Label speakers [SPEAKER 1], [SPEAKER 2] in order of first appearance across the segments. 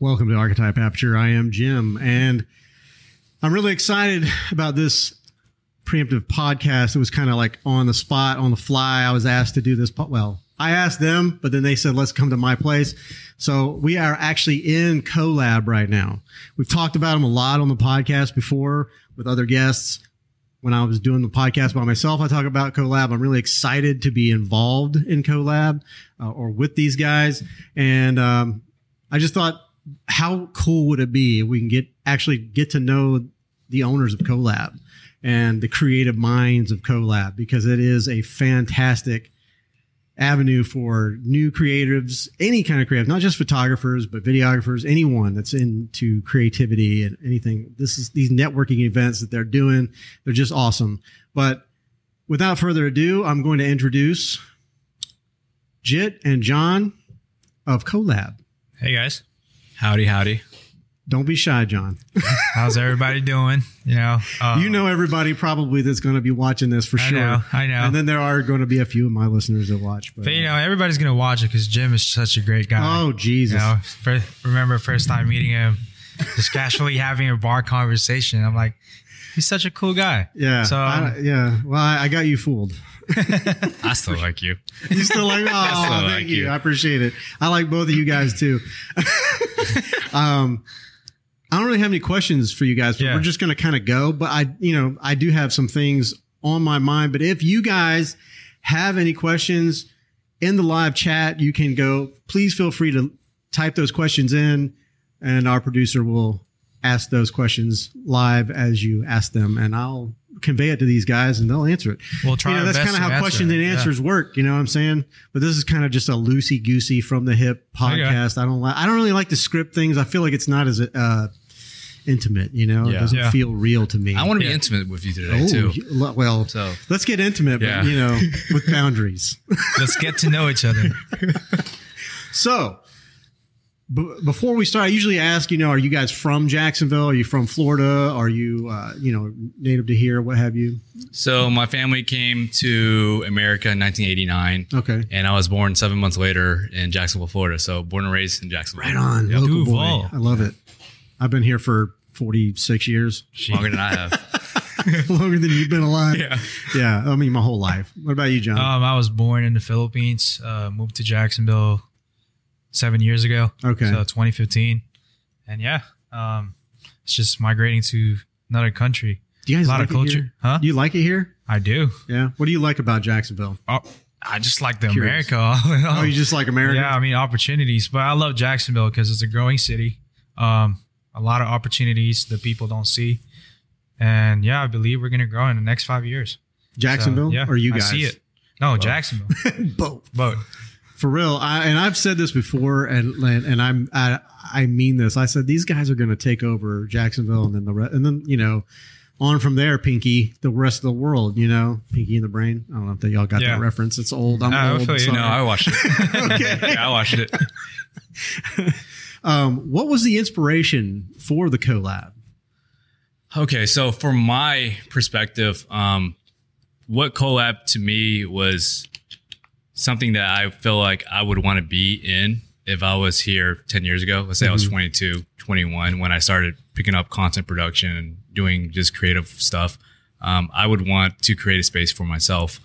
[SPEAKER 1] Welcome to Archetype Aperture. I am Jim, and I'm really excited about this preemptive podcast. It was kind of like on the spot, on the fly. I was asked to do this. Po- well, I asked them, but then they said, let's come to my place. So we are actually in collab right now. We've talked about them a lot on the podcast before with other guests. When I was doing the podcast by myself, I talk about collab. I'm really excited to be involved in collab uh, or with these guys. And um, I just thought, how cool would it be if we can get actually get to know the owners of collab and the creative minds of collab because it is a fantastic avenue for new creatives, any kind of creative, not just photographers, but videographers, anyone that's into creativity and anything. This is these networking events that they're doing. They're just awesome. But without further ado, I'm going to introduce Jit and John of Colab.
[SPEAKER 2] Hey guys. Howdy, howdy.
[SPEAKER 1] Don't be shy, John.
[SPEAKER 2] How's everybody doing? You know, um,
[SPEAKER 1] you know everybody probably that's going to be watching this for
[SPEAKER 2] I
[SPEAKER 1] sure.
[SPEAKER 2] know, I know.
[SPEAKER 1] And then there are going to be a few of my listeners that watch.
[SPEAKER 2] but you know, everybody's gonna watch it because Jim is such a great guy.
[SPEAKER 1] oh
[SPEAKER 2] you
[SPEAKER 1] Jesus!
[SPEAKER 2] know, first, remember first time meeting him, just casually having a bar conversation. I'm like, he's such a cool guy.
[SPEAKER 1] Yeah.
[SPEAKER 2] So
[SPEAKER 1] I- yeah. Well, I, I got you fooled.
[SPEAKER 3] I still like you.
[SPEAKER 1] You still like? Oh,
[SPEAKER 3] still
[SPEAKER 1] thank
[SPEAKER 3] like
[SPEAKER 1] you.
[SPEAKER 3] you.
[SPEAKER 1] I appreciate it. I like both of you guys too. um, I don't really have any questions for you guys. But
[SPEAKER 2] Yeah.
[SPEAKER 1] We're just going to kind of go, but I, you know, I do have some things on my mind. But if you guys have any questions in the live chat, you can go. Please feel free to type those questions in, and our producer will ask those questions live as you ask them, and I'll convey it to these guys, and they'll answer it
[SPEAKER 2] we'll try.
[SPEAKER 1] you know,
[SPEAKER 2] our
[SPEAKER 1] that's
[SPEAKER 2] best
[SPEAKER 1] kind of
[SPEAKER 2] to
[SPEAKER 1] how
[SPEAKER 2] answer
[SPEAKER 1] questions
[SPEAKER 2] it.
[SPEAKER 1] and
[SPEAKER 2] Yeah.
[SPEAKER 1] answers work. You know what I'm saying? But this is kind of just a loosey goosey from the hip podcast. I don't like. I don't really like to script things. I feel like it's not as uh, intimate. You know, it
[SPEAKER 3] Yeah.
[SPEAKER 1] doesn't
[SPEAKER 2] Yeah.
[SPEAKER 1] feel real to me.
[SPEAKER 3] I want to be
[SPEAKER 2] Yeah.
[SPEAKER 3] intimate with you today
[SPEAKER 1] Oh,
[SPEAKER 3] too.
[SPEAKER 1] you- lo- well,
[SPEAKER 3] So
[SPEAKER 1] let's get intimate,
[SPEAKER 3] Yeah.
[SPEAKER 1] but you know, with boundaries.
[SPEAKER 2] Let's get to know each other.
[SPEAKER 1] So, b- before we start, I usually ask, you know, are you guys from Jacksonville? Are you from Florida? Are you, uh, you know, native to here? What have you?
[SPEAKER 3] so my family came to America in 1989
[SPEAKER 1] Okay,
[SPEAKER 3] and I was born 7 months later in Jacksonville, Florida. So born and raised in Jacksonville.
[SPEAKER 1] right on,
[SPEAKER 3] Yep.
[SPEAKER 1] local boy.
[SPEAKER 2] Duval.
[SPEAKER 1] I love it. I've been here for 46 years.
[SPEAKER 3] Longer than I have.
[SPEAKER 1] longer than you've been alive. Yeah.
[SPEAKER 3] yeah.
[SPEAKER 1] I mean, my whole life. What about you, John?
[SPEAKER 2] Um, I was born in the Philippines, uh, moved to Jacksonville seven years ago.
[SPEAKER 1] okay.
[SPEAKER 2] So 2015. And yeah, um, it's just migrating to another country.
[SPEAKER 1] do you
[SPEAKER 2] A
[SPEAKER 1] guys
[SPEAKER 2] lot
[SPEAKER 1] like
[SPEAKER 2] of culture.
[SPEAKER 1] It here?
[SPEAKER 2] Huh?
[SPEAKER 1] Do you like it here?
[SPEAKER 2] I do. Oh,
[SPEAKER 1] Yeah. What do you like about Jacksonville?
[SPEAKER 2] I just like the
[SPEAKER 1] Curious.
[SPEAKER 2] America. all in all.
[SPEAKER 1] Oh, you just like America?
[SPEAKER 2] Yeah, I mean, opportunities. But I love Jacksonville because it's a growing city. Um, a lot of opportunities that people don't see. And yeah, I believe we're going to grow in the next five years. So,
[SPEAKER 1] Jacksonville?
[SPEAKER 2] yeah,
[SPEAKER 1] Or you
[SPEAKER 2] I
[SPEAKER 1] guys?
[SPEAKER 2] see it. No, Jacksonville.
[SPEAKER 1] Both.
[SPEAKER 2] Both.
[SPEAKER 1] For real. I, and I've said this before, and and, and I'm I, I mean this. I said these guys are going to take over Jacksonville, and then the re- and then you know. On from there, Pinky, the rest of the world, you know, Pinky in the Brain. I don't know if they all got
[SPEAKER 2] Yeah.
[SPEAKER 1] that reference. It's old. I'm
[SPEAKER 2] I
[SPEAKER 1] old.
[SPEAKER 2] feel you.
[SPEAKER 1] sorry.
[SPEAKER 3] No, I watched it.
[SPEAKER 1] Okay.
[SPEAKER 3] Yeah, I watched it.
[SPEAKER 1] Um, what was the inspiration for the collab?
[SPEAKER 3] Okay, so from my perspective, um, what collab to me was something that I feel like I would want to be in if I was here 10 years ago. Let's say I was
[SPEAKER 1] Mhm.
[SPEAKER 3] 22, 21 when I started picking up content production and doing just creative stuff. Um, I would want to create a space for myself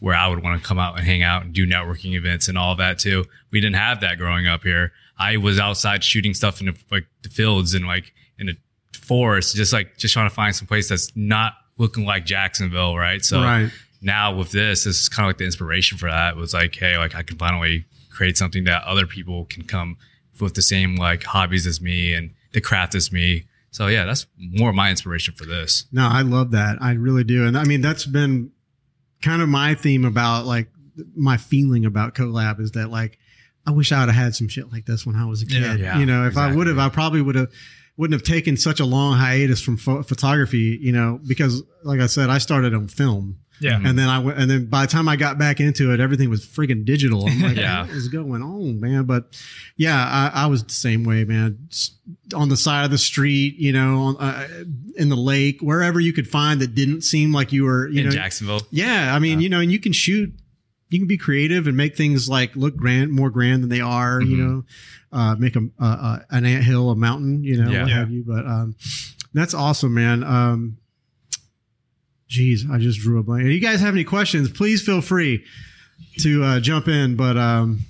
[SPEAKER 3] where I would want to come out and hang out and do networking events and all that too. We didn't have that growing up here. I was outside shooting stuff in the, like the fields and like in the forest, just like just trying to find some place that's not looking like Jacksonville, right? So
[SPEAKER 1] right.
[SPEAKER 3] now with this, this is kind of like the inspiration for that. It was like, hey, like I can finally create something that other people can come with the same like hobbies as me and the craft as me. So yeah, that's more my inspiration for this.
[SPEAKER 1] No, I love that. I really do. And I mean, that's been kind of my theme about like my feeling about collab is that like I wish I would have had some shit like this when I was a kid.
[SPEAKER 2] Yeah,
[SPEAKER 3] yeah,
[SPEAKER 1] you know, if I
[SPEAKER 3] exactly.
[SPEAKER 1] would have, I probably would have wouldn't have taken such a long hiatus from pho- photography. You know, because like I said, I started on film,
[SPEAKER 2] Yeah.
[SPEAKER 1] and then I went, and then by the time I got back into it, everything was friggin' digital. I'm like,
[SPEAKER 3] Yeah.
[SPEAKER 1] what is going on, man? But yeah, I, I was the same way, man. Just on the side of the street, you know, on, uh, in the lake, wherever you could find that didn't seem like you were, you
[SPEAKER 3] in
[SPEAKER 1] know,
[SPEAKER 3] Jacksonville.
[SPEAKER 1] yeah. I mean,
[SPEAKER 3] Yeah.
[SPEAKER 1] you know, and you can shoot you can be creative and make things like look grand, more grand than they are. You
[SPEAKER 3] Mhm.
[SPEAKER 1] know, uh, make a, uh, uh, an ant hill, a mountain. You know,
[SPEAKER 3] Yeah.
[SPEAKER 1] what
[SPEAKER 2] Yeah.
[SPEAKER 1] have you? But um, that's awesome, man. Um, geez, I just drew a blank. If you guys have any questions? Please feel free to uh, jump in. But um,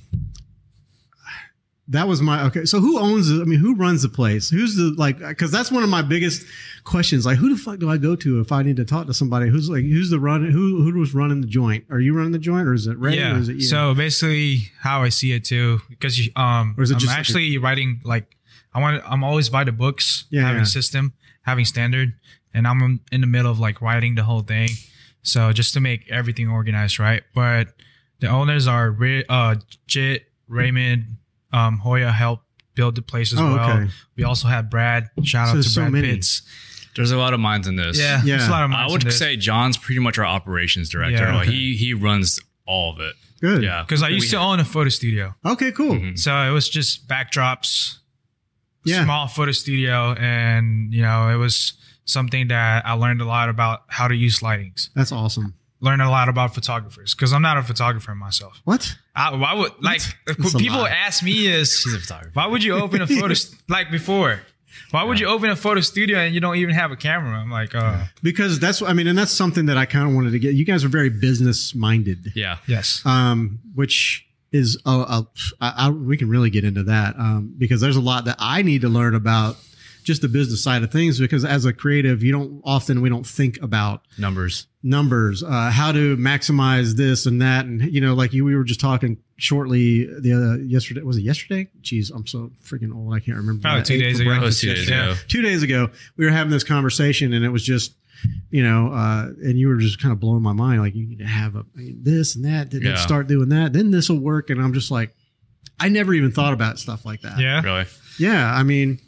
[SPEAKER 1] that was my okay. So who owns? The, I mean, who runs the place? Who's the like? Because that's one of my biggest questions. Like, who the fuck do I go to if I need to talk to somebody? Who's like, who's the run? Who who was running the joint? Are you running the joint, or is it Ray? Or
[SPEAKER 2] yeah.
[SPEAKER 1] is it you?
[SPEAKER 2] So basically, how I see it too, because you, um,
[SPEAKER 1] Or is it
[SPEAKER 2] I'm
[SPEAKER 1] just like a-
[SPEAKER 2] actually writing like I want. I'm always by the books,
[SPEAKER 1] Yeah,
[SPEAKER 2] having
[SPEAKER 1] yeah.
[SPEAKER 2] system, having standard, and I'm in the middle of like writing the whole thing. So just to make everything organized, right? But the owners are Ri- uh, Jit, Raymond, um, Hoya helped build the place as
[SPEAKER 1] oh,
[SPEAKER 2] well.
[SPEAKER 1] okay.
[SPEAKER 2] We also had Brad.
[SPEAKER 1] So
[SPEAKER 2] Shout out to
[SPEAKER 1] there's so
[SPEAKER 2] Brad
[SPEAKER 1] many.
[SPEAKER 2] Pitts.
[SPEAKER 3] There's a lot of minds in this.
[SPEAKER 2] Yeah,
[SPEAKER 1] Yeah.
[SPEAKER 2] there's a lot of
[SPEAKER 3] I
[SPEAKER 2] minds
[SPEAKER 3] would say John's pretty much our operations director.
[SPEAKER 2] Yeah.
[SPEAKER 3] Like, he he runs all of it.
[SPEAKER 1] Good.
[SPEAKER 3] Yeah,
[SPEAKER 2] because I used
[SPEAKER 3] We-
[SPEAKER 2] to own a photo studio.
[SPEAKER 1] Okay. Cool.
[SPEAKER 3] Mhm.
[SPEAKER 2] So it was just backdrops,
[SPEAKER 1] Yeah.
[SPEAKER 2] small photo studio, and you know it was something that I learned a lot about how to use lightings.
[SPEAKER 1] That's awesome.
[SPEAKER 2] Learned a lot about photographers because I'm not a photographer myself.
[SPEAKER 1] What?
[SPEAKER 2] I, why would like
[SPEAKER 1] That's
[SPEAKER 2] what
[SPEAKER 1] a
[SPEAKER 2] people
[SPEAKER 1] lie.
[SPEAKER 2] ask me is
[SPEAKER 3] He's a photographer.
[SPEAKER 2] why would you open a photo st- like before? Why would you open a photo studio and you don't even have a camera? I'm like, uh,
[SPEAKER 1] Because that's I mean, and that's something that I kind of wanted to get. You guys are very business minded.
[SPEAKER 3] Yeah.
[SPEAKER 2] yes,
[SPEAKER 1] um, which is uh, uh, I, I, we can really get into that um, because there's a lot that I need to learn about just the business side of things because as a creative you don't often we don't think about
[SPEAKER 3] Numbers.
[SPEAKER 1] numbers uh, how to maximize this and that and you know like you, we were just talking shortly the other yesterday was it yesterday jeez i'm so freaking old i can't remember
[SPEAKER 2] Probably
[SPEAKER 1] I
[SPEAKER 2] two
[SPEAKER 1] ate
[SPEAKER 2] days
[SPEAKER 1] for
[SPEAKER 2] ago.
[SPEAKER 3] That
[SPEAKER 1] breakfast
[SPEAKER 3] was two days
[SPEAKER 2] Yeah.
[SPEAKER 3] ago.
[SPEAKER 1] two days ago we were having this conversation and it was just you know uh, and you were just kind of blowing my mind like you need to have a this and that then
[SPEAKER 3] Yeah.
[SPEAKER 1] start doing that then this will work and i'm just like i never even thought about stuff like that
[SPEAKER 2] yeah.
[SPEAKER 3] Really?
[SPEAKER 1] yeah i mean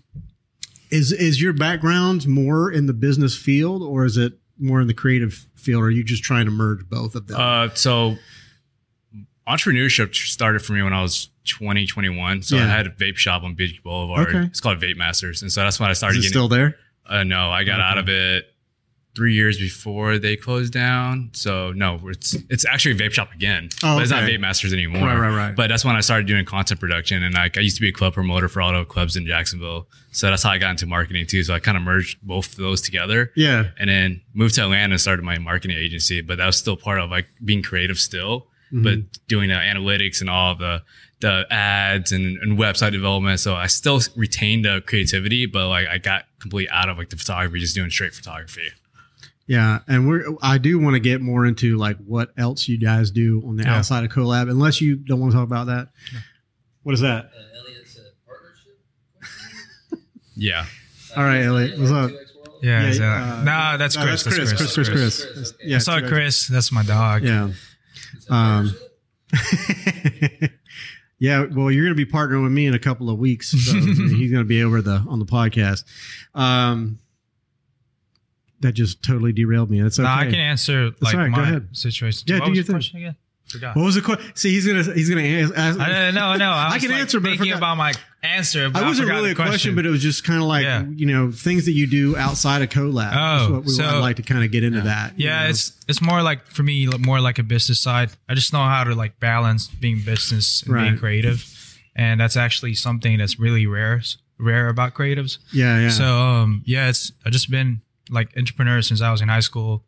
[SPEAKER 1] is is your background more in the business field or is it more in the creative field or are you just trying to merge both of them
[SPEAKER 3] Uh, so entrepreneurship started for me when I was 20, 21. So I
[SPEAKER 1] Yeah.
[SPEAKER 3] had a vape shop on Beach Boulevard.
[SPEAKER 1] Okay.
[SPEAKER 3] It's called Vape Masters. And so that's when I
[SPEAKER 1] is
[SPEAKER 3] started
[SPEAKER 1] it
[SPEAKER 3] getting,
[SPEAKER 1] still there
[SPEAKER 3] uh, no, I got
[SPEAKER 1] Okay.
[SPEAKER 3] out of it three years before they closed down. So no, it's, it's actually a vape shop again,
[SPEAKER 1] Oh,
[SPEAKER 3] but it's not
[SPEAKER 1] okay.
[SPEAKER 3] Vape Masters anymore.
[SPEAKER 1] right
[SPEAKER 3] But that's when I started doing content production, and like I used to be a club promoter for auto clubs in Jacksonville, so that's how I got into marketing too. So I kind of merged both of those together,
[SPEAKER 1] yeah
[SPEAKER 3] and then moved to Atlanta and started my marketing agency. But that was still part of like being creative still,
[SPEAKER 1] Mhm.
[SPEAKER 3] but doing the analytics and all the the ads and, and website development. So I still retained the creativity, but like I got completely out of like the photography, just doing straight photography.
[SPEAKER 1] Yeah, and we're I do want to get more into like what else you guys do on the
[SPEAKER 2] Yeah.
[SPEAKER 1] outside of collab, unless you don't want to talk about that. What is that?
[SPEAKER 4] Uh, Elliot's a partnership.
[SPEAKER 3] Yeah,
[SPEAKER 1] All right, Elliot, what's up?
[SPEAKER 2] Yeah,
[SPEAKER 1] Yeah,
[SPEAKER 2] is that-
[SPEAKER 1] uh,
[SPEAKER 2] nah, that's
[SPEAKER 1] no,
[SPEAKER 2] Chris.
[SPEAKER 1] that's Chris, Chris, Chris, Chris.
[SPEAKER 4] Chris, okay.
[SPEAKER 1] Yeah,
[SPEAKER 2] I saw Chris. That's my dog.
[SPEAKER 1] Yeah. Um, yeah, well, you're going to be partnering with me in a couple of weeks. So he's going to be over the on the podcast. Um, that just totally derailed me. That's okay.
[SPEAKER 2] Nah, I can answer like
[SPEAKER 1] all right, go
[SPEAKER 2] my
[SPEAKER 1] ahead.
[SPEAKER 2] situation.
[SPEAKER 1] Yeah,
[SPEAKER 2] what
[SPEAKER 1] do
[SPEAKER 2] was
[SPEAKER 1] your
[SPEAKER 2] the
[SPEAKER 1] thing.
[SPEAKER 2] question again? Forgot.
[SPEAKER 1] what was the question? See, he's gonna he's gonna ask. ask
[SPEAKER 2] I don't know. No, I,
[SPEAKER 1] I
[SPEAKER 2] was,
[SPEAKER 1] can
[SPEAKER 2] like,
[SPEAKER 1] answer, but I
[SPEAKER 2] thinking
[SPEAKER 1] forgot-
[SPEAKER 2] about my answer. But
[SPEAKER 1] I wasn't
[SPEAKER 2] forgot
[SPEAKER 1] really
[SPEAKER 2] the
[SPEAKER 1] a question. but it was just kind of like
[SPEAKER 2] Yeah.
[SPEAKER 1] you know things that you do outside of collab. That's
[SPEAKER 2] Oh,
[SPEAKER 1] what we
[SPEAKER 2] so-
[SPEAKER 1] would like to kind of get into that. you
[SPEAKER 2] yeah,
[SPEAKER 1] know?
[SPEAKER 2] it's it's more like for me, like, more like a business side. I just know how to like balance being business and being
[SPEAKER 1] Right.
[SPEAKER 2] creative, and that's actually something that's really rare rare about creatives.
[SPEAKER 1] yeah, yeah.
[SPEAKER 2] So um, yeah, it's I've just been like entrepreneur since I was in high school.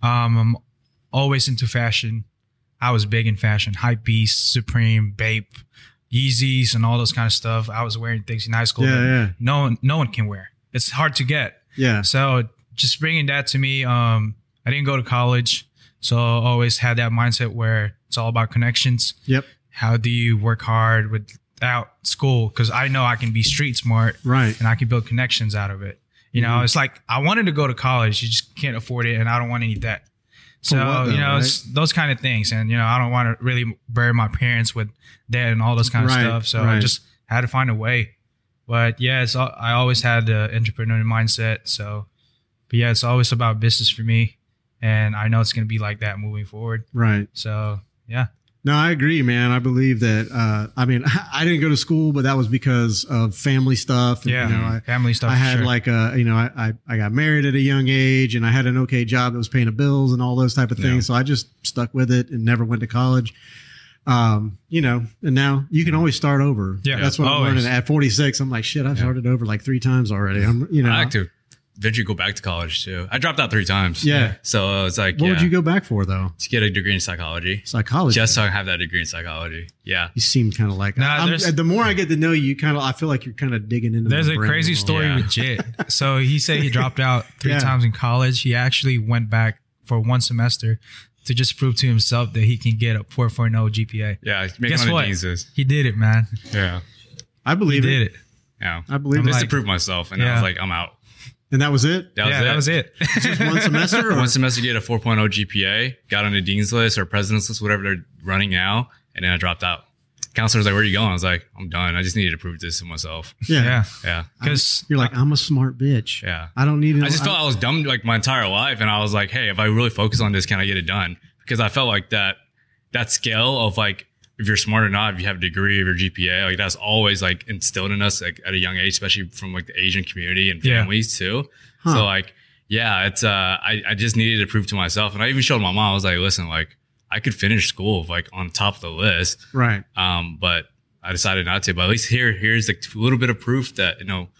[SPEAKER 2] Um, I'm always into fashion. I was big in fashion, hype beast, Supreme, Bape, Yeezys, and all those kind of stuff. I was wearing things in high school
[SPEAKER 1] yeah,
[SPEAKER 2] that
[SPEAKER 1] yeah,
[SPEAKER 2] no one, no one can wear. It's hard to get.
[SPEAKER 1] yeah.
[SPEAKER 2] So just bringing that to me. Um, I didn't go to college, so I always had that mindset where it's all about connections
[SPEAKER 1] Yep.
[SPEAKER 2] how do you work hard without school because i know i can be street smart
[SPEAKER 1] Right.
[SPEAKER 2] and i can build connections out of it you know
[SPEAKER 1] Mhm.
[SPEAKER 2] it's like i wanted to go to college you just can't afford it and i don't want any debt so
[SPEAKER 1] what, though,
[SPEAKER 2] you know it's those kind of things and you know i don't want to really bury my parents with debt and all those kind of
[SPEAKER 1] Right,
[SPEAKER 2] stuff so i
[SPEAKER 1] right.
[SPEAKER 2] just had to find a way but yeah it's al- i always had the entrepreneurial mindset so but yeah it's always about business for me and i know it's going to be like that moving forward
[SPEAKER 1] Right.
[SPEAKER 2] so
[SPEAKER 1] No, I agree, man. I believe that. Uh, I mean, I didn't go to school, but that was because of family stuff. and,
[SPEAKER 2] Yeah,
[SPEAKER 1] you know, I,
[SPEAKER 2] family stuff.
[SPEAKER 1] I
[SPEAKER 2] for
[SPEAKER 1] had
[SPEAKER 2] sure.
[SPEAKER 1] like a, you know, I, I I got married at a young age, and I had an okay job that was paying the bills and all those type of things. So I just stuck with it and never went to college. Um, you know, and now you can always start over.
[SPEAKER 2] Yeah.
[SPEAKER 1] that's what
[SPEAKER 2] Always.
[SPEAKER 1] I'm learning. At 46, I'm like, shit, I've
[SPEAKER 3] Yeah.
[SPEAKER 1] started over like three times already. I'm, you know,
[SPEAKER 3] I like to eventually go back to college too. I dropped out three times.
[SPEAKER 1] Yeah.
[SPEAKER 3] So uh, it's like,
[SPEAKER 1] what
[SPEAKER 3] yeah,
[SPEAKER 1] would you go back for though?
[SPEAKER 3] to get a degree in psychology,
[SPEAKER 1] Psychology.
[SPEAKER 3] just so I have that degree in psychology. Yeah.
[SPEAKER 1] you seem kind of like.
[SPEAKER 2] Nah,
[SPEAKER 1] I'm-
[SPEAKER 2] there's-
[SPEAKER 1] the more I get to know you, you kind of, I feel like you're kind of digging into.
[SPEAKER 2] There's
[SPEAKER 1] my
[SPEAKER 2] a
[SPEAKER 1] brain
[SPEAKER 2] crazy
[SPEAKER 1] little.
[SPEAKER 2] story
[SPEAKER 3] Yeah.
[SPEAKER 2] with Jit. So he said he dropped out three
[SPEAKER 1] Yeah.
[SPEAKER 2] times in college. He actually went back for one semester to just prove to himself that he can get a 4.0 GPA.
[SPEAKER 3] Yeah. Make
[SPEAKER 2] Guess
[SPEAKER 3] one
[SPEAKER 2] what?
[SPEAKER 3] of these is,
[SPEAKER 2] He did it, man.
[SPEAKER 3] yeah.
[SPEAKER 1] I
[SPEAKER 2] He
[SPEAKER 1] believe it.
[SPEAKER 2] did it.
[SPEAKER 3] Yeah.
[SPEAKER 1] I believe
[SPEAKER 2] I'm
[SPEAKER 1] it.
[SPEAKER 3] Just to
[SPEAKER 2] like-
[SPEAKER 3] prove myself. And I
[SPEAKER 2] Yeah.
[SPEAKER 3] was like, I'm out.
[SPEAKER 1] and that was it.
[SPEAKER 3] That was
[SPEAKER 2] yeah,
[SPEAKER 3] it.
[SPEAKER 2] that was it.
[SPEAKER 1] Just one semester. Or?
[SPEAKER 3] One semester, get a 4.0 GPA, got on the dean's list or president's list, whatever they're running now, and then I dropped out. Counselor's like, "Where are you going?" I was like, "I'm done. I just needed to prove this to myself."
[SPEAKER 1] yeah.
[SPEAKER 2] yeah, Uh,
[SPEAKER 3] Yeah,
[SPEAKER 2] because
[SPEAKER 1] You're like, I'm a smart bitch.
[SPEAKER 3] yeah.
[SPEAKER 1] I don't need.
[SPEAKER 3] I just felt I was dumb like my entire life, and I was like, "Hey, if I really focus on this, can I get it done?" Because I felt like that that scale of like if you're smart or not, if you have a degree or your GPA, like that's always like instilled in us like at a young age, especially from like the Asian community and
[SPEAKER 2] Yeah.
[SPEAKER 3] families too.
[SPEAKER 1] Huh.
[SPEAKER 3] So like, yeah, it's uh, I I just needed to prove to myself, and I even showed my mom. I was like, "Listen, like I could finish school like on top of the list,
[SPEAKER 1] right.
[SPEAKER 3] um, but I decided not to. But at least here, here's a little bit of proof that you know,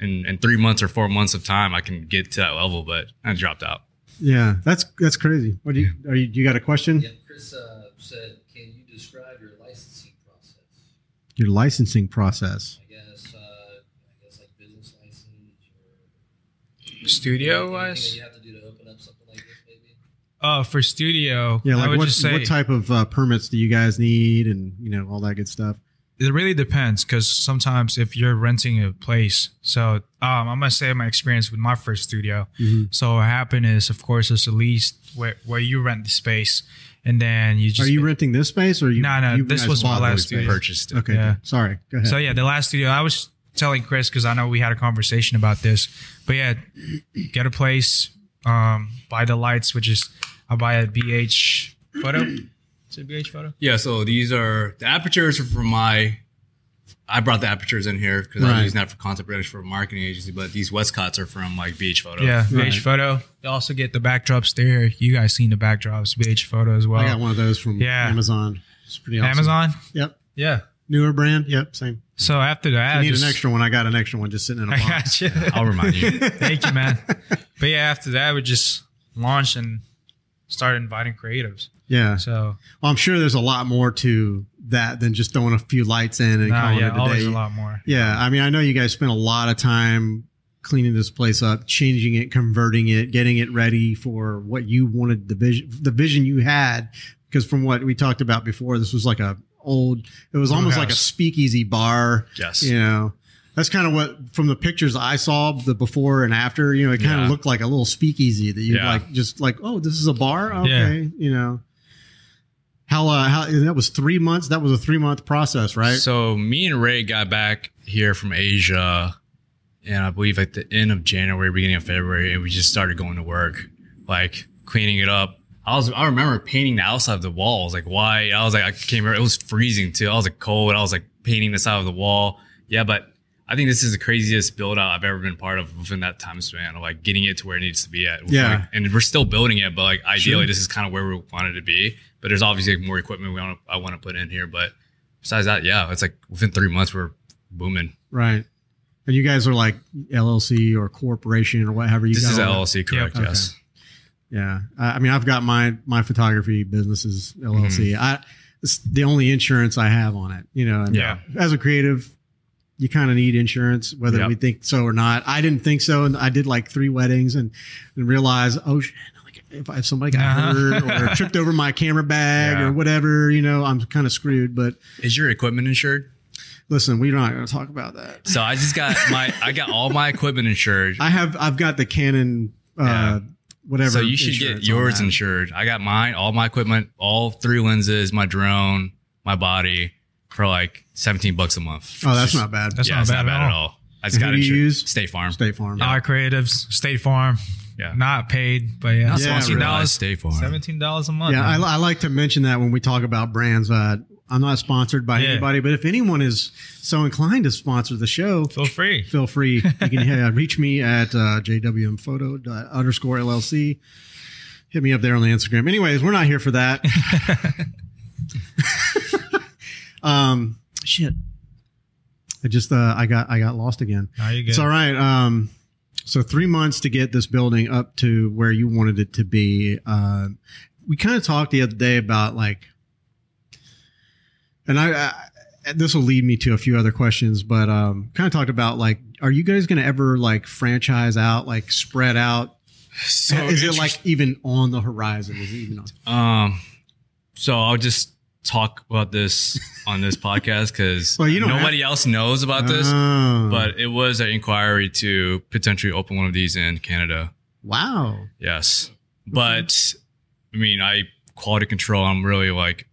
[SPEAKER 3] in, in three months or four months of time, I can get to that level. But I dropped out.
[SPEAKER 1] Yeah, that's that's crazy. What do you are you? You got a question?
[SPEAKER 4] Yeah, Chris uh, said, "Can you describe your licensing process?"
[SPEAKER 1] Your licensing process.
[SPEAKER 4] I guess, uh, I guess like business license or
[SPEAKER 2] studio
[SPEAKER 4] anything that you have to do to open up something like this, maybe.
[SPEAKER 2] uh, for studio,
[SPEAKER 1] Yeah,
[SPEAKER 2] I
[SPEAKER 1] like
[SPEAKER 2] would
[SPEAKER 1] what
[SPEAKER 2] just say
[SPEAKER 1] what type of uh, permits do you guys need, and you know all that good stuff.
[SPEAKER 2] it really depends because sometimes if you're renting a place, so um, I'm gonna say my experience with my first studio.
[SPEAKER 1] Mm-hmm.
[SPEAKER 2] So what happened is, of course, it's a lease where where you rent the space, and then you just
[SPEAKER 1] Are you renting this space or you?
[SPEAKER 2] No, no,
[SPEAKER 1] you
[SPEAKER 2] this
[SPEAKER 1] guys
[SPEAKER 2] was my
[SPEAKER 1] bought
[SPEAKER 2] last
[SPEAKER 1] this
[SPEAKER 3] We
[SPEAKER 2] studio.
[SPEAKER 1] space?
[SPEAKER 3] purchased it.
[SPEAKER 1] Okay,
[SPEAKER 2] Yeah.
[SPEAKER 1] good. sorry. Go ahead.
[SPEAKER 2] So yeah, the last studio I was telling Chris because I know we had a conversation about this, but yeah, get a place, um, buy the lights, which is I buy a BH photo. Is it BH photo?
[SPEAKER 3] Yeah. So these are the apertures are for my. I brought the apertures in here because
[SPEAKER 1] Right.
[SPEAKER 3] I'm using that for content production for a marketing agency. But these Westcots are from like BH Photo.
[SPEAKER 2] Yeah, BH
[SPEAKER 1] Right.
[SPEAKER 2] photo. You also get the backdrops there. You guys seen the backdrops, BH photo as well.
[SPEAKER 1] I got one of those from
[SPEAKER 2] Yeah.
[SPEAKER 1] Amazon. It's pretty awesome.
[SPEAKER 2] Amazon.
[SPEAKER 1] Yep.
[SPEAKER 2] Yeah.
[SPEAKER 1] Newer brand. Yep. Same.
[SPEAKER 2] So after that,
[SPEAKER 1] I need
[SPEAKER 2] just-
[SPEAKER 1] an extra one. I got an extra one just sitting in a
[SPEAKER 2] I
[SPEAKER 1] box.
[SPEAKER 2] got you.
[SPEAKER 3] I'll remind you.
[SPEAKER 2] Thank you, man. But yeah, after that, we just launched and started inviting creatives.
[SPEAKER 1] Yeah.
[SPEAKER 2] So
[SPEAKER 1] Well, I'm sure there's a lot more to that than just throwing a few lights in and
[SPEAKER 2] nah,
[SPEAKER 1] calling
[SPEAKER 2] yeah,
[SPEAKER 1] it a
[SPEAKER 2] always
[SPEAKER 1] day.
[SPEAKER 2] a lot more.
[SPEAKER 1] Yeah, I mean, I know you guys spent a lot of time cleaning this place up, changing it, converting it, getting it ready for what you wanted the vision, the vision you had. Because from what we talked about before, this was like a old, it was
[SPEAKER 2] Old
[SPEAKER 1] almost like a
[SPEAKER 2] house.
[SPEAKER 1] speakeasy bar.
[SPEAKER 3] yes.
[SPEAKER 1] You know, that's kind of what from the pictures I saw, the before and after. You know, it kind of
[SPEAKER 3] Yeah.
[SPEAKER 1] looked like a little speakeasy that you
[SPEAKER 3] Yeah.
[SPEAKER 1] like, just like, oh, this is a bar. Okay,
[SPEAKER 2] Yeah.
[SPEAKER 1] you know. How, uh, how and that was three months. That was a three month process, right?
[SPEAKER 3] So me and Ray got back here from Asia, and I believe at the end of January, beginning of February, and we just started going to work, like cleaning it up. I was I remember painting the outside of the walls, like why I was like I came here, it was freezing too. I was like cold. I was like painting the side of the wall. Yeah, but I think this is the craziest build out I've ever been part of within that time span of like getting it to where it needs to be at.
[SPEAKER 1] Yeah.
[SPEAKER 3] Like, and we're still building it, but like ideally
[SPEAKER 1] Sure.
[SPEAKER 3] this is kind of where we want it to be. But there's obviously more equipment we want to, I want to put in here, but besides that, yeah, it's like within three months we're booming.
[SPEAKER 1] Right. And you guys are like LLC or corporation or whatever. You
[SPEAKER 3] this
[SPEAKER 1] got
[SPEAKER 3] is
[SPEAKER 1] all that-
[SPEAKER 3] LLC, correct?
[SPEAKER 1] okay.
[SPEAKER 3] Yes.
[SPEAKER 1] Yeah. I I mean, I've got my my photography business is LLC. I it's the only insurance I have on it. You know. And
[SPEAKER 3] Mm-hmm. Yeah.
[SPEAKER 1] As a creative, you kind of need insurance, whether
[SPEAKER 3] Yep.
[SPEAKER 1] we think so or not. I didn't think so, and I did like three weddings and and realized, oh shit. like, If, if somebody got
[SPEAKER 2] Uh-huh.
[SPEAKER 1] hurt or tripped over my camera bag
[SPEAKER 3] Yeah.
[SPEAKER 1] or whatever, you know, I'm kind of screwed. But
[SPEAKER 3] Is your equipment insured?
[SPEAKER 1] listen, we're not going to talk about that.
[SPEAKER 3] So I just got my I got all my equipment insured.
[SPEAKER 1] I have I've got the Canon uh
[SPEAKER 3] Yeah.
[SPEAKER 1] whatever.
[SPEAKER 3] So you should get
[SPEAKER 1] insurance
[SPEAKER 3] yours
[SPEAKER 1] on that.
[SPEAKER 3] insured. I got mine, all my equipment, all three lenses, my drone, my body for like 17 bucks a month.
[SPEAKER 1] Oh, that's not bad.
[SPEAKER 2] That's
[SPEAKER 3] yeah,
[SPEAKER 2] not
[SPEAKER 3] it's
[SPEAKER 2] bad at all.
[SPEAKER 3] I just
[SPEAKER 1] And
[SPEAKER 3] got
[SPEAKER 1] who do you
[SPEAKER 3] insured.
[SPEAKER 1] use?
[SPEAKER 3] State Farm.
[SPEAKER 1] State Farm.
[SPEAKER 2] Our creatives, State Farm.
[SPEAKER 3] Yeah.
[SPEAKER 2] Not paid, but yeah.
[SPEAKER 3] Not
[SPEAKER 1] Yeah,
[SPEAKER 3] sponsored by
[SPEAKER 5] $17.
[SPEAKER 3] State Farm.
[SPEAKER 5] Seventeen dollars a month.
[SPEAKER 1] Yeah, I,
[SPEAKER 5] man.
[SPEAKER 1] I like to mention that when we talk about brands. Uh, I'm not sponsored by
[SPEAKER 2] Yeah.
[SPEAKER 1] anybody, but if anyone is so inclined to sponsor the show,
[SPEAKER 5] feel free.
[SPEAKER 1] feel free. You can uh, reach me at uh, jwmphoto dot underscore LLC. Hit me up there on the Instagram. Anyways, we're not here for that. um, shit. I just uh, I got I got lost again.
[SPEAKER 5] Now you good.
[SPEAKER 1] It's all right. Um, so three months to get this building up to where you wanted it to be. Uh, we kind of talked the other day about like, and I, I this will lead me to a few other questions, but um, kind of talked about like, are you guys going to ever like franchise out, like spread out?
[SPEAKER 3] So
[SPEAKER 1] Is it
[SPEAKER 3] interest-
[SPEAKER 1] like even on the horizon? Is it even on?
[SPEAKER 3] Um, so I'll just talk about this on this podcast because
[SPEAKER 1] Well, you don't
[SPEAKER 3] nobody else knows about this.
[SPEAKER 1] Oh,
[SPEAKER 3] But it was an inquiry to potentially open one of these in Canada.
[SPEAKER 1] wow,
[SPEAKER 3] Yes, but I mean, I quality control. I'm really like,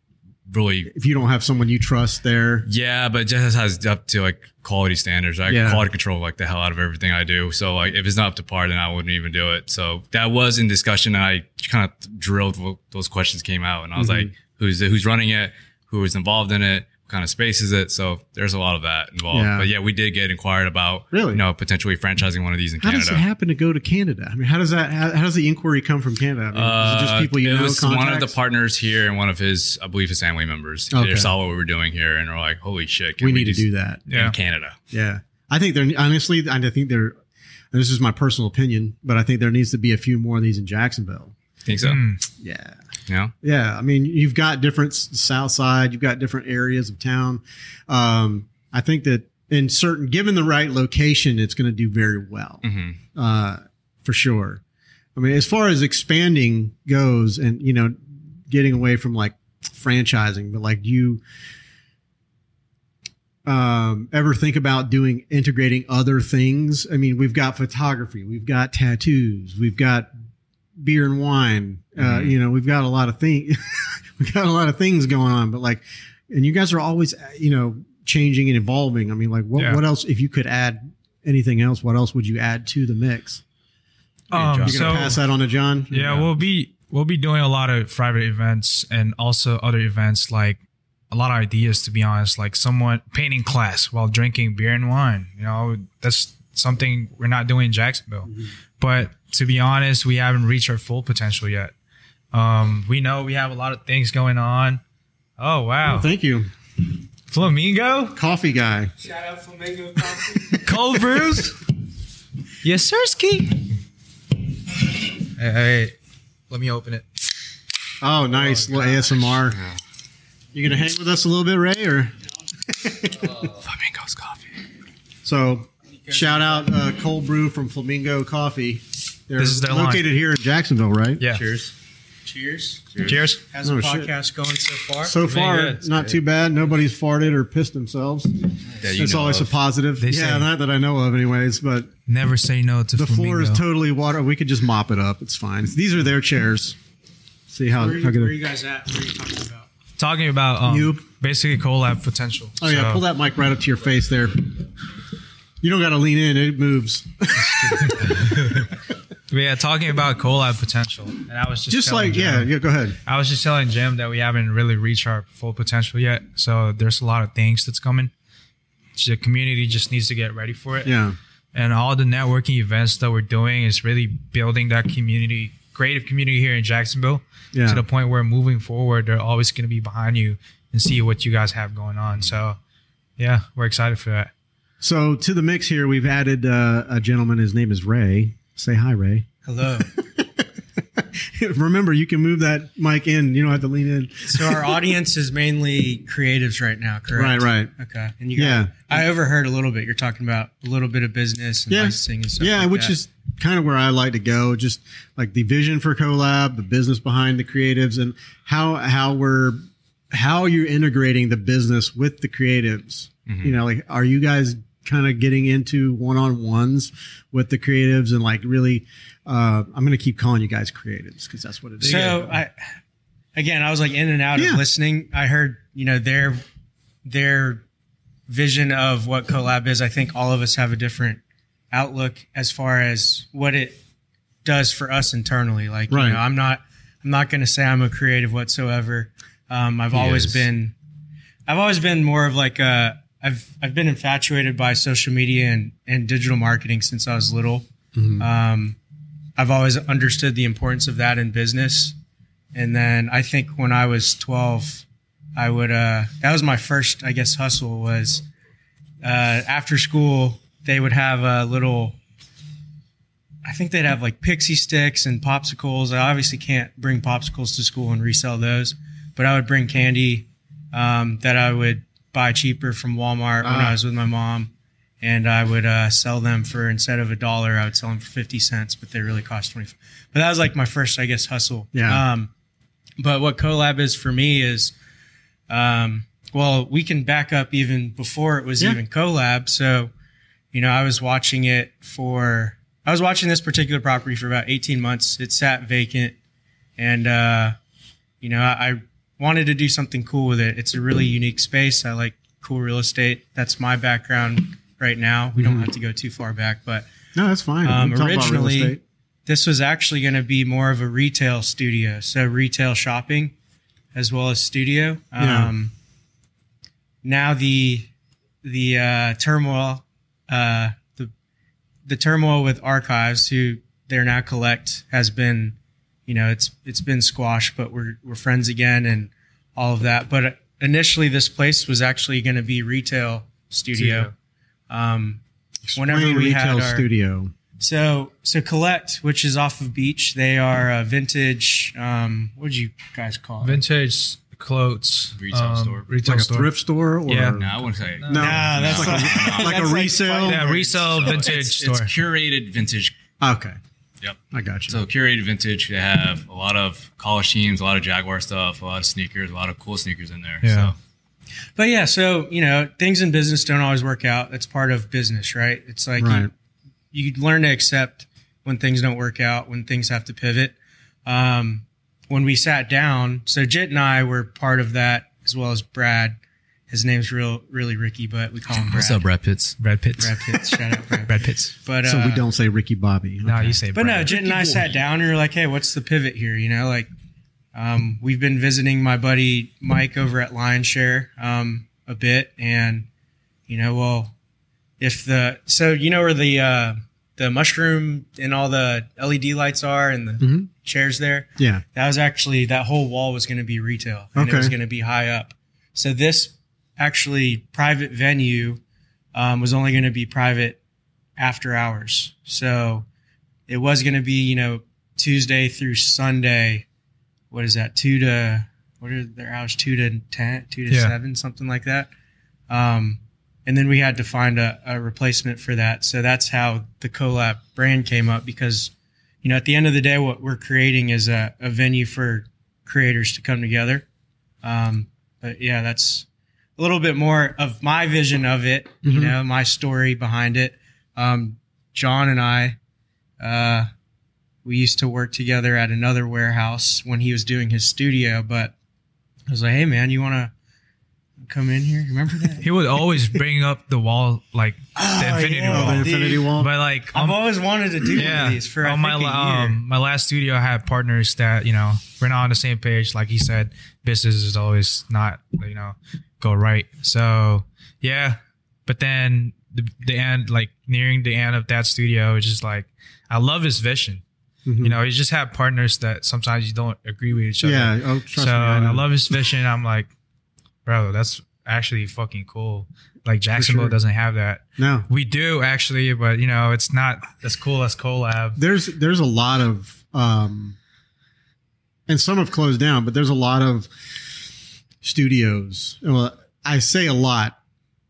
[SPEAKER 3] really,
[SPEAKER 1] if you don't have someone you trust there,
[SPEAKER 3] yeah. But it just has up to like quality standards. I
[SPEAKER 1] Yeah.
[SPEAKER 3] quality control like the hell out of everything I do. So like, if it's not up to par, then I wouldn't even do it. So that was in discussion, and I kind of drilled what those questions came out, and I was
[SPEAKER 1] Mhm.
[SPEAKER 3] like, who's who's running it, who is involved in it, what kind of space is it? So there's a lot of that involved.
[SPEAKER 1] Yeah.
[SPEAKER 3] But yeah, we did get inquired about
[SPEAKER 1] really.
[SPEAKER 3] you know potentially franchising one of these in
[SPEAKER 1] How
[SPEAKER 3] Canada.
[SPEAKER 1] does it happen to go to Canada? I mean, how does that? How, how does the inquiry come from Canada? I mean, is it
[SPEAKER 3] Uh,
[SPEAKER 1] just people you
[SPEAKER 3] it
[SPEAKER 1] know?
[SPEAKER 3] was one of the
[SPEAKER 1] contacts?
[SPEAKER 3] partners here and one of his, I believe, his family members.
[SPEAKER 1] Okay.
[SPEAKER 3] They saw what we were doing here and were like, "Holy shit,
[SPEAKER 1] we need to do that.
[SPEAKER 3] in
[SPEAKER 2] Yeah.
[SPEAKER 3] Canada."
[SPEAKER 1] Yeah, I think there. Honestly, I think there. and This is my personal opinion, but I think there needs to be a few more of these in Jacksonville.
[SPEAKER 3] Think so?
[SPEAKER 2] Hmm.
[SPEAKER 1] Yeah,
[SPEAKER 3] You know?
[SPEAKER 1] yeah. I mean, you've got different s- South Side, you've got different areas of town. Um, I think that in certain, given the right location, it's going to do very well.
[SPEAKER 3] hmm
[SPEAKER 1] uh, for sure. I mean, as far as expanding goes, and you know, getting away from like franchising, but like, do you um, ever think about doing integrating other things? I mean, we've got photography, we've got tattoos, we've got beer and wine. Uh,
[SPEAKER 3] Mhm.
[SPEAKER 1] you know, we've got a lot of things. we've got a lot of things going on, but like, and you guys are always, you know, changing and evolving. I mean, like, what
[SPEAKER 2] Yeah.
[SPEAKER 1] what else? If you could add anything else, what else would you add to the mix?
[SPEAKER 2] Um,
[SPEAKER 1] You're gonna
[SPEAKER 2] so
[SPEAKER 1] pass that on to John.
[SPEAKER 2] yeah, we'll be we'll be doing a lot of private events and also other events like a lot of ideas to be honest, like someone painting class while drinking beer and wine. You know, that's something we're not doing in Jacksonville.
[SPEAKER 1] Mhm.
[SPEAKER 2] But to be honest, we haven't reached our full potential yet. Um, we know we have a lot of things going on. Oh wow.
[SPEAKER 1] Oh, thank you,
[SPEAKER 2] Flamingo?
[SPEAKER 1] coffee guy.
[SPEAKER 4] Shout out Flamingo Coffee.
[SPEAKER 2] Cold brews? yes, sirski. Hey, hey, let me open it.
[SPEAKER 1] Oh, nice little ASMR. You gonna hang with us a little bit, Ray? Or
[SPEAKER 3] Flamingo's coffee.
[SPEAKER 1] so? Shout out uh, cold brew from Flamingo Coffee. They're
[SPEAKER 2] This is their line.
[SPEAKER 1] located here in Jacksonville, right?
[SPEAKER 2] Yeah.
[SPEAKER 5] Cheers.
[SPEAKER 4] Cheers.
[SPEAKER 2] Cheers.
[SPEAKER 5] How's
[SPEAKER 1] Oh,
[SPEAKER 5] the
[SPEAKER 1] shit.
[SPEAKER 5] podcast going so far?
[SPEAKER 1] So far, not too bad. Nobody's farted or pissed themselves.
[SPEAKER 3] Yeah, you
[SPEAKER 1] It's
[SPEAKER 3] know
[SPEAKER 1] always
[SPEAKER 3] of.
[SPEAKER 1] a positive.
[SPEAKER 2] They
[SPEAKER 1] yeah,
[SPEAKER 2] say-
[SPEAKER 1] not that I know of, anyways. But
[SPEAKER 2] Never say no to
[SPEAKER 1] the
[SPEAKER 2] flamingo.
[SPEAKER 1] floor is totally water. We could just mop it up. It's fine. These are their chairs. See how,
[SPEAKER 4] Where are, you,
[SPEAKER 1] how
[SPEAKER 4] where
[SPEAKER 1] good.
[SPEAKER 4] you guys at? What are you talking about?
[SPEAKER 2] Talking about um,
[SPEAKER 1] You.
[SPEAKER 2] basically collab potential.
[SPEAKER 1] Oh yeah,
[SPEAKER 2] So,
[SPEAKER 1] pull that mic right up to your face there. You don't got to lean in; it moves.
[SPEAKER 2] Yeah, talking about collab potential, and I was just
[SPEAKER 1] Just
[SPEAKER 2] telling
[SPEAKER 1] like
[SPEAKER 2] Jim-
[SPEAKER 1] yeah, yeah. Go ahead.
[SPEAKER 2] I was just telling Jim that we haven't really reached our full potential yet. So there's a lot of things that's coming. The community just needs to get ready for it.
[SPEAKER 1] Yeah,
[SPEAKER 2] and all the networking events that we're doing is really building that community creative community here in jacksonville
[SPEAKER 1] Yeah.
[SPEAKER 2] to the point where moving forward they're always going to be behind you and see what you guys have going on so yeah we're excited for that
[SPEAKER 1] So to the mix here, we've added uh, a gentleman. His name is Ray. Say hi, Ray.
[SPEAKER 5] Hello.
[SPEAKER 1] Remember, you can move that mic in. You don't have to lean in.
[SPEAKER 5] so our audience is mainly creatives right now,
[SPEAKER 1] Right,
[SPEAKER 5] correct?
[SPEAKER 1] right.
[SPEAKER 5] Okay. And you got,
[SPEAKER 1] Yeah.
[SPEAKER 5] I overheard a little bit. You're talking about a little bit of business and
[SPEAKER 1] Yeah.
[SPEAKER 5] licensing and stuff.
[SPEAKER 1] yeah,
[SPEAKER 5] like
[SPEAKER 1] which
[SPEAKER 5] that.
[SPEAKER 1] is kind of where I like to go. Just like the vision for CoLab, the business behind the creatives, and how how we're how you're integrating the business with the creatives.
[SPEAKER 5] Mm-hmm.
[SPEAKER 3] Mhm.
[SPEAKER 1] You know, like are you guys kind of getting into one on ones with the creatives and like really? Uh, I'm going to keep calling you guys creatives because that's what it is.
[SPEAKER 5] So I, again, I was like in and out
[SPEAKER 1] Yeah.
[SPEAKER 5] of listening. I heard you know their their vision of what collab is. I think all of us have a different outlook as far as what it does for us internally. Like,
[SPEAKER 1] Right.
[SPEAKER 5] you know, I'm not, I'm not going to say I'm a creative whatsoever. Um, I've always
[SPEAKER 3] is.
[SPEAKER 5] been, I've always been more of like a, I've, I've been infatuated by social media and, and digital marketing since I was little. Um, I've always understood the importance of that in business. And then I think when I was 12, I would, uh, that was my first, I guess, hustle was, uh, after school, they would have a little, I think they'd have like pixie sticks and popsicles. I obviously can't bring popsicles to school and resell those, but I would bring candy, um, that I would buy cheaper from Walmart when
[SPEAKER 1] Ah.
[SPEAKER 5] I was with my mom. And I would uh, sell them for instead of a dollar, I would sell them for fifty cents, but they really cost twenty. But that was like my first, I guess, hustle.
[SPEAKER 1] Yeah.
[SPEAKER 5] Um, but what collab is for me is, um, well, we can back up even before it was
[SPEAKER 1] Yeah.
[SPEAKER 5] even collab. So, you know, I was watching it for, I was watching this particular property for about 18 months. It sat vacant and, uh, you know, I, I wanted to do something cool with it. It's a really unique space. I like cool real estate. That's my background right now. We don't have to go too far back, but
[SPEAKER 1] No, that's fine. We
[SPEAKER 5] um,
[SPEAKER 1] can talk about real
[SPEAKER 5] originally
[SPEAKER 1] estate.
[SPEAKER 5] this was actually going to be more of a retail studio so retail shopping as well as studio
[SPEAKER 1] Yeah.
[SPEAKER 5] um, now the the uh, turmoil uh, the the turmoil with archives who they're now collect has been you know it's it's been squashed but we're we're friends again and all of that but initially this place was actually going to be retail studio um, whenever
[SPEAKER 1] Plain
[SPEAKER 5] we
[SPEAKER 1] retail
[SPEAKER 5] had our,
[SPEAKER 1] studio.
[SPEAKER 5] so, so collect, which is off of Beach, they are a vintage. Um, what did you guys call it?
[SPEAKER 2] Vintage clothes. um,
[SPEAKER 3] Retail store.
[SPEAKER 2] Retail
[SPEAKER 1] Like a
[SPEAKER 2] store.
[SPEAKER 1] thrift store or
[SPEAKER 2] Yeah.
[SPEAKER 3] No, I wouldn't say.
[SPEAKER 2] No.
[SPEAKER 1] No,
[SPEAKER 5] Nah,
[SPEAKER 1] it's
[SPEAKER 5] that's
[SPEAKER 1] like a,
[SPEAKER 5] not-
[SPEAKER 1] like a
[SPEAKER 5] that's like
[SPEAKER 1] resale.
[SPEAKER 5] fun-
[SPEAKER 2] Yeah, resale vintage
[SPEAKER 3] it's,
[SPEAKER 2] store.
[SPEAKER 3] It's curated vintage.
[SPEAKER 1] Okay.
[SPEAKER 3] Yep.
[SPEAKER 1] I got you.
[SPEAKER 3] So curated vintage. They have a lot of college teams, a lot of Jaguar stuff, a lot of sneakers, a lot of cool sneakers in there.
[SPEAKER 2] Yeah.
[SPEAKER 3] So
[SPEAKER 5] But yeah, so you know, things in business don't always work out. That's part of business, right? It's like
[SPEAKER 1] right.
[SPEAKER 5] you, you learn to accept when things don't work out, when things have to pivot. Um, when we sat down, so Jit and I were part of that as well as Brad. His name's real, really Ricky, but we call him Brad.
[SPEAKER 3] Brad Pitts?
[SPEAKER 2] Brad Pitts.
[SPEAKER 5] Brad Pitt. Shout out Brad.
[SPEAKER 2] Brad Pitts.
[SPEAKER 5] But
[SPEAKER 1] so we
[SPEAKER 5] uh,
[SPEAKER 1] don't say Ricky Bobby.
[SPEAKER 2] No,
[SPEAKER 1] Okay.
[SPEAKER 2] you say
[SPEAKER 5] But no,
[SPEAKER 2] Brad.
[SPEAKER 5] Jit and I sat down and we were like, hey, what's the pivot here? You know, like um, we've been visiting my buddy Mike over at Lion Share um, a bit, and you know, well, if the so you know where the uh, the mushroom and all the LED lights are and the
[SPEAKER 1] Mhm.
[SPEAKER 5] chairs there,
[SPEAKER 1] Yeah.
[SPEAKER 5] that was actually that whole wall was going to be retail and
[SPEAKER 1] Okay.
[SPEAKER 5] it was going to be high up. So this actually private venue um, was only going to be private after hours. So it was going to be you know Tuesday through Sunday. What is that? Two to what are their hours? Two to ten, two to
[SPEAKER 2] Yeah.
[SPEAKER 5] seven, something like that. Um, and then we had to find a, a replacement for that. So that's how the collab brand came up because you know, at the end of the day, what we're creating is a, a venue for creators to come together. Um, but yeah, that's a little bit more of my vision of it, you
[SPEAKER 1] Mhm.
[SPEAKER 5] know, my story behind it. Um, John and I, uh, we used to work together at another warehouse when he was doing his studio, but I was like, hey, man, you want to come in here? Remember that?
[SPEAKER 2] He would always bring up the wall, like
[SPEAKER 5] Oh,
[SPEAKER 2] the infinity
[SPEAKER 5] yeah,
[SPEAKER 1] Oh, the
[SPEAKER 2] wall.
[SPEAKER 5] dude.
[SPEAKER 1] infinity wall.
[SPEAKER 2] But like,
[SPEAKER 5] I've
[SPEAKER 2] on-
[SPEAKER 5] always wanted to do one of these for I
[SPEAKER 2] on my
[SPEAKER 5] think, a
[SPEAKER 2] la-
[SPEAKER 5] year.
[SPEAKER 2] um, my last studio, I had partners that you know we're not on the same page. Like he said, business is always not you know go right. So yeah, but then the, the end, like nearing the end of that studio, it's just like I love his vision.
[SPEAKER 1] Mhm.
[SPEAKER 2] You know, you just have partners that sometimes you don't agree with each other.
[SPEAKER 1] yeah. Oh, trust
[SPEAKER 2] so
[SPEAKER 1] me. I,
[SPEAKER 2] and I
[SPEAKER 1] know.
[SPEAKER 2] love his vision. I'm like, bro, that's actually fucking cool. Like Jacksonville
[SPEAKER 1] sure.
[SPEAKER 2] doesn't have that.
[SPEAKER 1] No,
[SPEAKER 2] We do actually, but you know, it's not as cool as collab.
[SPEAKER 1] there's there's a lot of um and some have closed down but there's a lot of studios well i say a lot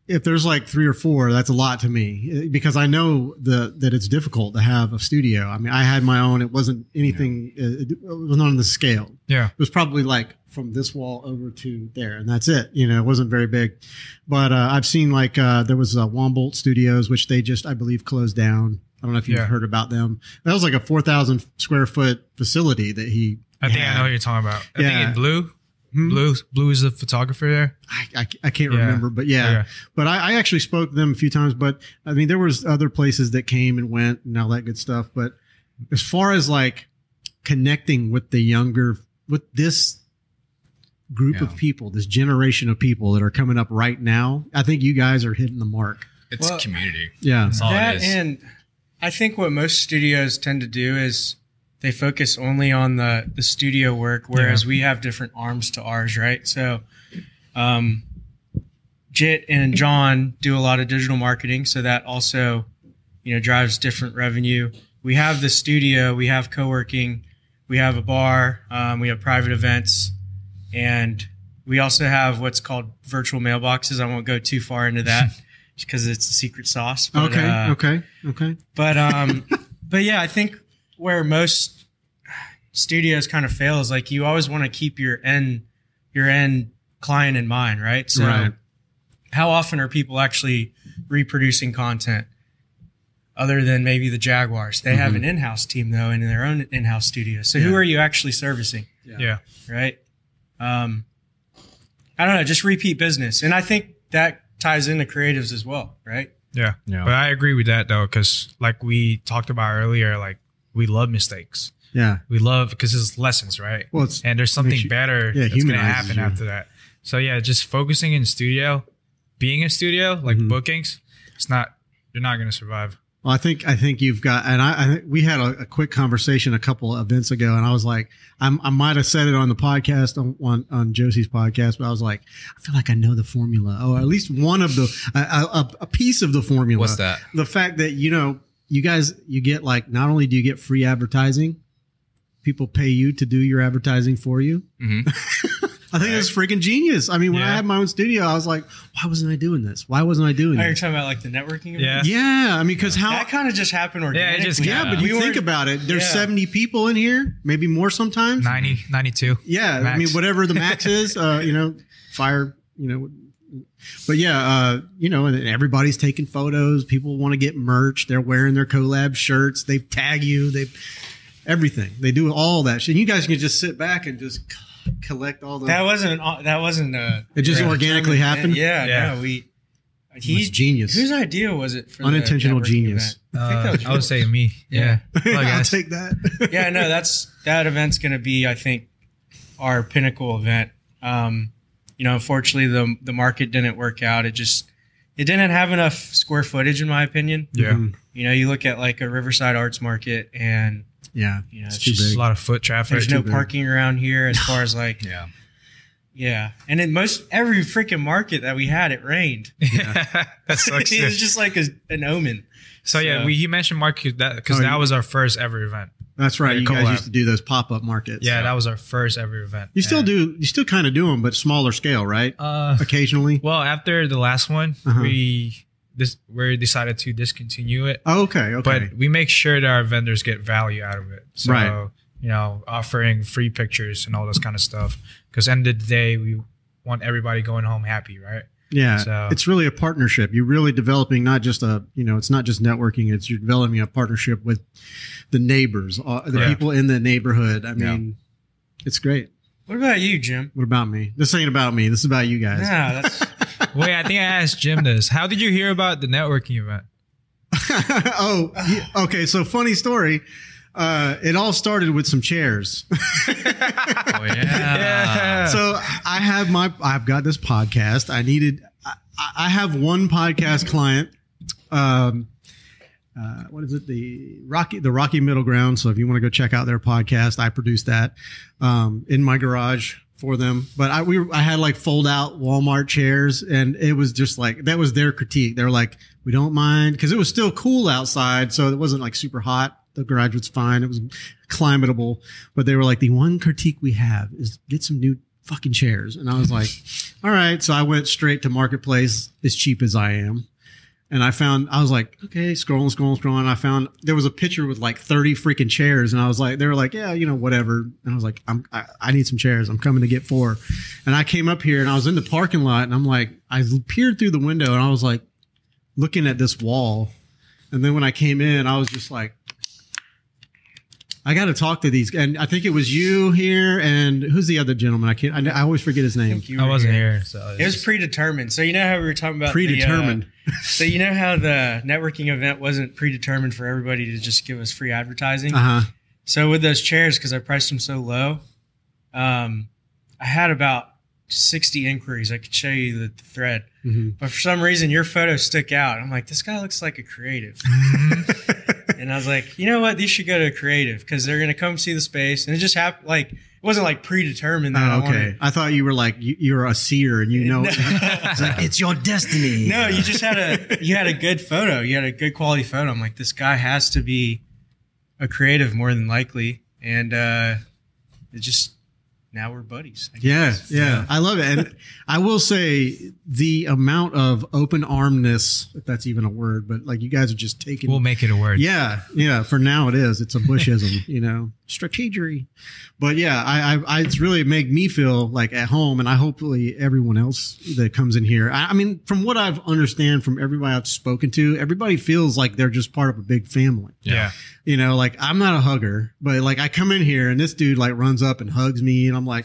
[SPEAKER 1] if there's like three or four that's a lot to me eh, because i know the that it's difficult to have a studio i mean i had my own it wasn't anything eh, it, it was not on the scale
[SPEAKER 2] Yeah.
[SPEAKER 1] it was probably like from this wall over to there and that's it you know it wasn't very big but uh, i've seen like uh, there was uh, wombolt studios which they just i believe closed down i don't know if you've
[SPEAKER 2] Yeah.
[SPEAKER 1] heard about them that was like a 4000 square foot facility that he
[SPEAKER 2] I think
[SPEAKER 1] had.
[SPEAKER 2] I know what you're talking about. I
[SPEAKER 1] Yeah.
[SPEAKER 2] think in blue,
[SPEAKER 1] Hmm?
[SPEAKER 2] blue, blue is the photographer there.
[SPEAKER 1] I, I, I can't
[SPEAKER 2] Yeah.
[SPEAKER 1] remember but yeah, but I, I actually spoke to them a few times but i mean there was other places that came and went and all that good stuff but as far as like connecting with the younger with this group
[SPEAKER 3] Yeah.
[SPEAKER 1] of people, this generation of people that are coming up right now, I think you guys are hitting the mark.
[SPEAKER 3] It's
[SPEAKER 5] Well-
[SPEAKER 3] community.
[SPEAKER 1] Yeah.
[SPEAKER 3] That's all
[SPEAKER 5] that
[SPEAKER 3] it is.
[SPEAKER 5] and I think what most studios tend to do is they focus only on the the studio work, whereas we have different arms to ours, right? So, um, Jit and John do a lot of digital marketing, so that also you know drives different revenue. We have the studio, we have co working, we have a bar, um, we have private events, and we also have what's called virtual mailboxes. I won't go too far into that because it's a secret sauce. but,
[SPEAKER 1] Okay.
[SPEAKER 5] uh,
[SPEAKER 1] okay. Okay.
[SPEAKER 5] but um, but yeah, I think where most studios kind of fail is like you always want to keep your end your end client in mind, right? So
[SPEAKER 1] Right.
[SPEAKER 5] how often are people actually reproducing content other than maybe the Jaguars? They have
[SPEAKER 1] Mhm.
[SPEAKER 5] an in-house team though and their own in-house studio. So
[SPEAKER 1] Yeah.
[SPEAKER 5] who are you actually servicing?
[SPEAKER 2] Yeah.
[SPEAKER 5] right? Um, I don't know, just repeat business, and I think that ties into creatives as well, right?
[SPEAKER 2] Yeah.
[SPEAKER 3] Yeah.
[SPEAKER 2] But I agree with that though, because like we talked about earlier, like we love mistakes.
[SPEAKER 1] Yeah.
[SPEAKER 2] We love because it's lessons, right?
[SPEAKER 1] Well, it's
[SPEAKER 2] and there's something
[SPEAKER 1] Makes you-
[SPEAKER 2] better
[SPEAKER 1] yeah,
[SPEAKER 2] that's going to
[SPEAKER 1] humanizes
[SPEAKER 2] happen
[SPEAKER 1] you.
[SPEAKER 2] after that. So yeah, just focusing in studio, being in studio, like
[SPEAKER 1] Mhm.
[SPEAKER 2] bookings, it's not you're not going to survive.
[SPEAKER 1] Well, I think I think you've got, and I, I think we had a, a quick conversation a couple of events ago, and I was like, I'm, I might have said it on the podcast on, on on Josie's podcast, but I was like, I feel like I know the formula, or at least one of the a, a, a piece of the formula.
[SPEAKER 3] What's that?
[SPEAKER 1] The fact that you know, you guys, you get like not only do you get free advertising, people pay you to do your advertising for you.
[SPEAKER 3] Mhm.
[SPEAKER 1] I think it's freaking genius. I mean, when I
[SPEAKER 2] Yeah.
[SPEAKER 1] had my own studio, I was like, why wasn't I doing this? Why wasn't I doing
[SPEAKER 5] Are you
[SPEAKER 1] this?
[SPEAKER 5] Oh, talking about like the networking?
[SPEAKER 2] Yeah.
[SPEAKER 5] event?
[SPEAKER 1] Yeah, I mean, because how
[SPEAKER 5] that kind of just happened
[SPEAKER 2] Yeah,
[SPEAKER 5] organically.
[SPEAKER 2] it just
[SPEAKER 1] yeah, but you
[SPEAKER 5] We
[SPEAKER 1] think
[SPEAKER 5] weren't-
[SPEAKER 1] about it. There's
[SPEAKER 5] yeah.
[SPEAKER 1] 70 people in here, maybe more sometimes.
[SPEAKER 2] 90, 92.
[SPEAKER 1] Yeah, I
[SPEAKER 2] max.
[SPEAKER 1] mean whatever the max is, uh, you know, fire, you know. But yeah, uh, you know, and everybody's taking photos. People want to get merch. They're wearing their collab shirts. They tag you. They everything. They do all that shit. You guys can just sit back and just c- collect all the.
[SPEAKER 5] That wasn't an- that wasn't uh, a.
[SPEAKER 1] It just organically happened?
[SPEAKER 5] Yeah,
[SPEAKER 2] Yeah.
[SPEAKER 5] no, we.
[SPEAKER 1] It was
[SPEAKER 5] He,
[SPEAKER 1] genius.
[SPEAKER 5] whose idea was it? For the
[SPEAKER 1] Unintentional
[SPEAKER 5] networking
[SPEAKER 1] genius.
[SPEAKER 5] event? I think that was
[SPEAKER 2] Uh, I would
[SPEAKER 5] yours.
[SPEAKER 2] say me. Yeah. Well,
[SPEAKER 1] I'll
[SPEAKER 2] guys.
[SPEAKER 1] take that.
[SPEAKER 5] yeah, no, that's that event's going to be, I think, our pinnacle event. Um, you know, unfortunately, the the market didn't work out. It just it didn't have enough square footage, in my opinion.
[SPEAKER 2] Yeah.
[SPEAKER 1] Mhm.
[SPEAKER 5] You know, you look at like a Riverside Arts Market, and
[SPEAKER 1] yeah.
[SPEAKER 5] you know,
[SPEAKER 1] It's
[SPEAKER 5] it's
[SPEAKER 1] too
[SPEAKER 5] just,
[SPEAKER 2] Just
[SPEAKER 1] big.
[SPEAKER 2] a lot of foot traffic.
[SPEAKER 5] there's no
[SPEAKER 1] big.
[SPEAKER 5] parking around here as far as like
[SPEAKER 3] Yeah.
[SPEAKER 5] yeah. And in most every freaking market that we had, it rained.
[SPEAKER 2] that sucks.
[SPEAKER 5] it was just like a, an omen.
[SPEAKER 2] So yeah,
[SPEAKER 5] So-
[SPEAKER 2] we, he mentioned market that because
[SPEAKER 1] Oh,
[SPEAKER 2] that
[SPEAKER 1] you-
[SPEAKER 2] was our first ever event.
[SPEAKER 1] That's right.
[SPEAKER 2] Yeah,
[SPEAKER 1] You guys
[SPEAKER 2] collab.
[SPEAKER 1] used to do those pop up markets.
[SPEAKER 2] Yeah, that was our first ever event.
[SPEAKER 1] You still
[SPEAKER 2] And,
[SPEAKER 1] do. You still kind of do them, but smaller scale, right?
[SPEAKER 2] Uh,
[SPEAKER 1] Occasionally.
[SPEAKER 2] well, after the last one,
[SPEAKER 1] Uh-huh.
[SPEAKER 2] we this we decided to discontinue it.
[SPEAKER 1] Oh, okay. Okay.
[SPEAKER 2] but we make sure that our vendors get value out of it. So,
[SPEAKER 1] Right.
[SPEAKER 2] you know, offering free pictures and all this kind of stuff. Because end of the day, we want everybody going home happy, right?
[SPEAKER 1] yeah.
[SPEAKER 2] so-
[SPEAKER 1] It's really a partnership. You're really developing not just a, you know, it's not just networking. It's you're developing a partnership with the neighbors, uh, the
[SPEAKER 2] Right.
[SPEAKER 1] people in the neighborhood. I
[SPEAKER 3] Yeah.
[SPEAKER 1] mean, it's great.
[SPEAKER 5] What about you, Jim?
[SPEAKER 1] What about me? This ain't about me. This is about you
[SPEAKER 5] No,
[SPEAKER 1] guys.
[SPEAKER 5] that's
[SPEAKER 2] Wait, I think I asked Jim this. How did you hear about the networking event?
[SPEAKER 1] oh, yeah, okay. So funny story. Uh, it all started with some chairs.
[SPEAKER 3] Oh, yeah.
[SPEAKER 2] Yeah.
[SPEAKER 1] so I have my I've got this podcast. I needed I, I have one podcast client. Um, uh, what is it? The Rocky the Rocky Middle Ground. So if you want to go check out their podcast, I produced that um, in my garage for them. But I we were- I had like fold out Walmart chairs, and it was just like that was their critique. They were like, we don't mind because it was still cool outside, so it wasn't like super hot. The garage was fine. It was climatable, but they were like, the one critique we have is get some new fucking chairs. And I was like, all right. So I went straight to marketplace as cheap as I am. And I found, I was like, okay, scrolling, scrolling, scrolling. I found there was a picture with like 30 freaking chairs. And I was like, they were like, yeah, you know, whatever. And I was like, I'm, I, I need some chairs. I'm coming to get four. And I came up here and I was in the parking lot and I'm like, I peered through the window and I was like looking at this wall. And then when I came in, I was just like, I got to talk to these, and I think it was you here, and who's the other gentleman? I can't. I, I always forget his name.
[SPEAKER 5] You
[SPEAKER 2] I
[SPEAKER 5] were
[SPEAKER 2] wasn't here, so
[SPEAKER 5] It was predetermined. So you know how we were talking about the, uh,
[SPEAKER 1] Predetermined.
[SPEAKER 5] so you know how the networking event wasn't predetermined for everybody to just give us free advertising.
[SPEAKER 1] Uh huh.
[SPEAKER 5] So with those chairs, because I priced them so low, um, I had about sixty inquiries. I could show you the, the thread, but for some reason your photo stuck out. I'm like, this guy looks like a creative,
[SPEAKER 1] Mm-hmm.
[SPEAKER 5] and I was like, you know what? These should go to a creative because they're gonna come see the space. And it just happened. Like it wasn't like predetermined that I
[SPEAKER 1] Oh,
[SPEAKER 5] wanted.
[SPEAKER 1] okay. I thought you were like you, you're a seer, and you know.
[SPEAKER 5] No.
[SPEAKER 1] it's like it's your destiny.
[SPEAKER 5] No, you just had a you had a good photo. You had a good quality photo. I'm like, this guy has to be a creative more than likely, and uh, it just now we're buddies. I
[SPEAKER 1] Yeah,
[SPEAKER 5] guess.
[SPEAKER 1] yeah, I love it, and I will say the amount of open armedness, if that's even a word, but like you guys are just taking.
[SPEAKER 2] we'll make it a word.
[SPEAKER 1] yeah, yeah. For now, it is. It's a Bushism, you know, strategery. But yeah, I, I, I, it's really made me feel like at home, and I hopefully everyone else that comes in here. I, I mean, from what I've understand from everybody I've spoken to, everybody feels like they're just part of a big family.
[SPEAKER 2] yeah.
[SPEAKER 1] You know, like I'm not a hugger, but like I come in here and this dude like runs up and hugs me, and I'm like,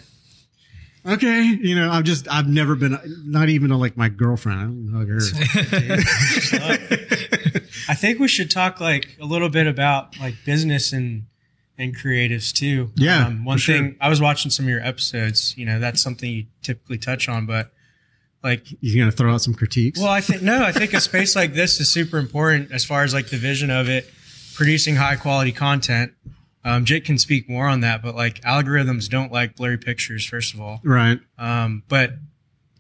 [SPEAKER 1] okay, you know, I've just I've never been not even like my girlfriend. I don't hug her.
[SPEAKER 5] I think we should talk like a little bit about like business and and creatives too. Um,
[SPEAKER 1] Yeah,
[SPEAKER 5] one
[SPEAKER 1] for sure.
[SPEAKER 5] thing I was watching some of your episodes. You know, that's something you typically touch on, but like
[SPEAKER 1] You're gonna throw out some critiques.
[SPEAKER 5] Well, I think no, I think a space like this is super important as far as like the vision of it, producing high quality content. Um, Jake can speak more on that, but like algorithms don't like blurry pictures, first of all.
[SPEAKER 1] right.
[SPEAKER 5] Um, but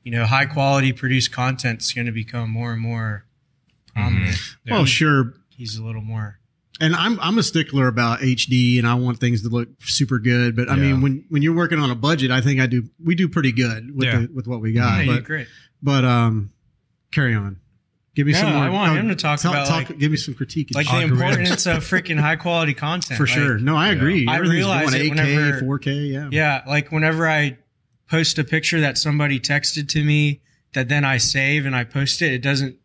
[SPEAKER 5] you know, high quality produced content's going to become more and more prominent.
[SPEAKER 1] Well, sure.
[SPEAKER 5] He's a little more.
[SPEAKER 1] and I'm I'm a stickler about HD, and I want things to look super good. But I
[SPEAKER 3] Yeah.
[SPEAKER 1] mean, when when you're working on a budget, I think I do we do pretty good with
[SPEAKER 2] Yeah.
[SPEAKER 1] the, with what we got.
[SPEAKER 5] Yeah, you
[SPEAKER 1] but
[SPEAKER 5] did great.
[SPEAKER 1] but um, carry on. Give me
[SPEAKER 5] No,
[SPEAKER 1] some. More,
[SPEAKER 5] I want him to talk about, like-
[SPEAKER 1] give me some critique.
[SPEAKER 5] Like the
[SPEAKER 2] Algorithms.
[SPEAKER 5] importance of freaking high quality content
[SPEAKER 1] for
[SPEAKER 5] Like,
[SPEAKER 1] sure. No, I agree.
[SPEAKER 5] I
[SPEAKER 1] Everything's
[SPEAKER 5] realize
[SPEAKER 1] going
[SPEAKER 5] it
[SPEAKER 1] 8K,
[SPEAKER 5] whenever-
[SPEAKER 1] 4K. Yeah.
[SPEAKER 5] Yeah, like whenever I post a picture that somebody texted to me that then I save and I post it, it doesn't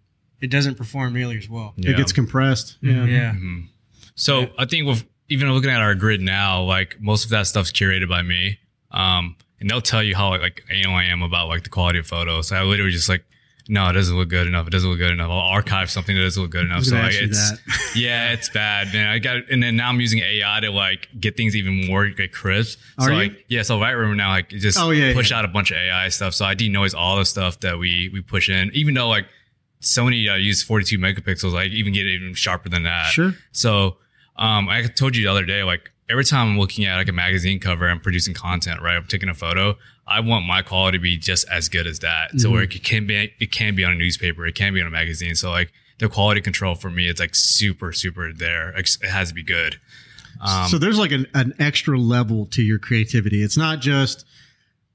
[SPEAKER 5] it doesn't perform nearly as well.
[SPEAKER 1] It gets compressed. Yeah.
[SPEAKER 5] Yeah.
[SPEAKER 3] Mhm. So I think with even looking at our grid now, like most of that stuff's curated by me. Um, and they'll tell you how like, like anal I am about like the quality of photos. So I literally just like, no, it doesn't look good enough. It doesn't look good enough. I'll archive something that doesn't look good
[SPEAKER 1] I
[SPEAKER 3] enough.
[SPEAKER 1] was
[SPEAKER 3] So
[SPEAKER 1] gonna
[SPEAKER 3] like,
[SPEAKER 1] ask you
[SPEAKER 3] it's
[SPEAKER 1] that.
[SPEAKER 3] yeah, it's bad, man. I got and then now I'm using AI to like get things even more like crisp.
[SPEAKER 1] Are
[SPEAKER 3] so
[SPEAKER 1] you?
[SPEAKER 3] like yeah, so right room now like it just
[SPEAKER 1] Oh, yeah,
[SPEAKER 3] push
[SPEAKER 1] yeah.
[SPEAKER 3] out a bunch of AI stuff. So I denoise all the stuff that we we push in, even though like Sony uh, used 42 megapixels, I even get it even sharper than that.
[SPEAKER 1] Sure.
[SPEAKER 3] So um, I told you the other day, like every time I'm looking at like a magazine cover, I'm producing content, right? I'm taking a photo. I want my quality to be just as good as that. So
[SPEAKER 1] Mm-hmm.
[SPEAKER 3] where it can be, it can be on a newspaper, it can be on a magazine. So like the quality control for me, it's like super, super there. Like, It has to be good. Um,
[SPEAKER 1] so there's like an, an extra level to your creativity. It's not just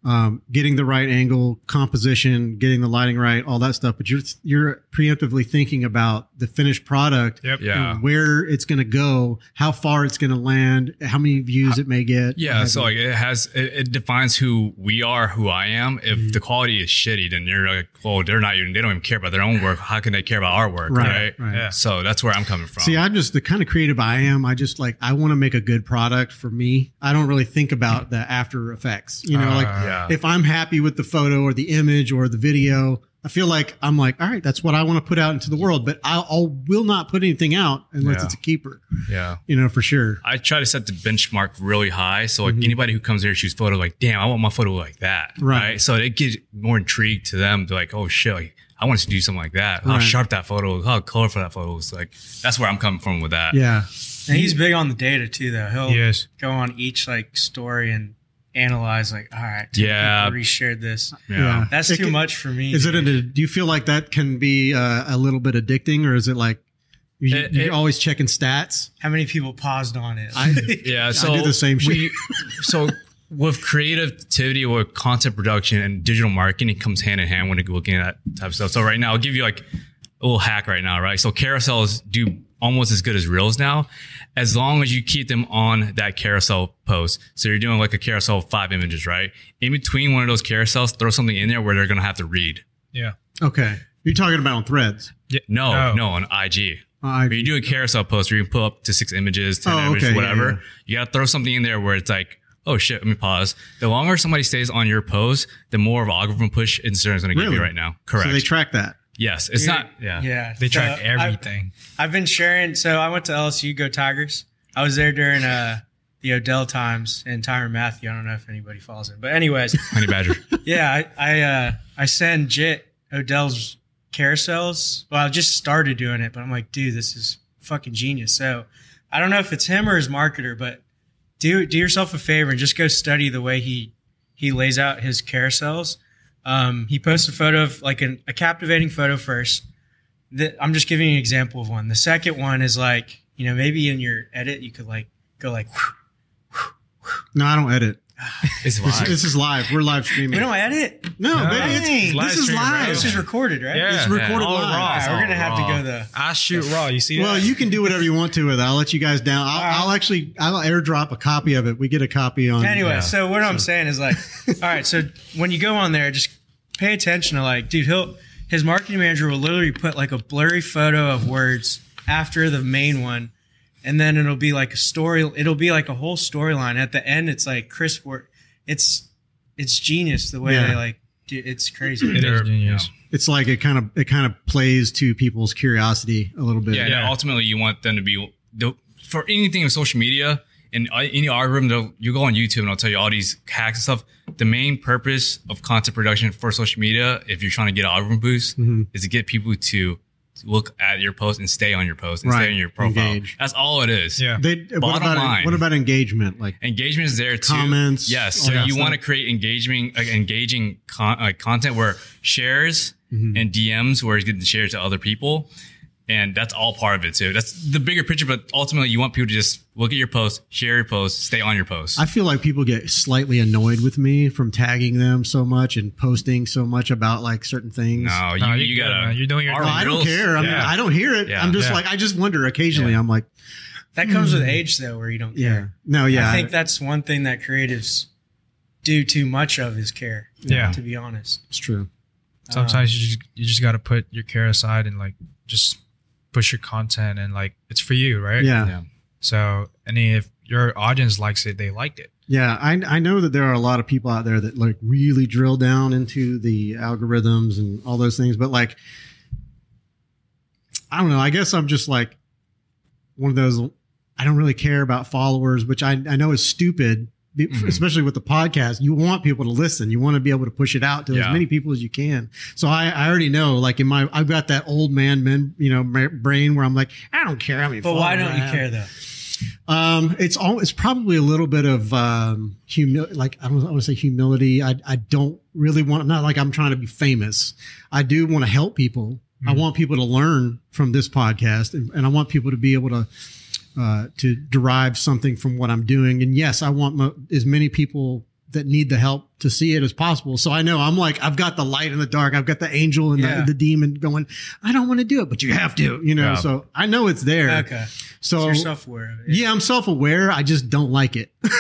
[SPEAKER 1] um, getting the right angle, composition, getting the lighting right, all that stuff, but you're you're preemptively thinking about the finished product
[SPEAKER 2] Yep.
[SPEAKER 3] yeah.
[SPEAKER 1] and where it's going to go, how far it's going to land, how many views it may get.
[SPEAKER 3] Yeah, so like it has it, it defines who we are, who I am. If
[SPEAKER 1] Mm-hmm.
[SPEAKER 3] the quality is shitty, then you're like, well, they're not even they don't even care about their own work. How can they care about our work,
[SPEAKER 1] Right,
[SPEAKER 3] right?
[SPEAKER 1] right.
[SPEAKER 2] Yeah.
[SPEAKER 3] So that's where I'm coming from.
[SPEAKER 1] See, I'm just the kind of creative I am. I just like I want to make a good product for me. I don't really think about the after effects. You know,
[SPEAKER 2] Uh,
[SPEAKER 1] like
[SPEAKER 3] yeah.
[SPEAKER 1] if I'm happy with the photo or the image or the video, I feel like I'm like, all right, that's what I want to put out into the world. But I'll, I'll will not put anything out unless
[SPEAKER 3] Yeah.
[SPEAKER 1] it's a keeper.
[SPEAKER 3] yeah.
[SPEAKER 1] You know, for sure.
[SPEAKER 3] I try to set the benchmark really high. So like anybody who comes here shoots photo, like, damn, I want my photo like that.
[SPEAKER 1] Mm-hmm. Right.
[SPEAKER 3] So it gets more intrigued to them to like, oh shit, like, I want to do something like that. How
[SPEAKER 1] Right.
[SPEAKER 3] sharp that photo, is, how colorful that photo is. Like that's where I'm coming from with that.
[SPEAKER 1] Yeah.
[SPEAKER 5] And he's big on the data too though. He'll
[SPEAKER 2] Yes.
[SPEAKER 5] go on each like story and analyze like, all right, ten
[SPEAKER 3] Yeah.
[SPEAKER 5] people reshared this.
[SPEAKER 3] yeah.
[SPEAKER 5] That's
[SPEAKER 1] It
[SPEAKER 5] too
[SPEAKER 1] can-
[SPEAKER 5] much for me.
[SPEAKER 1] Is it?
[SPEAKER 5] dude.
[SPEAKER 1] An, do you feel like that can be uh, a little bit addicting, or is it like you,
[SPEAKER 3] It-
[SPEAKER 1] you're
[SPEAKER 3] it-
[SPEAKER 1] always checking stats?
[SPEAKER 5] how many people paused on it?
[SPEAKER 3] Yeah, so
[SPEAKER 1] do the same shit.
[SPEAKER 3] we- so with creativity, with content production and digital marketing, it comes hand in hand when you're looking at that type of stuff. So right now, I'll give you like a little hack right now, right? So carousels do almost as good as reels now, as long as you keep them on that carousel post. So you're doing like a carousel of five images, right? In between one of those carousels, throw something in there where they're gonna have to read.
[SPEAKER 2] Yeah.
[SPEAKER 1] Okay, you're talking about on threads.
[SPEAKER 2] No.
[SPEAKER 3] No, no, on IG.
[SPEAKER 1] I,
[SPEAKER 3] When you do a carousel post where you can pull up to six images, ten
[SPEAKER 1] Oh,
[SPEAKER 3] images,
[SPEAKER 1] okay, yeah,
[SPEAKER 3] whatever,
[SPEAKER 1] yeah.
[SPEAKER 3] you gotta throw something in there where it's like, oh shit, let me pause. The longer somebody stays on your pose, the more of an algorithm push Instagram's gonna give
[SPEAKER 1] Really?
[SPEAKER 3] you right now.
[SPEAKER 1] so
[SPEAKER 3] Correct.
[SPEAKER 1] they track that.
[SPEAKER 3] yes. It's not yeah.
[SPEAKER 5] Yeah.
[SPEAKER 2] They
[SPEAKER 5] So
[SPEAKER 2] track
[SPEAKER 5] I've-
[SPEAKER 2] everything.
[SPEAKER 5] I've been sharing. So I went to LSU, go Tigers. I was there during uh, the Odell times and Tyron Matthew. I don't know if anybody follows him, but anyways,
[SPEAKER 3] Honey Badger.
[SPEAKER 5] yeah, I I, uh, I send Jit Odell's carousels. Well, I just started doing it, but I'm like, dude, this is fucking genius. So I don't know if it's him or his marketer, but do do yourself a favor and just go study the way he he lays out his carousels. Um, he posts a photo of like an, a captivating photo first. The, I'm just giving you an example of one. The second one is like, you know, maybe in your edit you could like go like,
[SPEAKER 1] No, I don't edit.
[SPEAKER 3] It's
[SPEAKER 1] This,
[SPEAKER 3] live.
[SPEAKER 1] this is live. We're live streaming.
[SPEAKER 5] we don't edit.
[SPEAKER 1] no,
[SPEAKER 2] No.
[SPEAKER 1] baby, it's-
[SPEAKER 5] Dang.
[SPEAKER 2] Live
[SPEAKER 1] this is
[SPEAKER 2] stream, bro.
[SPEAKER 1] live.
[SPEAKER 5] This is recorded, right?
[SPEAKER 2] Yeah.
[SPEAKER 1] It's recorded
[SPEAKER 3] All
[SPEAKER 1] live.
[SPEAKER 3] raw.
[SPEAKER 5] All right, we're gonna have to
[SPEAKER 3] Raw.
[SPEAKER 5] go the.
[SPEAKER 2] I shoot raw. You see that?
[SPEAKER 1] Well, you can do whatever you want to with it. I'll let you guys down. I'll,
[SPEAKER 5] All
[SPEAKER 3] Uh-huh.
[SPEAKER 5] right.
[SPEAKER 1] I'll actually I'll airdrop a copy of it. We get a copy on.
[SPEAKER 5] Anyway,
[SPEAKER 3] Yeah.
[SPEAKER 5] so what I'm saying is like, all right, so when you go on there, just pay attention to like, dude, he'll his marketing manager will literally put like a blurry photo of words after the main one, and then it'll be like a story. It'll be like a whole storyline. At the end, it's like crisp work. It's it's genius the way
[SPEAKER 1] Yeah.
[SPEAKER 5] they like. do it's crazy.
[SPEAKER 2] It is
[SPEAKER 3] They're-
[SPEAKER 2] genius.
[SPEAKER 1] it's like it kind of it kind of plays to people's curiosity a little bit.
[SPEAKER 3] Yeah, yeah.
[SPEAKER 2] Yeah.
[SPEAKER 3] ultimately you want them to be the- for anything in social media and uh, any algorithm. they'll- You go on YouTube and I'll tell you all these hacks and stuff. The main purpose of content production for social media, if you're trying to get an algorithm boost,
[SPEAKER 1] Mhm.
[SPEAKER 3] is to get people to look at your post and stay on your post and
[SPEAKER 1] Right.
[SPEAKER 3] stay on your profile.
[SPEAKER 1] Engage.
[SPEAKER 3] That's all it is.
[SPEAKER 2] Yeah.
[SPEAKER 1] They, what
[SPEAKER 3] Bottom
[SPEAKER 1] about
[SPEAKER 3] line.
[SPEAKER 1] what about engagement? Like
[SPEAKER 3] Engagement is there too.
[SPEAKER 1] Comments, Oh,
[SPEAKER 3] Yes.
[SPEAKER 1] all
[SPEAKER 3] So
[SPEAKER 1] that
[SPEAKER 3] you
[SPEAKER 1] stuff.
[SPEAKER 3] want to create engaging, like engaging con- uh, content where shares
[SPEAKER 1] Mm-hmm.
[SPEAKER 3] and DMs where it's getting shared to other people. And that's all part of it too. That's the bigger picture, but ultimately you want people to just look at your post, share your post, stay on your post.
[SPEAKER 1] I feel like people get slightly annoyed with me from tagging them so much and posting so much about like certain things.
[SPEAKER 3] no, you,
[SPEAKER 2] No,
[SPEAKER 3] you,
[SPEAKER 2] you're good,
[SPEAKER 3] gotta.
[SPEAKER 2] man. You're doing your
[SPEAKER 3] our
[SPEAKER 1] Well, I don't
[SPEAKER 3] reels-
[SPEAKER 1] care. I mean,
[SPEAKER 3] yeah.
[SPEAKER 1] I don't hear it.
[SPEAKER 3] Yeah.
[SPEAKER 1] I'm just
[SPEAKER 2] Yeah.
[SPEAKER 1] like, I just wonder occasionally. I'm like,
[SPEAKER 5] That comes with age, though, where you don't
[SPEAKER 1] yeah,
[SPEAKER 5] care.
[SPEAKER 1] no, yeah,
[SPEAKER 5] I think that's one thing that creatives do too much of is care.
[SPEAKER 2] Yeah.
[SPEAKER 5] to be honest.
[SPEAKER 1] it's true.
[SPEAKER 2] Sometimes you just you just gotta put your care aside and like just push your content and like it's for you, right?
[SPEAKER 1] Yeah,
[SPEAKER 3] Yeah.
[SPEAKER 2] So and if your audience likes it, they liked it.
[SPEAKER 1] yeah. I I know that there are a lot of people out there that like really drill down into the algorithms and all those things, but like, I don't know. I guess I'm just like one of those. I don't really care about followers, which I I know is stupid. be-
[SPEAKER 5] Mm-hmm.
[SPEAKER 3] Mhm.
[SPEAKER 1] Especially with the podcast, you want people to listen. You want to be able to push it out to as
[SPEAKER 3] Yeah.
[SPEAKER 1] many people as you can. So I, I already know, like in my, I've got that old man, men, you know, ma- brain where I'm like, I don't care how many.
[SPEAKER 5] But why
[SPEAKER 1] followers
[SPEAKER 5] don't
[SPEAKER 1] I
[SPEAKER 5] you
[SPEAKER 1] have.
[SPEAKER 5] care though?
[SPEAKER 1] Um, it's all. It's probably a little bit of um, humil. Like I don't want to say humility. I I don't really want. Not like I'm trying to be famous. I do want to help people. I
[SPEAKER 5] Mm-hmm.
[SPEAKER 1] want people to learn from this podcast, and, and I want people to be able to uh, to derive something from what I'm doing. And yes, I want mo- as many people that need the help to see it as possible. So I know I'm like I've got the light and the dark. I've got the angel and
[SPEAKER 5] Yeah.
[SPEAKER 1] the, the demon going. I don't want to do it, but you have to. You know.
[SPEAKER 3] Yeah.
[SPEAKER 1] So I know it's there.
[SPEAKER 5] Okay.
[SPEAKER 1] So
[SPEAKER 5] you're self-aware of it.
[SPEAKER 1] yeah, I'm self aware. I just don't like it.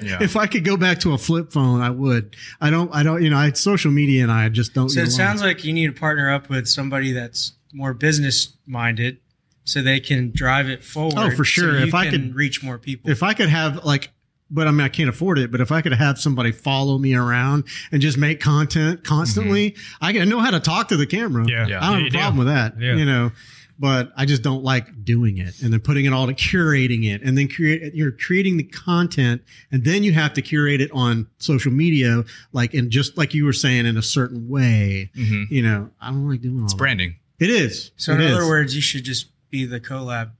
[SPEAKER 3] Yeah.
[SPEAKER 1] If I could go back to a flip phone, I would. I don't, I don't, you know, I, social media and I just don't.
[SPEAKER 5] So
[SPEAKER 1] get
[SPEAKER 5] it
[SPEAKER 1] along.
[SPEAKER 5] sounds like you need to partner up with somebody that's more business minded, so they can drive it forward.
[SPEAKER 1] Oh, for
[SPEAKER 5] so
[SPEAKER 1] sure.
[SPEAKER 5] you
[SPEAKER 1] If I
[SPEAKER 5] can
[SPEAKER 1] could-
[SPEAKER 5] reach more people.
[SPEAKER 1] if I could have like, but I mean, I can't afford it, but if I could have somebody follow me around and just make content constantly, I can I know how to talk to the camera.
[SPEAKER 2] Yeah.
[SPEAKER 3] Yeah.
[SPEAKER 1] I don't
[SPEAKER 2] Yeah,
[SPEAKER 1] have
[SPEAKER 2] you
[SPEAKER 1] a
[SPEAKER 2] do.
[SPEAKER 1] problem with that,
[SPEAKER 2] Yeah.
[SPEAKER 1] you know, but I just don't like doing it and then putting it all to curating it and then create, you're creating the content and then you have to curate it on social media, like, and just like you were saying in a certain way,
[SPEAKER 3] Mhm.
[SPEAKER 1] you know, I don't like doing all
[SPEAKER 3] It's
[SPEAKER 1] that.
[SPEAKER 3] branding.
[SPEAKER 1] It is.
[SPEAKER 5] so
[SPEAKER 1] It
[SPEAKER 5] in other
[SPEAKER 1] is.
[SPEAKER 5] words, you should just be the collab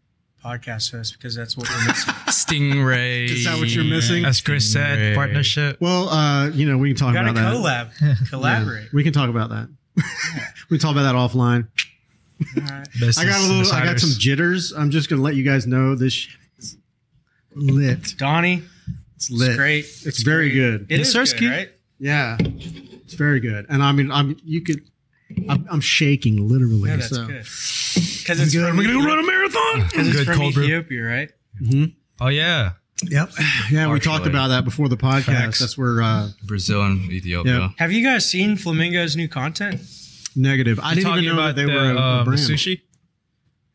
[SPEAKER 5] podcast host because that's what we're missing.
[SPEAKER 3] Stingray.
[SPEAKER 1] Is that what you're missing?
[SPEAKER 2] As Chris said,
[SPEAKER 3] Right.
[SPEAKER 2] partnership.
[SPEAKER 1] well, uh, you know, we can talk
[SPEAKER 5] Got to
[SPEAKER 1] about that.
[SPEAKER 5] collab,
[SPEAKER 1] Yeah,
[SPEAKER 5] collaborate.
[SPEAKER 1] we can talk about that. we can talk about that offline.
[SPEAKER 5] All right.
[SPEAKER 1] I got a little. I got some jitters. I'm just gonna let you guys know this shit is lit.
[SPEAKER 5] Donnie,
[SPEAKER 1] It's
[SPEAKER 5] it's
[SPEAKER 1] lit.
[SPEAKER 5] great.
[SPEAKER 1] It's, very
[SPEAKER 5] great.
[SPEAKER 1] good.
[SPEAKER 5] It
[SPEAKER 2] Yes,
[SPEAKER 5] is
[SPEAKER 2] sir,
[SPEAKER 5] good,
[SPEAKER 2] Ski.
[SPEAKER 5] right?
[SPEAKER 1] Yeah, it's very good. And I mean, I'm you could. I'm, I'm shaking literally.
[SPEAKER 5] No, that's
[SPEAKER 1] so.
[SPEAKER 5] good. Because
[SPEAKER 1] I'm
[SPEAKER 5] it's
[SPEAKER 1] good.
[SPEAKER 5] from,
[SPEAKER 1] I'm gonna go run
[SPEAKER 5] Ethiopia-
[SPEAKER 1] a marathon.
[SPEAKER 5] 'cause it's
[SPEAKER 2] Good
[SPEAKER 5] from
[SPEAKER 2] cold brew.
[SPEAKER 5] Ethiopia, right?
[SPEAKER 1] Mhm.
[SPEAKER 2] Oh yeah.
[SPEAKER 1] Yep. Yeah, we
[SPEAKER 3] Partially.
[SPEAKER 1] talked about that before the podcast.
[SPEAKER 2] Facts.
[SPEAKER 1] That's where uh,
[SPEAKER 3] Brazil and Ethiopia.
[SPEAKER 1] Yeah.
[SPEAKER 5] Have you guys seen Flamingo's new content?
[SPEAKER 1] negative. I
[SPEAKER 2] You
[SPEAKER 1] didn't even know that they were a, a
[SPEAKER 2] um,
[SPEAKER 1] brand.
[SPEAKER 2] sushi.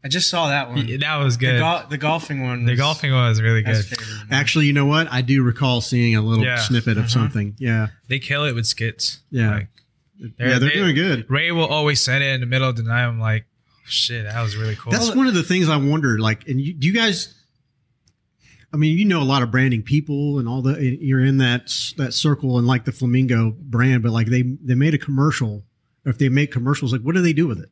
[SPEAKER 5] I just saw that one.
[SPEAKER 2] Yeah, that was
[SPEAKER 5] The,
[SPEAKER 2] good.
[SPEAKER 5] gol- the golfing one.
[SPEAKER 2] The
[SPEAKER 5] was-
[SPEAKER 2] golfing one was really
[SPEAKER 5] that's
[SPEAKER 2] good.
[SPEAKER 5] favorite.
[SPEAKER 1] Actually, you know what? I do recall seeing a little
[SPEAKER 2] Yeah.
[SPEAKER 1] snippet of
[SPEAKER 5] Uh-huh.
[SPEAKER 1] something. Yeah.
[SPEAKER 2] They kill it with skits.
[SPEAKER 1] Yeah.
[SPEAKER 2] Like,
[SPEAKER 1] yeah, they're
[SPEAKER 2] they-
[SPEAKER 1] doing good.
[SPEAKER 2] Ray will always send it in the middle of the night. I'm like, oh, shit, that was really cool.
[SPEAKER 1] That's one of the things I wonder. Like, and you, do you guys? I mean, you know a lot of branding people and all the. and You're in that s- that circle and like the flamingo brand, but like they they made a commercial. Or if they make commercials, like what do they do with it?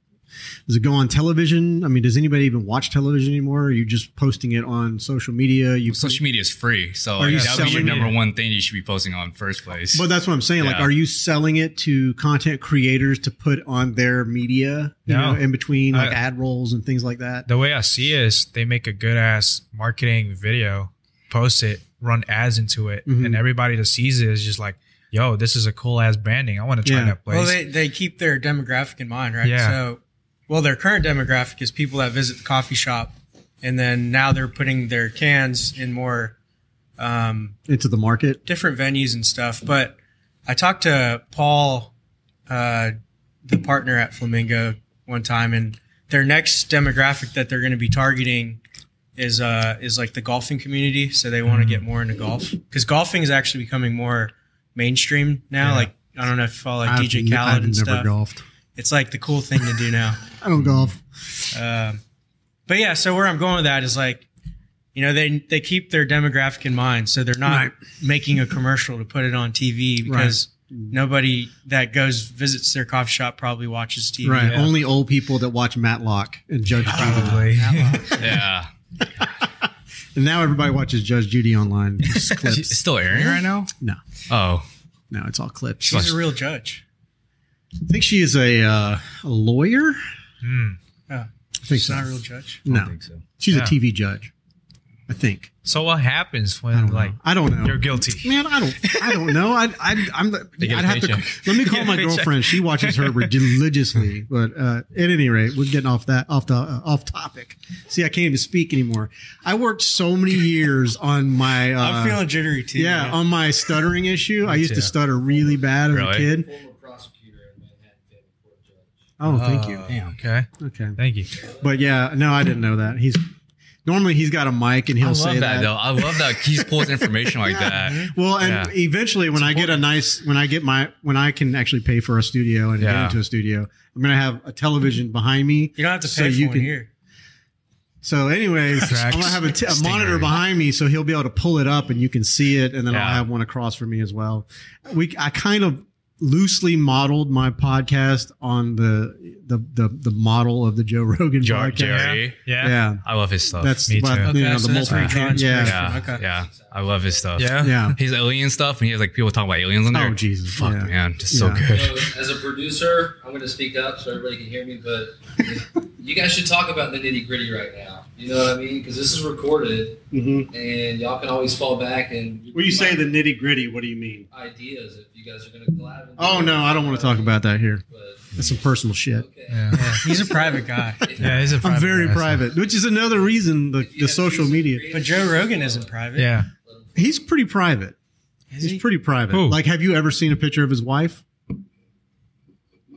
[SPEAKER 1] Does it go on television? I mean, does anybody even watch television anymore? Are you just posting it on social media? You
[SPEAKER 3] Social media is free, so
[SPEAKER 1] Are you
[SPEAKER 3] that would be your
[SPEAKER 1] selling it?
[SPEAKER 3] number one thing you should be posting on first place.
[SPEAKER 1] But that's what I'm saying. Like,
[SPEAKER 3] Yeah.
[SPEAKER 1] are you selling it to content creators to put on their media, you
[SPEAKER 2] No.
[SPEAKER 1] know, in between like
[SPEAKER 2] I-
[SPEAKER 1] ad rolls and things like that?
[SPEAKER 2] the way I see it is they make a good ass marketing video, post it, run ads into it,
[SPEAKER 1] Mhm.
[SPEAKER 2] and everybody that sees it is just like, yo, this is a cool ass branding. I want to try
[SPEAKER 1] Yeah.
[SPEAKER 2] that place.
[SPEAKER 5] Well, they, they keep their demographic in mind, right?
[SPEAKER 2] Yeah.
[SPEAKER 5] So, well, their current demographic is people that visit the coffee shop, and then now they're putting their cans in more um,
[SPEAKER 1] Into the market?
[SPEAKER 5] different venues and stuff. But I talked to Paul, uh, the partner at Flamingo, one time, and their next demographic that they're going to be targeting is uh, is like the golfing community. So they want to get more into golf because golfing is actually becoming more mainstream now.
[SPEAKER 2] Yeah.
[SPEAKER 5] Like I don't know if you follow like
[SPEAKER 1] I've
[SPEAKER 5] DJ
[SPEAKER 1] n-
[SPEAKER 5] Khaled
[SPEAKER 1] I've
[SPEAKER 5] and
[SPEAKER 1] never
[SPEAKER 5] stuff.
[SPEAKER 1] golfed.
[SPEAKER 5] It's like the cool thing to do now.
[SPEAKER 1] I don't golf.
[SPEAKER 5] Um, but yeah, so where I'm going with that is like, you know, they they keep their demographic in mind, so they're not
[SPEAKER 1] Right.
[SPEAKER 5] making a commercial to put it on TV because nobody that goes visits their coffee shop probably watches TV.
[SPEAKER 1] Right.
[SPEAKER 2] Yeah. Ah.
[SPEAKER 1] Only old people that watch Matlock and Judge Judy.
[SPEAKER 2] Probably.
[SPEAKER 3] yeah,
[SPEAKER 1] And now everybody watches Judge Judy online. Just
[SPEAKER 3] it's
[SPEAKER 1] clips.
[SPEAKER 3] still airing right now.
[SPEAKER 1] No,
[SPEAKER 3] Oh,
[SPEAKER 1] no, it's all clips.
[SPEAKER 5] She's a real judge.
[SPEAKER 1] I think she is a, uh, a lawyer.
[SPEAKER 2] Hmm.
[SPEAKER 1] I think
[SPEAKER 5] She's
[SPEAKER 1] so.
[SPEAKER 5] not a real judge.
[SPEAKER 3] I
[SPEAKER 1] No,
[SPEAKER 3] don't think so.
[SPEAKER 1] she's
[SPEAKER 2] Yeah.
[SPEAKER 1] a TV judge. I think.
[SPEAKER 2] So what happens
[SPEAKER 1] I
[SPEAKER 2] when
[SPEAKER 1] don't
[SPEAKER 2] like
[SPEAKER 1] know. I don't know.
[SPEAKER 2] you're guilty?
[SPEAKER 1] Man, I don't. I don't know. I, I, I'm. The,
[SPEAKER 3] They get a
[SPEAKER 1] I'd have to.
[SPEAKER 3] paycheck.
[SPEAKER 1] Let me
[SPEAKER 2] Get
[SPEAKER 1] call
[SPEAKER 2] a
[SPEAKER 1] my
[SPEAKER 2] paycheck.
[SPEAKER 1] girlfriend. She watches her religiously. But uh, at any rate, we're getting off that off the uh, off topic. See, I can't even speak anymore. I worked so many years on my. Uh,
[SPEAKER 5] I'm feeling jittery too.
[SPEAKER 1] yeah,
[SPEAKER 5] man.
[SPEAKER 1] on my stuttering issue. I used
[SPEAKER 2] too.
[SPEAKER 1] to stutter really bad as
[SPEAKER 3] Really?
[SPEAKER 1] a kid.
[SPEAKER 4] Former prosecutor and Manhattan family court judge.
[SPEAKER 1] Oh, thank you.
[SPEAKER 2] Uh, Okay.
[SPEAKER 1] Okay,
[SPEAKER 2] Thank you.
[SPEAKER 1] but yeah, no, I didn't know that. He's normally he's got a mic and he'll
[SPEAKER 3] I love
[SPEAKER 1] say
[SPEAKER 3] that, though. I love that he pulls information like that.
[SPEAKER 1] Well, and
[SPEAKER 3] Yeah.
[SPEAKER 1] eventually, when I get a nice, when I get my, when I can actually pay for a studio and get
[SPEAKER 3] Yeah.
[SPEAKER 1] into a studio, I'm gonna have a television behind me.
[SPEAKER 5] You don't have to pay
[SPEAKER 1] So
[SPEAKER 5] for
[SPEAKER 1] you
[SPEAKER 5] one
[SPEAKER 1] can-
[SPEAKER 5] here.
[SPEAKER 1] So, anyways, I'm
[SPEAKER 2] Tracks.
[SPEAKER 1] gonna have a, t- a
[SPEAKER 3] Stingray.
[SPEAKER 1] monitor behind me, so he'll be able to pull it up and you can see it, and then I'll
[SPEAKER 3] Yeah.
[SPEAKER 1] have one across from me as well. We, I kind of loosely modeled my podcast on the the the, the model of the Joe Rogan
[SPEAKER 3] Jar-
[SPEAKER 1] podcast.
[SPEAKER 3] Jerry,
[SPEAKER 1] Yeah.
[SPEAKER 2] Yeah. Yeah.
[SPEAKER 3] I love his stuff.
[SPEAKER 1] That's
[SPEAKER 2] Me
[SPEAKER 1] what,
[SPEAKER 2] too.
[SPEAKER 1] you
[SPEAKER 5] Okay,
[SPEAKER 1] know,
[SPEAKER 5] so
[SPEAKER 1] the
[SPEAKER 5] that's where you
[SPEAKER 1] multi
[SPEAKER 5] draw inspiration.
[SPEAKER 1] yeah,
[SPEAKER 3] yeah,
[SPEAKER 5] Okay.
[SPEAKER 3] yeah. I love his stuff.
[SPEAKER 1] yeah.
[SPEAKER 3] his alien stuff, and he has like people talking about aliens on
[SPEAKER 1] Oh,
[SPEAKER 3] there.
[SPEAKER 1] Jesus.
[SPEAKER 3] fuck,
[SPEAKER 1] Yeah.
[SPEAKER 3] man, just so
[SPEAKER 1] Yeah.
[SPEAKER 3] good.
[SPEAKER 4] So, as a producer, I'm going to speak up so everybody can hear me, but you guys should talk about the nitty gritty right now. You know what I mean? Because this is recorded,
[SPEAKER 1] Mm-hmm.
[SPEAKER 4] and y'all can always fall back and.
[SPEAKER 1] When you say the nitty gritty, what do you mean?
[SPEAKER 4] ideas, if you guys are going to collab. and-
[SPEAKER 1] Oh no, I don't want to talk about that here.
[SPEAKER 4] But,
[SPEAKER 1] That's some personal shit.
[SPEAKER 4] okay.
[SPEAKER 2] Yeah.
[SPEAKER 5] He's a private guy,
[SPEAKER 4] If-
[SPEAKER 2] he's a
[SPEAKER 1] I'm very
[SPEAKER 2] guy, so-
[SPEAKER 1] private, which is another reason the,
[SPEAKER 4] if you
[SPEAKER 1] the
[SPEAKER 4] have
[SPEAKER 1] social
[SPEAKER 4] views and
[SPEAKER 1] media.
[SPEAKER 4] creative
[SPEAKER 5] but Joe Rogan
[SPEAKER 4] people,
[SPEAKER 5] isn't private.
[SPEAKER 2] Yeah.
[SPEAKER 4] let 'em-
[SPEAKER 1] He's pretty private.
[SPEAKER 5] Is
[SPEAKER 1] He's
[SPEAKER 5] he?
[SPEAKER 1] pretty private.
[SPEAKER 2] Who?
[SPEAKER 1] Like, have you ever seen a picture of his wife,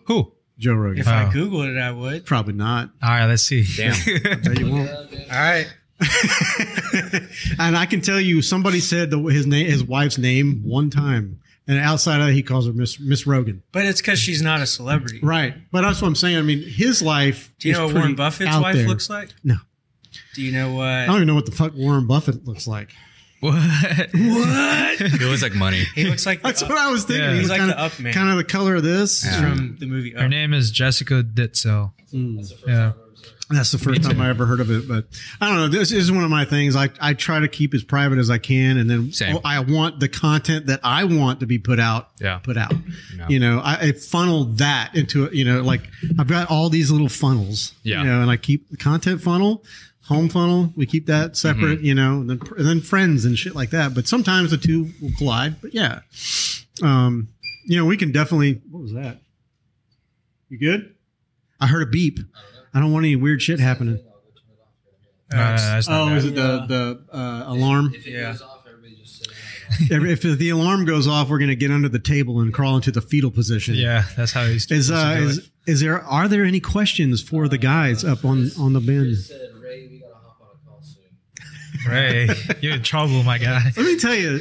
[SPEAKER 2] Who?
[SPEAKER 1] Joe Rogan?
[SPEAKER 5] If I
[SPEAKER 2] Oh.
[SPEAKER 5] googled it, I would.
[SPEAKER 1] Probably not.
[SPEAKER 2] All right. Let's see.
[SPEAKER 1] I bet you won't.
[SPEAKER 4] Yeah, okay.
[SPEAKER 5] All right.
[SPEAKER 1] and I can tell you, somebody said the, his name, his wife's name, one time, and outside of that, he calls her Miss Miss Rogan.
[SPEAKER 5] But it's because she's not a celebrity.
[SPEAKER 1] Right, but that's what I'm saying. I mean, his life.
[SPEAKER 5] Do you
[SPEAKER 1] is
[SPEAKER 5] know what
[SPEAKER 1] pretty
[SPEAKER 5] Warren Buffett's
[SPEAKER 1] out
[SPEAKER 5] wife
[SPEAKER 1] there.
[SPEAKER 5] looks like?
[SPEAKER 1] No.
[SPEAKER 5] Do you know
[SPEAKER 1] I
[SPEAKER 5] what?
[SPEAKER 1] don't even know what the fuck Warren Buffett looks like.
[SPEAKER 2] what?
[SPEAKER 5] What?
[SPEAKER 3] It was like money.
[SPEAKER 5] He looks like the
[SPEAKER 1] That's
[SPEAKER 5] up-
[SPEAKER 1] what I was thinking.
[SPEAKER 2] Yeah.
[SPEAKER 1] He's,
[SPEAKER 5] He's like
[SPEAKER 1] kind
[SPEAKER 5] the up man.
[SPEAKER 1] of kind of the color of this.
[SPEAKER 3] Yeah.
[SPEAKER 5] from the movie.
[SPEAKER 2] Her
[SPEAKER 5] Up.
[SPEAKER 2] name is Jessica Ditzel.
[SPEAKER 1] Mm.
[SPEAKER 4] That's the
[SPEAKER 2] Yeah.
[SPEAKER 4] first time I've ever seen it.
[SPEAKER 1] That's the first time I ever heard of it, but I don't know. This is one of my things. I, I try to keep as private as I can, and then
[SPEAKER 3] Same.
[SPEAKER 1] I want the content that I want to be put out,
[SPEAKER 3] Yeah.
[SPEAKER 1] put out.
[SPEAKER 3] No.
[SPEAKER 1] You know, I, I funnel that into you know, like I've got all these little funnels.
[SPEAKER 3] Yeah.
[SPEAKER 1] you know, and I keep the content funnel, home funnel. We keep
[SPEAKER 2] Mm-hmm.
[SPEAKER 1] that separate. You know, and then and then friends and shit like that. But sometimes the two will collide. But yeah, um, you know, we can definitely. What was that? You good? I heard a beep.
[SPEAKER 4] I don't know.
[SPEAKER 1] I don't want any weird shit happening.
[SPEAKER 4] I'll go turn it off.
[SPEAKER 2] Uh, that's not
[SPEAKER 1] Oh,
[SPEAKER 2] bad.
[SPEAKER 1] is it the the uh, alarm?
[SPEAKER 4] If it
[SPEAKER 5] Yeah.
[SPEAKER 4] goes off, everybody just sit down.
[SPEAKER 1] Every- if the alarm goes off, we're going to get under the table and crawl into the fetal position.
[SPEAKER 2] Yeah, that's how he's.
[SPEAKER 1] Is uh
[SPEAKER 2] supposed to do
[SPEAKER 1] is, is there are there any questions for the guys up on on the bend?
[SPEAKER 4] Chris said, Ray, we gotta hop on a call soon.
[SPEAKER 2] it. Ray, you're in trouble, my guy.
[SPEAKER 1] Let me tell you,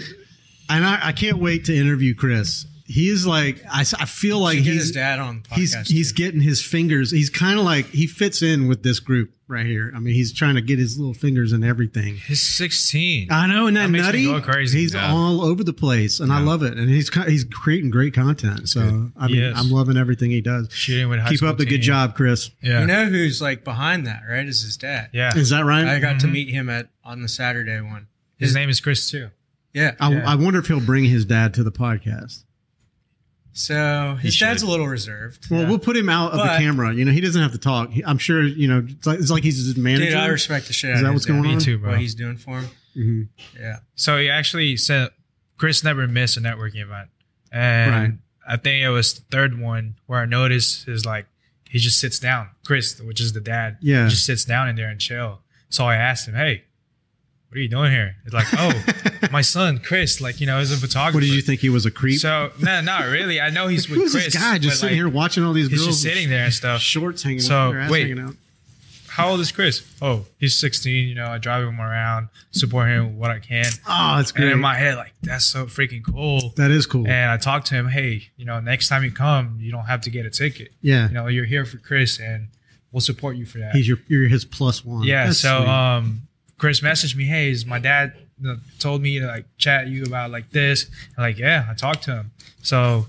[SPEAKER 1] and I, I can't wait to interview Chris. He's like I, s- I feel like
[SPEAKER 5] Should get
[SPEAKER 1] he's
[SPEAKER 5] his dad on the podcast.
[SPEAKER 1] he's he's
[SPEAKER 5] too.
[SPEAKER 1] getting his fingers. He's kind of like he fits in with this group right here. I mean, he's trying to get his little fingers in everything.
[SPEAKER 6] He's 16.
[SPEAKER 1] I know, and that,
[SPEAKER 2] That makes me
[SPEAKER 1] nutty,
[SPEAKER 2] go crazy,
[SPEAKER 1] he's
[SPEAKER 3] yeah.
[SPEAKER 1] all over the place, and I love it. And he's ki- he's creating great content. So I mean,
[SPEAKER 2] Yes.
[SPEAKER 1] I'm loving everything he does.
[SPEAKER 2] Shooting with high
[SPEAKER 1] Keep
[SPEAKER 2] school
[SPEAKER 1] up the good
[SPEAKER 2] team.
[SPEAKER 1] job, Chris.
[SPEAKER 2] Yeah,
[SPEAKER 5] You know who's like behind that, right? Is his dad.
[SPEAKER 2] yeah.
[SPEAKER 1] Is that right?
[SPEAKER 5] I
[SPEAKER 1] I,
[SPEAKER 5] got to
[SPEAKER 2] Mhm.
[SPEAKER 5] meet him at on the Saturday one.
[SPEAKER 2] His name is Chris too.
[SPEAKER 5] Yeah.
[SPEAKER 1] I,
[SPEAKER 2] yeah.
[SPEAKER 1] wonder if he'll bring his dad to the podcast.
[SPEAKER 5] So his
[SPEAKER 3] should.
[SPEAKER 5] dad's a little reserved.
[SPEAKER 1] Well,
[SPEAKER 5] Yeah.
[SPEAKER 1] we'll put him out of the
[SPEAKER 5] But-
[SPEAKER 1] camera. You know, he doesn't have to talk. He- I'm sure. You know, it's like, it's like he's his manager.
[SPEAKER 5] Dude, I respect the shit
[SPEAKER 1] Is
[SPEAKER 5] out
[SPEAKER 1] that
[SPEAKER 5] of
[SPEAKER 1] what's
[SPEAKER 5] his dad.
[SPEAKER 1] going
[SPEAKER 2] Me
[SPEAKER 1] on?
[SPEAKER 2] too, bro.
[SPEAKER 5] What he's doing for him.
[SPEAKER 1] Mhm.
[SPEAKER 5] Yeah.
[SPEAKER 2] So he actually said Chris never missed a networking event, and
[SPEAKER 1] Right.
[SPEAKER 2] I think it was the third one where I noticed is like he just sits down. Chris, which is the dad,
[SPEAKER 1] Yeah.
[SPEAKER 2] just sits down in there and chill. So I asked him, "Hey, what are you doing here?" It's like, "Oh, my son Chris, like you know, is a photographer."
[SPEAKER 1] What did you think he was a creep?
[SPEAKER 2] So no, not really. I know he's with
[SPEAKER 1] Who's
[SPEAKER 2] Chris.
[SPEAKER 1] this guy just
[SPEAKER 2] but,
[SPEAKER 1] sitting
[SPEAKER 2] like,
[SPEAKER 1] here watching all these
[SPEAKER 2] He's
[SPEAKER 1] girls?
[SPEAKER 2] just sitting there and stuff.
[SPEAKER 1] Shorts hanging
[SPEAKER 2] So,
[SPEAKER 1] out. their ass
[SPEAKER 2] wait.
[SPEAKER 1] Hanging out.
[SPEAKER 2] How old is Chris? Oh, he's 16. You know, I drive him around, support him with what I can.
[SPEAKER 1] Oh, that's
[SPEAKER 2] And
[SPEAKER 1] great.
[SPEAKER 2] in my head, like that's so freaking cool.
[SPEAKER 1] that is cool.
[SPEAKER 2] And I talked to him, hey, you know, next time you come, you don't have to get a ticket.
[SPEAKER 1] yeah.
[SPEAKER 2] You know, you're here for Chris and we'll support you for that.
[SPEAKER 1] He's your you're his plus one.
[SPEAKER 2] yeah.
[SPEAKER 1] That's
[SPEAKER 2] so
[SPEAKER 1] sweet.
[SPEAKER 2] um Chris messaged me, hey, is my dad you know, told me to like chat you about like this. i like, yeah, I talked to him. So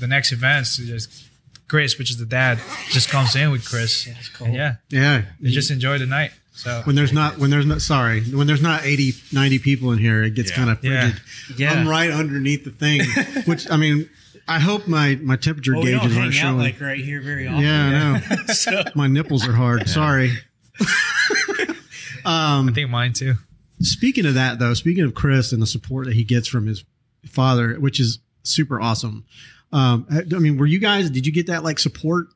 [SPEAKER 2] the next events is just Chris, which is the dad, just comes in with Chris. Yeah,
[SPEAKER 5] cool.
[SPEAKER 2] yeah
[SPEAKER 1] yeah.
[SPEAKER 2] they just enjoy the night. So
[SPEAKER 1] when there's not when there's not sorry when there's not 80 90 people in here it gets
[SPEAKER 3] Yeah.
[SPEAKER 1] kind of
[SPEAKER 2] Yeah.
[SPEAKER 1] frigid i'm right underneath the thing which i mean i hope my my temperature
[SPEAKER 5] Well, we don't
[SPEAKER 1] gauges
[SPEAKER 5] hang out
[SPEAKER 1] aren't showing
[SPEAKER 5] like right here very often.
[SPEAKER 1] yeah, i know
[SPEAKER 5] so
[SPEAKER 1] my nipples are hard sorry
[SPEAKER 2] I think mine too.
[SPEAKER 1] speaking of that though speaking of chris and the support that he gets from his father which is super awesome um i I mean were you guys did you get that like support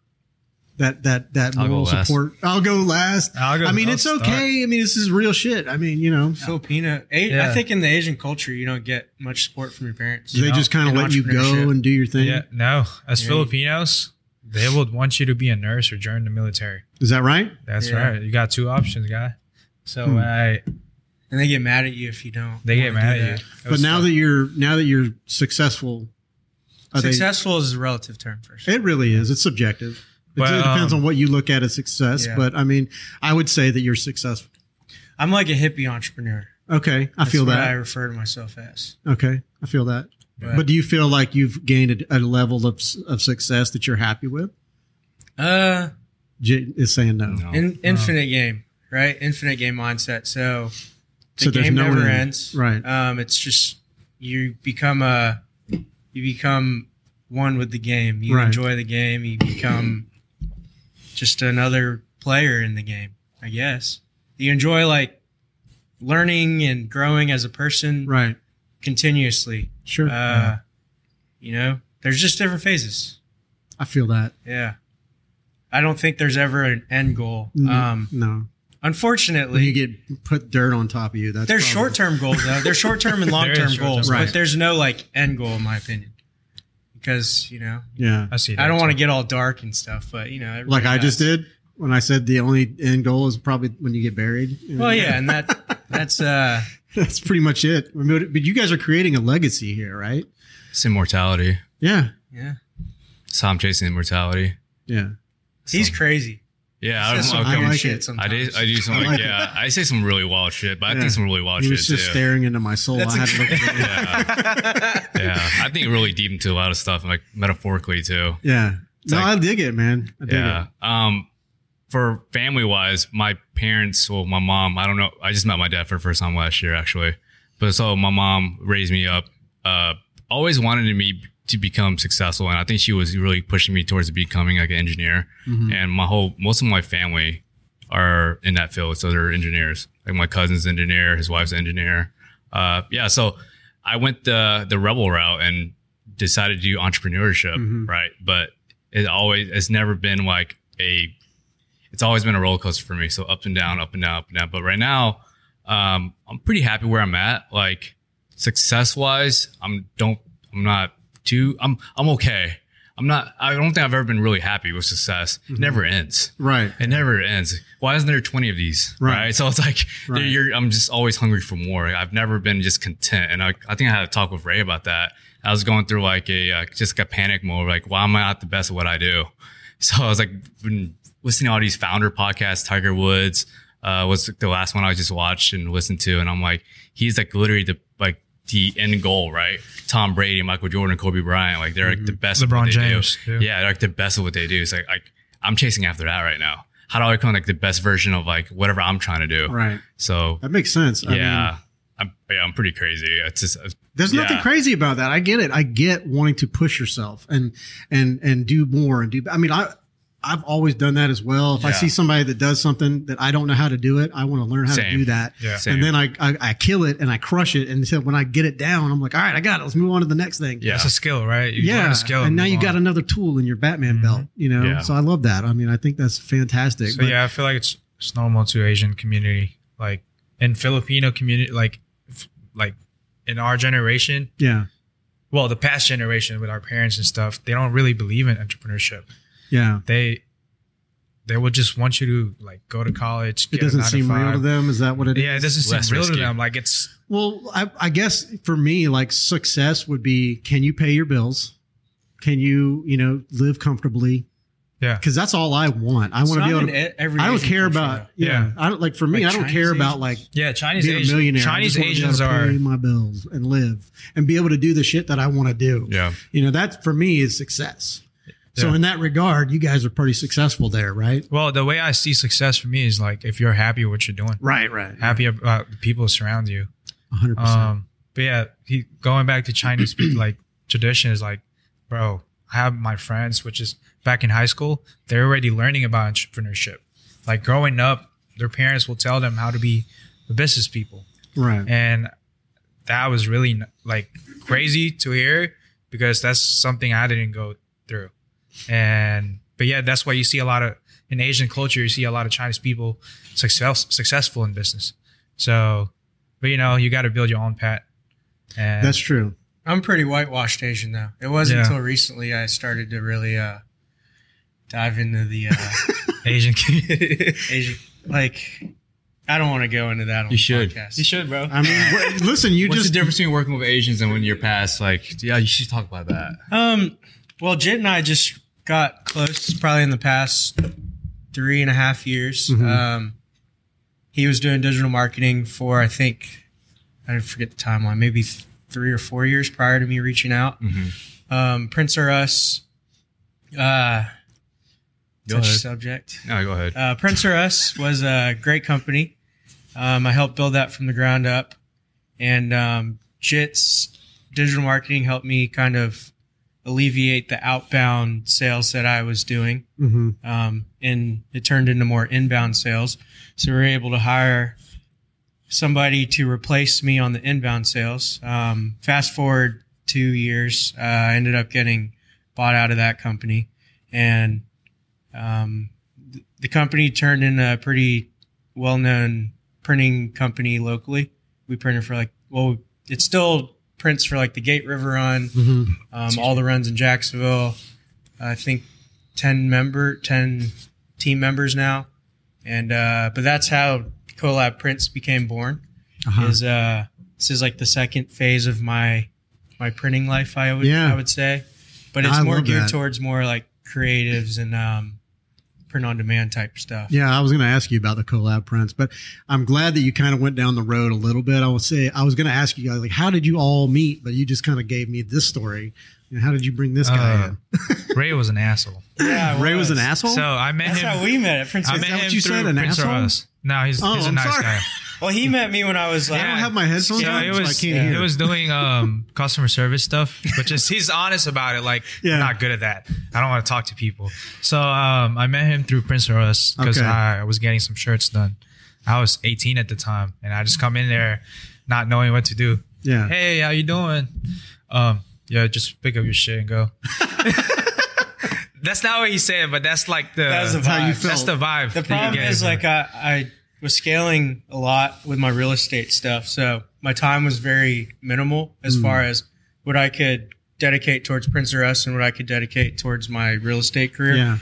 [SPEAKER 1] that that that
[SPEAKER 3] I'll go
[SPEAKER 1] moral
[SPEAKER 3] last.
[SPEAKER 1] support i'll go last
[SPEAKER 2] I'll go-
[SPEAKER 1] i mean
[SPEAKER 2] I'll
[SPEAKER 1] it's
[SPEAKER 2] start.
[SPEAKER 1] okay i mean this is real shit i mean you know
[SPEAKER 5] Filipino. A-
[SPEAKER 2] Yeah.
[SPEAKER 5] I think in the Asian culture, you don't get much support from your parents.
[SPEAKER 1] they
[SPEAKER 2] know,
[SPEAKER 1] just kind of
[SPEAKER 5] in
[SPEAKER 1] let you go
[SPEAKER 5] entrepreneurship.
[SPEAKER 1] and do your thing
[SPEAKER 2] Yeah, no. As
[SPEAKER 5] Yeah.
[SPEAKER 2] Filipinos, they would want you to be a nurse or join the military.
[SPEAKER 1] is that right
[SPEAKER 2] That's
[SPEAKER 5] Yeah.
[SPEAKER 2] right. You got two options, guy. So
[SPEAKER 1] Hmm.
[SPEAKER 2] when I
[SPEAKER 5] And they get mad at you if you don't.
[SPEAKER 2] they get
[SPEAKER 5] wanna
[SPEAKER 2] mad
[SPEAKER 5] do
[SPEAKER 2] at
[SPEAKER 5] that.
[SPEAKER 2] you.
[SPEAKER 1] but now that you're now that you're successful, are they-
[SPEAKER 5] Successful is a relative term for sure.
[SPEAKER 1] it really is. It's subjective. It
[SPEAKER 2] Well,
[SPEAKER 1] just depends
[SPEAKER 2] um,
[SPEAKER 1] on what you look at as success.
[SPEAKER 5] yeah.
[SPEAKER 1] But I mean, I would say that you're successful.
[SPEAKER 5] I'm like a hippie entrepreneur.
[SPEAKER 1] Okay, I
[SPEAKER 5] That's
[SPEAKER 1] feel
[SPEAKER 5] what I
[SPEAKER 1] that.
[SPEAKER 5] refer to myself as.
[SPEAKER 1] okay, I feel that.
[SPEAKER 5] But-
[SPEAKER 1] But do you feel like you've gained a, a level of, s- of success that you're happy with?
[SPEAKER 5] Uh,
[SPEAKER 1] J is saying no.
[SPEAKER 3] No.
[SPEAKER 5] in, infinite game, right? Infinite game mindset. So the
[SPEAKER 1] So there's
[SPEAKER 5] game
[SPEAKER 1] no
[SPEAKER 5] never
[SPEAKER 1] end.
[SPEAKER 5] ends,
[SPEAKER 1] Right.
[SPEAKER 5] Um, it's just you become a you become one with the game. You
[SPEAKER 1] Right.
[SPEAKER 5] enjoy the game. You become just another player in the game, I guess. You enjoy like learning and growing as a person
[SPEAKER 1] Right.
[SPEAKER 5] continuously.
[SPEAKER 1] Sure.
[SPEAKER 5] Uh, you know, there's just different phases.
[SPEAKER 1] I feel that.
[SPEAKER 5] Yeah. I don't think there's ever an end goal.
[SPEAKER 1] Mm,
[SPEAKER 5] Um,
[SPEAKER 1] no. When
[SPEAKER 5] Unfortunately,
[SPEAKER 1] you get put dirt on top of you, that's
[SPEAKER 5] there's
[SPEAKER 1] probably-
[SPEAKER 5] short term goals though. There's short term and long
[SPEAKER 2] There
[SPEAKER 5] term
[SPEAKER 2] is short-term
[SPEAKER 5] goals,
[SPEAKER 1] Right.
[SPEAKER 5] but there's no like end goal in my opinion. Because you know,
[SPEAKER 1] Yeah.
[SPEAKER 2] I see.
[SPEAKER 5] I don't want to
[SPEAKER 2] to.
[SPEAKER 5] get all dark and stuff, but you know, everybody
[SPEAKER 1] Like I just
[SPEAKER 5] has-
[SPEAKER 1] did when I said the only end goal is probably when you get buried.
[SPEAKER 5] Well, yeah, and that that's uh,
[SPEAKER 1] That's pretty much it. I mean, But you guys are creating a legacy here, right?
[SPEAKER 3] It's immortality.
[SPEAKER 1] Yeah.
[SPEAKER 5] yeah,
[SPEAKER 3] So I'm chasing immortality.
[SPEAKER 1] Yeah.
[SPEAKER 5] he's
[SPEAKER 3] So-
[SPEAKER 5] crazy.
[SPEAKER 3] Yeah,
[SPEAKER 5] He
[SPEAKER 3] I,
[SPEAKER 5] says
[SPEAKER 3] don't
[SPEAKER 5] some
[SPEAKER 3] know,
[SPEAKER 1] I
[SPEAKER 5] weird
[SPEAKER 1] like
[SPEAKER 5] shit
[SPEAKER 1] it.
[SPEAKER 3] I
[SPEAKER 5] sometimes.
[SPEAKER 3] do. I do some
[SPEAKER 1] I
[SPEAKER 3] like,
[SPEAKER 1] like it.
[SPEAKER 3] yeah. I say some really wild shit, but I
[SPEAKER 1] Yeah.
[SPEAKER 3] think some really wild
[SPEAKER 1] He
[SPEAKER 3] shit
[SPEAKER 1] was just
[SPEAKER 3] too.
[SPEAKER 1] staring into my soul.
[SPEAKER 5] That's
[SPEAKER 1] I
[SPEAKER 5] a
[SPEAKER 1] had to look at it.
[SPEAKER 3] yeah. yeah, I think really deep into a lot of stuff, like metaphorically too.
[SPEAKER 1] Yeah. No,
[SPEAKER 3] like-
[SPEAKER 1] I dig it, man. I dig
[SPEAKER 3] Yeah. Um, for family wise, my parents, well, my mom, I don't know. I just met my dad for the first time last year, actually. But so my mom raised me up, uh, always wanted me to become successful. And I think she was really pushing me towards becoming like an engineer.
[SPEAKER 1] it. Mhm.
[SPEAKER 3] And my whole, most of my family are in that field. So they're engineers. Like my cousin's engineer, his wife's engineer. Uh, yeah. So I went the, the rebel route and decided to do entrepreneurship.
[SPEAKER 1] Mhm.
[SPEAKER 3] Right. But it always it's never been like a it's always been a roller coaster for me so up and down up and down up and down but right now um i'm pretty happy where i'm at like success wise, I'm don't I'm not too I'm I'm okay. I'm not I don't think I've ever been really happy with success. It never ends.
[SPEAKER 1] Right.
[SPEAKER 3] It never ends. Why isn't there 20 of these?
[SPEAKER 1] Right.
[SPEAKER 3] Right. So it's like,
[SPEAKER 1] Right.
[SPEAKER 3] you're, I'm just always hungry for more. I've never been just content. And I, I think I had a talk with Ray about that. I was going through like a, uh, just like a panic mode, like, why am I not the best at what I do? So I was like, been listening to all these founder podcasts, Tiger Woods, uh, was the last one I just watched and listened to. And I'm like, he's like literally the, like, the end goal, right? Tom Brady, Michael Jordan, Kobe Bryant, like they're like the best. at
[SPEAKER 2] LeBron
[SPEAKER 3] what they do.
[SPEAKER 2] James, too.
[SPEAKER 3] Yeah, they're, like the best at what they do. It's like, like I'm chasing after that right now. How do I become like the best version of like whatever I'm trying to do?
[SPEAKER 1] Right.
[SPEAKER 3] So
[SPEAKER 1] That makes sense. I mean,
[SPEAKER 3] yeah, I'm yeah, I'm pretty crazy. It's just it's-
[SPEAKER 1] there's nothing
[SPEAKER 3] Yeah.
[SPEAKER 1] crazy about that. I get it. I get wanting to push yourself and and and do more and do. I mean, I I've always done that as well. If I
[SPEAKER 3] Yeah.
[SPEAKER 1] see somebody that does something that I don't know how to do it, I want to learn how to
[SPEAKER 3] Same.
[SPEAKER 1] do that.
[SPEAKER 2] Yeah.
[SPEAKER 3] Same.
[SPEAKER 1] And then I, I I kill it and I crush it. And so when I get it down, I'm like, all right, I got it. Let's move on to the next thing.
[SPEAKER 3] yeah,
[SPEAKER 2] That's a skill, right? You learn
[SPEAKER 1] yeah.
[SPEAKER 2] a skill
[SPEAKER 1] and now
[SPEAKER 2] move
[SPEAKER 1] you got
[SPEAKER 2] on. Mm-hmm.
[SPEAKER 1] another tool in your Batman belt. You know.
[SPEAKER 3] Yeah.
[SPEAKER 1] So I love that. I mean, I think that's fantastic.
[SPEAKER 2] So
[SPEAKER 1] But-
[SPEAKER 2] yeah, I feel like it's it's normal to Asian community, like in Filipino community, like f- like in our generation,
[SPEAKER 1] Yeah.
[SPEAKER 2] well, the past generation with our parents and stuff, they don't really believe in entrepreneurship.
[SPEAKER 1] Yeah.
[SPEAKER 2] They they would just want you to like go to college.
[SPEAKER 1] It
[SPEAKER 2] get a
[SPEAKER 1] doesn't
[SPEAKER 2] nine
[SPEAKER 1] seem real to
[SPEAKER 2] five.
[SPEAKER 1] them. Is that what it is?
[SPEAKER 2] Yeah, it doesn't
[SPEAKER 3] Less
[SPEAKER 2] seem real
[SPEAKER 3] risky.
[SPEAKER 2] to them. Like it's
[SPEAKER 1] Well, I, I guess for me, like success would be can you pay your bills? Can you, you know, live comfortably?
[SPEAKER 2] Yeah.
[SPEAKER 1] Because that's all I want. I want to be able
[SPEAKER 5] e,
[SPEAKER 1] to. I don't care about. Yeah.
[SPEAKER 2] Yeah.
[SPEAKER 1] I don't like for me.
[SPEAKER 5] Like
[SPEAKER 1] I don't
[SPEAKER 5] Chinese
[SPEAKER 1] care about
[SPEAKER 5] Asians?
[SPEAKER 1] like
[SPEAKER 2] yeah, Chinese
[SPEAKER 1] being a
[SPEAKER 2] Asian,
[SPEAKER 1] millionaire.
[SPEAKER 2] Chinese
[SPEAKER 1] I just wanna be able
[SPEAKER 2] Asians
[SPEAKER 1] to
[SPEAKER 2] are
[SPEAKER 1] pay my bills and live and be able to do the shit that I want to do.
[SPEAKER 3] yeah,
[SPEAKER 1] You know, that for me is success. So
[SPEAKER 2] Yeah.
[SPEAKER 1] in that regard, you guys are pretty successful there, right?
[SPEAKER 2] well. The way I see success for me is like if you're happy with what you're doing,
[SPEAKER 1] Right. Right.
[SPEAKER 2] happy about the people who surround you.
[SPEAKER 1] hundred percent.
[SPEAKER 2] Um, but yeah, he going back to Chinese people, like tradition is like, bro, I have my friends, which is back in high school, they're already learning about entrepreneurship. Like growing up, their parents will tell them how to be business people,
[SPEAKER 1] Right.
[SPEAKER 2] and that was really like crazy to hear because that's something I didn't go through. And but yeah, that's why you see a lot of in Asian culture, you see a lot of Chinese people success, successful in business. So, but you know, you got to build your own pat. And
[SPEAKER 1] That's true.
[SPEAKER 5] I'm pretty whitewashed Asian though. It wasn't
[SPEAKER 2] Yeah.
[SPEAKER 5] until recently I started to really uh, dive into the uh,
[SPEAKER 2] Asian.
[SPEAKER 5] Asian. Like, I don't want to go into that on the podcast. Um,
[SPEAKER 3] should, bro.
[SPEAKER 1] I mean, wh- listen, you
[SPEAKER 3] What's
[SPEAKER 1] just
[SPEAKER 3] the difference between working with Asians and when you're past? Like, yeah, you should talk about that.
[SPEAKER 5] Um, well, Jit and I just got close probably in the past three and a half years.
[SPEAKER 1] Mhm.
[SPEAKER 5] Um, he was doing digital marketing for, I think, I forget the timeline, maybe th- three or four years prior to me reaching out.
[SPEAKER 3] Mm-hmm.
[SPEAKER 5] Um, Prince or Us, uh,
[SPEAKER 3] Go
[SPEAKER 5] touchy
[SPEAKER 3] ahead.
[SPEAKER 5] subject.
[SPEAKER 3] No, go ahead.
[SPEAKER 5] Uh, Prince or Us was a great company. Um, I helped build that from the ground up, and um, JIT's digital marketing helped me kind of alleviate the outbound sales that I was doing,
[SPEAKER 1] Mhm.
[SPEAKER 5] um, and it turned into more inbound sales. So we were able to hire somebody to replace me on the inbound sales. Um, fast forward two years, uh, I ended up getting bought out of that company, and um, th- the company turned into a pretty well-known printing company locally. We printed for like, well, it still prints for like the Gate River Run,
[SPEAKER 1] Mhm.
[SPEAKER 5] um, all the runs in Jacksonville. I think ten member, ten team members now, and uh, but that's how Colab Prints became born.
[SPEAKER 1] Uh-huh.
[SPEAKER 5] Is uh, this is like the second phase of my my printing life? I would
[SPEAKER 1] Yeah.
[SPEAKER 5] I would say, but it's
[SPEAKER 1] I
[SPEAKER 5] more
[SPEAKER 1] love
[SPEAKER 5] geared
[SPEAKER 1] that.
[SPEAKER 5] towards more like creatives and um, print on demand type stuff.
[SPEAKER 1] Yeah, I was going to ask you about the collab prints, but I'm glad that you kind of went down the road a little bit. I will say I was going to ask you guys like, how did you all meet? But you just kind of gave me this story. You know, how did you bring this guy
[SPEAKER 2] Uh,
[SPEAKER 1] in?
[SPEAKER 2] Ray was an asshole.
[SPEAKER 5] Yeah, it
[SPEAKER 1] Ray was an asshole.
[SPEAKER 2] Uh, So I met
[SPEAKER 5] That's
[SPEAKER 2] him.
[SPEAKER 5] how we met at Princess.
[SPEAKER 2] I
[SPEAKER 1] Is
[SPEAKER 2] met
[SPEAKER 1] that what
[SPEAKER 2] him
[SPEAKER 1] you
[SPEAKER 2] through
[SPEAKER 1] said, an
[SPEAKER 2] Prince or
[SPEAKER 1] asshole?
[SPEAKER 2] Us. No, he's,
[SPEAKER 1] Oh,
[SPEAKER 2] he's a
[SPEAKER 1] I'm
[SPEAKER 2] nice
[SPEAKER 1] sorry.
[SPEAKER 2] guy.
[SPEAKER 5] well, he met me when I was like,
[SPEAKER 1] I don't have my headphones
[SPEAKER 2] Yeah,
[SPEAKER 1] on,
[SPEAKER 2] it
[SPEAKER 1] so I
[SPEAKER 2] was.
[SPEAKER 1] can't hear.
[SPEAKER 2] It was doing um, customer service stuff, but just he's honest about it. Like,
[SPEAKER 1] Yeah.
[SPEAKER 2] I'm not good at that. I don't want to talk to people. So um, I met him through Prince Royce because
[SPEAKER 1] Okay.
[SPEAKER 2] I, I was getting some shirts done. I was 18 at the time, and I just come in there not knowing what to do.
[SPEAKER 1] Yeah.
[SPEAKER 2] Hey, how you doing? Um, yeah, just pick up your shit and go. that's not what he said, but that's like the
[SPEAKER 5] That was the
[SPEAKER 2] that's
[SPEAKER 1] how you
[SPEAKER 5] vibe.
[SPEAKER 1] felt.
[SPEAKER 2] the vibe. that
[SPEAKER 5] The
[SPEAKER 2] you uh,
[SPEAKER 5] problem
[SPEAKER 2] get.
[SPEAKER 5] is like uh, I, I was scaling a lot with my real estate stuff. So my time was very minimal as
[SPEAKER 1] Hmm.
[SPEAKER 5] far as what I could dedicate towards Prince S and what I could dedicate towards my real estate career.
[SPEAKER 1] Yeah.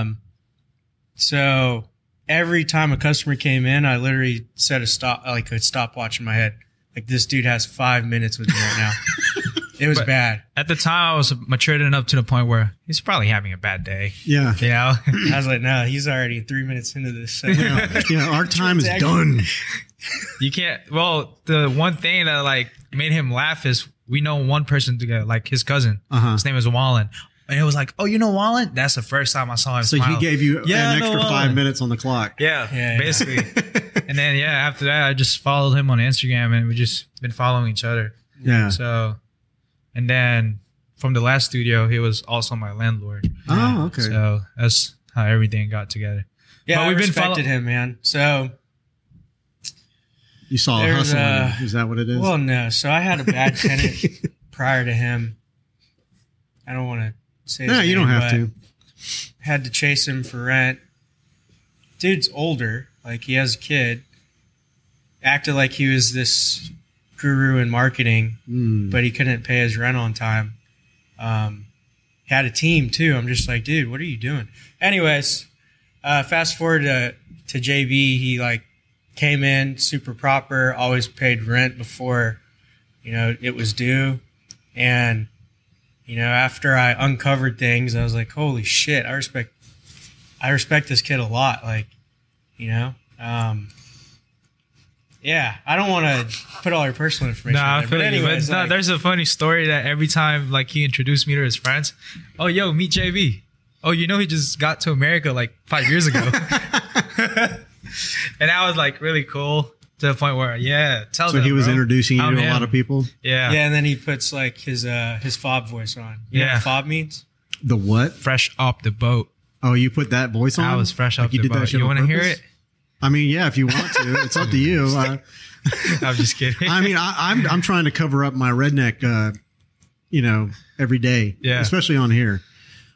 [SPEAKER 5] Um, so every time a customer came in, I literally set a stop, like a stopwatch in my head. Like this dude has five minutes with me right now. it was
[SPEAKER 2] But-
[SPEAKER 5] bad.
[SPEAKER 2] At the time, I was matured enough to the point where he's probably having a bad day.
[SPEAKER 1] Yeah.
[SPEAKER 2] You know?
[SPEAKER 5] I was like, no, he's already three minutes into this. So,
[SPEAKER 1] Yeah. yeah. Our time is done.
[SPEAKER 2] you can't. Well, the one thing that like made him laugh is we know one person together, like his cousin.
[SPEAKER 1] Uh-huh.
[SPEAKER 2] His name is Wallen. And it was like, oh, you know Wallen? That's the first time I saw him.
[SPEAKER 1] So
[SPEAKER 2] smile.
[SPEAKER 1] he gave you
[SPEAKER 2] Yeah,
[SPEAKER 1] an
[SPEAKER 2] no,
[SPEAKER 1] extra
[SPEAKER 2] well.
[SPEAKER 1] five minutes on the clock.
[SPEAKER 2] Yeah,
[SPEAKER 5] Yeah, yeah.
[SPEAKER 2] basically. and then yeah, after that, I just followed him on Instagram, and we just been following each other.
[SPEAKER 1] Yeah.
[SPEAKER 2] So, and then from the last studio, he was also my landlord.
[SPEAKER 1] Oh, okay.
[SPEAKER 2] So that's how everything got together.
[SPEAKER 5] yeah,
[SPEAKER 2] But
[SPEAKER 5] I
[SPEAKER 2] we've been follow-
[SPEAKER 5] respected him, man. So
[SPEAKER 1] You saw a
[SPEAKER 5] There's
[SPEAKER 1] hustling.
[SPEAKER 2] uh,
[SPEAKER 5] a-
[SPEAKER 1] is that what it is?
[SPEAKER 5] Well, no. So I had a bad tenant prior to him. I don't want to say. his
[SPEAKER 1] no, you don't
[SPEAKER 5] name,
[SPEAKER 1] have
[SPEAKER 5] but
[SPEAKER 1] to.
[SPEAKER 5] Had to chase him for rent. Dude's older. Like he has a kid. Acted like he was this guru in marketing,
[SPEAKER 1] Mm.
[SPEAKER 5] but he couldn't pay his rent on time. Um, had a team too. I'm just like, dude, what are you doing? Anyways, uh, fast forward to, to JB. He like came in super proper, always paid rent before, you know, it was due. And, you know, after I uncovered things, I was like, holy shit, I respect, I respect this kid a lot. Like, you know, um, yeah, I don't want to put all your personal information.
[SPEAKER 2] Nah,
[SPEAKER 5] out
[SPEAKER 2] I
[SPEAKER 5] there,
[SPEAKER 2] feel
[SPEAKER 5] but
[SPEAKER 2] like,
[SPEAKER 5] anyways,
[SPEAKER 2] but, nah,
[SPEAKER 5] like-
[SPEAKER 2] there's a funny story that every time like he introduced me to his friends, oh yo, meet JV. Oh, you know he just got to America like five years ago, and that was like really cool to the point where yeah, tell
[SPEAKER 1] So
[SPEAKER 2] them,
[SPEAKER 1] he was
[SPEAKER 2] bro. Oh,
[SPEAKER 1] introducing you
[SPEAKER 2] I'm
[SPEAKER 1] to a
[SPEAKER 2] him.
[SPEAKER 1] lot of people.
[SPEAKER 2] Yeah.
[SPEAKER 5] Yeah, and then he puts like his uh his fob voice on. You know
[SPEAKER 2] Yeah.
[SPEAKER 5] what fob means?
[SPEAKER 1] The what?
[SPEAKER 2] fresh off the boat.
[SPEAKER 1] Oh, you put that voice on.
[SPEAKER 2] I was fresh
[SPEAKER 1] Like
[SPEAKER 2] off the boat.
[SPEAKER 1] shit
[SPEAKER 2] You
[SPEAKER 1] on
[SPEAKER 2] want to hear
[SPEAKER 1] purpose?
[SPEAKER 2] it?
[SPEAKER 1] I mean, yeah, if you want to, it's up to you. Uh,
[SPEAKER 2] I'm just kidding.
[SPEAKER 1] I mean, I, I'm I'm trying to cover up my redneck, uh, you know, every day.
[SPEAKER 2] Yeah.
[SPEAKER 1] Especially on here,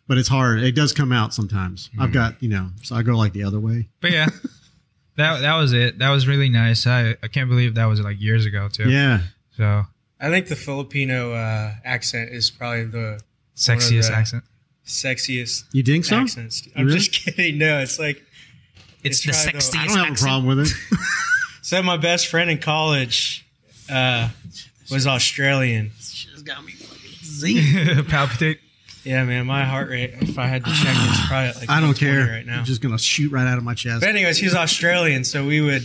[SPEAKER 1] but it's hard. It does come out sometimes.
[SPEAKER 2] Hmm.
[SPEAKER 1] I've got you know, so I go like the other way.
[SPEAKER 2] but yeah, that that was it. That was really nice. I, I can't believe that was like years ago too.
[SPEAKER 1] Yeah.
[SPEAKER 2] So
[SPEAKER 5] I think the Filipino uh accent is probably the
[SPEAKER 2] sexiest
[SPEAKER 5] the-
[SPEAKER 2] accent.
[SPEAKER 5] sexiest
[SPEAKER 1] You think so?
[SPEAKER 5] accents. I'm
[SPEAKER 1] Really?
[SPEAKER 5] just kidding. No, it's like
[SPEAKER 2] It's
[SPEAKER 5] the tried to- sexiest
[SPEAKER 1] I don't have a problem with it.
[SPEAKER 5] so my best friend in college uh was Australian.
[SPEAKER 2] Palpitate.
[SPEAKER 5] Yeah, man, my heart rate if I had to check it's probably at, like
[SPEAKER 1] I don't
[SPEAKER 5] 120
[SPEAKER 1] care.
[SPEAKER 5] right now.
[SPEAKER 1] I'm just gonna shoot right out of my chest.
[SPEAKER 5] But anyways, he's Australian, so we would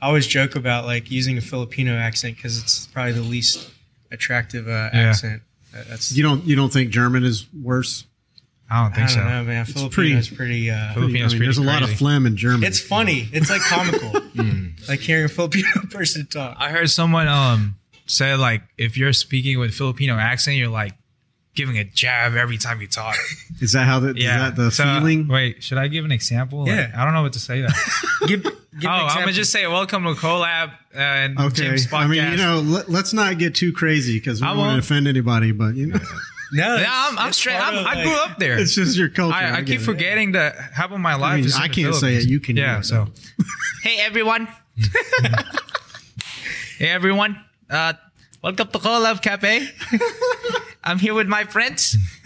[SPEAKER 5] I always joke about like using a Filipino accent because it's probably the least attractive uh,
[SPEAKER 2] Yeah.
[SPEAKER 5] accent. That- That's
[SPEAKER 1] You don't you don't think German is worse?
[SPEAKER 2] I don't think
[SPEAKER 5] I
[SPEAKER 2] so.
[SPEAKER 5] don't know, man.
[SPEAKER 1] pretty-
[SPEAKER 5] Filipino is pretty. Uh,
[SPEAKER 1] I mean,
[SPEAKER 2] Filipino's
[SPEAKER 1] there's
[SPEAKER 2] pretty
[SPEAKER 1] a lot of
[SPEAKER 2] crazy.
[SPEAKER 1] phlegm in German.
[SPEAKER 5] it's funny. It's like comical,
[SPEAKER 2] Hmm.
[SPEAKER 5] like hearing a Filipino person talk.
[SPEAKER 2] I heard someone um say like if you're speaking with Filipino accent, you're like giving a jab every time you talk.
[SPEAKER 1] is that how the, is
[SPEAKER 2] Yeah,
[SPEAKER 1] that the
[SPEAKER 2] So,
[SPEAKER 1] feeling?
[SPEAKER 2] Wait, should I give an example? Like,
[SPEAKER 5] Yeah.
[SPEAKER 2] I don't know what to say. That.
[SPEAKER 5] Uh, Give, give
[SPEAKER 2] oh, I'm gonna just say welcome to Colab uh, and
[SPEAKER 1] Okay,
[SPEAKER 2] Jim's podcast.
[SPEAKER 1] I mean, you know, let, let's not get too crazy because we
[SPEAKER 2] I
[SPEAKER 1] don't want to
[SPEAKER 2] won't.
[SPEAKER 1] offend anybody. But you know,
[SPEAKER 5] no.
[SPEAKER 2] yeah, I'm, I'm straight. I'm, I grew up there.
[SPEAKER 1] it's just your culture.
[SPEAKER 2] I, I,
[SPEAKER 1] get
[SPEAKER 2] keep
[SPEAKER 1] it.
[SPEAKER 2] forgetting that half of my life
[SPEAKER 1] I mean,
[SPEAKER 2] is. in
[SPEAKER 1] I
[SPEAKER 2] the
[SPEAKER 1] can't say it.
[SPEAKER 2] Philippines.
[SPEAKER 1] You can. do
[SPEAKER 2] Yeah.
[SPEAKER 1] it,
[SPEAKER 2] So,
[SPEAKER 1] though.
[SPEAKER 2] hey everyone. hey everyone. Uh, welcome to Colab Cafe. I'm here with my friends.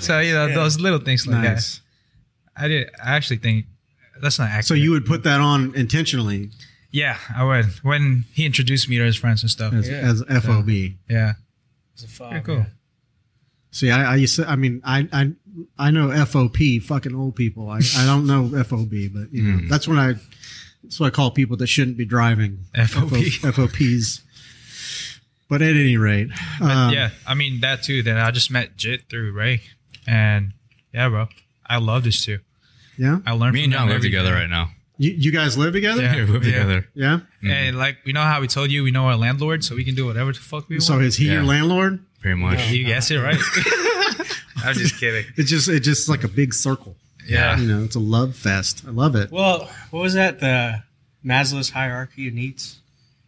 [SPEAKER 2] So you know those little things like that.
[SPEAKER 1] nice.
[SPEAKER 2] I did. I actually think that's not accurate.
[SPEAKER 1] So you would put that on intentionally
[SPEAKER 2] Yeah, I would. When he introduced me to his friends and stuff.
[SPEAKER 1] as,
[SPEAKER 5] Yeah.
[SPEAKER 1] as FOB.
[SPEAKER 2] Yeah.
[SPEAKER 5] Pretty
[SPEAKER 2] cool.
[SPEAKER 1] See, I, I used to, I mean, I, I, I know FOP, fucking old people. I, I don't know FOB, but you
[SPEAKER 2] Hmm.
[SPEAKER 1] know, that's when I, that's what I call people that shouldn't be driving.
[SPEAKER 2] FOB.
[SPEAKER 1] FO FOPs. But at any rate, um,
[SPEAKER 2] yeah, I mean that too. Then I just met Jit through Ray, and yeah, bro, I love this too.
[SPEAKER 1] yeah?
[SPEAKER 2] I learned.
[SPEAKER 3] Me
[SPEAKER 2] from
[SPEAKER 3] and
[SPEAKER 2] them
[SPEAKER 3] John live
[SPEAKER 2] every
[SPEAKER 3] together
[SPEAKER 2] day.
[SPEAKER 3] right now.
[SPEAKER 1] You, you guys live together?
[SPEAKER 2] Yeah.
[SPEAKER 3] Yeah, we live
[SPEAKER 2] Yeah.
[SPEAKER 3] together. Mm-hmm.
[SPEAKER 1] Yeah?
[SPEAKER 2] And like we know how we told you, we know our landlord, so we can do whatever the fuck we
[SPEAKER 1] So
[SPEAKER 2] want.
[SPEAKER 1] is he your
[SPEAKER 3] Yeah.
[SPEAKER 1] landlord?
[SPEAKER 3] Pretty much.
[SPEAKER 2] you guess it right. I'm just kidding.
[SPEAKER 1] It's just, it's just like a big circle.
[SPEAKER 3] Yeah.
[SPEAKER 1] You know, it's a love fest. I love it.
[SPEAKER 5] Well, what was that? The Maslow's hierarchy of needs.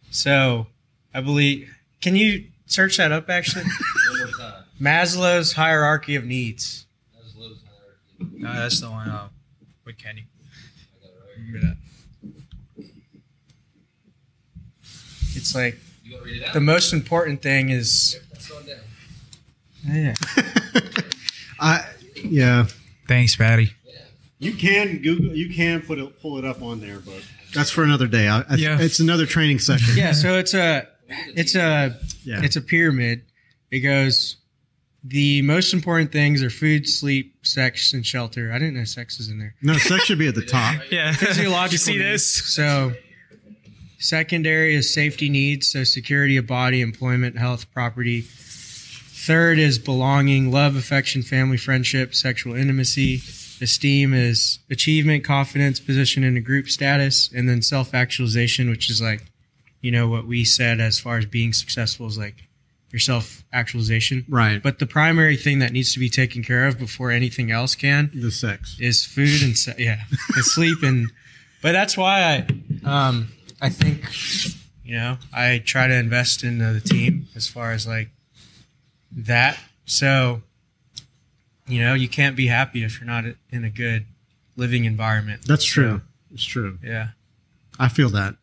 [SPEAKER 5] So, I believe. Can you search that up? Actually,
[SPEAKER 4] One more time.
[SPEAKER 5] Maslow's hierarchy of needs.
[SPEAKER 4] That was Lou's hierarchy.
[SPEAKER 2] No, that's the one uh, with Kenny.
[SPEAKER 4] I got it right.
[SPEAKER 5] It's like
[SPEAKER 4] You want to read it out?
[SPEAKER 5] the most important thing is
[SPEAKER 4] That's going down.
[SPEAKER 5] yeah.
[SPEAKER 1] I yeah.
[SPEAKER 2] Thanks, Patty.
[SPEAKER 1] You can Google. You can put it, pull it up on there, but that's for another day. I, I,
[SPEAKER 2] Yeah.
[SPEAKER 1] it's another training session.
[SPEAKER 5] yeah. So it's a it's a
[SPEAKER 1] Yeah.
[SPEAKER 5] it's a pyramid. It goes. The most important things are food, sleep, sex, and shelter. I didn't know sex is in there.
[SPEAKER 1] no, sex should be at the top.
[SPEAKER 2] Yeah.
[SPEAKER 5] Physiological.
[SPEAKER 2] you see
[SPEAKER 5] needs.
[SPEAKER 2] this?
[SPEAKER 5] So, secondary is safety needs. So, security of body, employment, health, property. Third is belonging, love, affection, family, friendship, sexual intimacy. Esteem is achievement, confidence, position in a group status, and then self actualization, which is like, you know, what we said as far as being successful is like your self actualization.
[SPEAKER 1] Right.
[SPEAKER 5] But the primary thing that needs to be taken care of before anything else can
[SPEAKER 1] the sex.
[SPEAKER 5] is food and se- yeah, and sleep and. But that's why I, um, I think, you know, I try to invest in the team as far as like that. So, you know, you can't be happy if you're not in a good living environment.
[SPEAKER 1] That's true. It's true.
[SPEAKER 5] Yeah,
[SPEAKER 1] I feel that.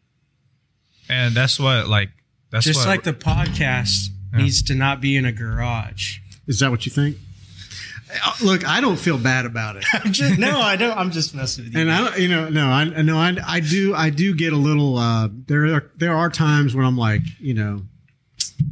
[SPEAKER 2] And that's what like that's
[SPEAKER 5] just
[SPEAKER 2] what,
[SPEAKER 5] like the podcast
[SPEAKER 2] Yeah.
[SPEAKER 5] needs to not be in a garage.
[SPEAKER 1] Is that what you think? Uh, Look, I don't feel bad about it,
[SPEAKER 5] I'm just, no, I don't. I'm just messing with you.
[SPEAKER 1] and I, don't- you know, no, I I know, I, I do, I do get a little. Uh, there are there are times when I'm like, you know,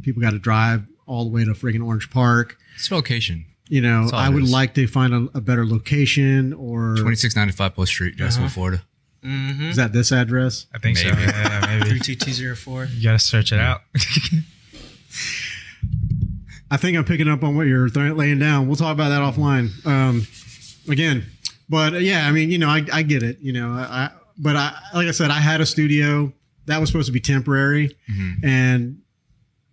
[SPEAKER 1] people got to drive all the way to friggin' Orange Park.
[SPEAKER 3] It's location.
[SPEAKER 1] You know,
[SPEAKER 3] That's all
[SPEAKER 1] I
[SPEAKER 3] it
[SPEAKER 1] would
[SPEAKER 3] is.
[SPEAKER 1] like to find a, a better location, or
[SPEAKER 3] Twenty six ninety five Post Street, Jacksonville, Florida.
[SPEAKER 5] mm-hmm.
[SPEAKER 1] is that this address?
[SPEAKER 2] I think so.
[SPEAKER 3] Maybe.
[SPEAKER 2] Yeah, maybe. Mm. Oh,
[SPEAKER 5] Three two two zero four.
[SPEAKER 2] You gotta search it out.
[SPEAKER 1] I think I'm picking up on what you're th- laying down. We'll talk about that offline um, again. But uh, yeah, I mean, you know, I, I get it. You know, I, I but I like I said, I had a studio that was supposed to be temporary, and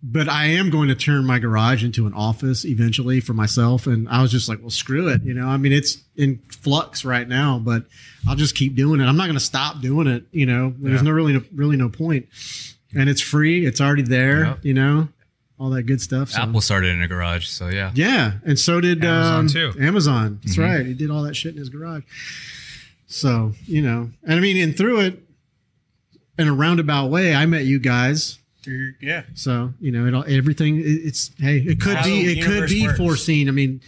[SPEAKER 1] but I am going to turn my garage into an office eventually for myself. And I was just like, well, screw it. You know, I mean, it's in flux right now, but I'll just keep doing it. I'm not going to stop doing it. You know, there's no really, no, really no point. And it's free. It's already there.
[SPEAKER 3] Yep.
[SPEAKER 1] You know, all that good stuff. so-
[SPEAKER 3] Apple started in a garage, so yeah.
[SPEAKER 1] yeah, and so did
[SPEAKER 2] Amazon,
[SPEAKER 1] um,
[SPEAKER 2] too. Mm-hmm.
[SPEAKER 1] Amazon. That's right. He did all that shit in his garage. So you know, and I mean, and through it, in a roundabout way, I met you guys.
[SPEAKER 5] Yeah.
[SPEAKER 1] So you know, it all everything. It, it's hey, it could
[SPEAKER 5] How
[SPEAKER 1] be,
[SPEAKER 5] the
[SPEAKER 1] it could
[SPEAKER 5] universe
[SPEAKER 1] be
[SPEAKER 5] works.
[SPEAKER 1] foreseen. I mean,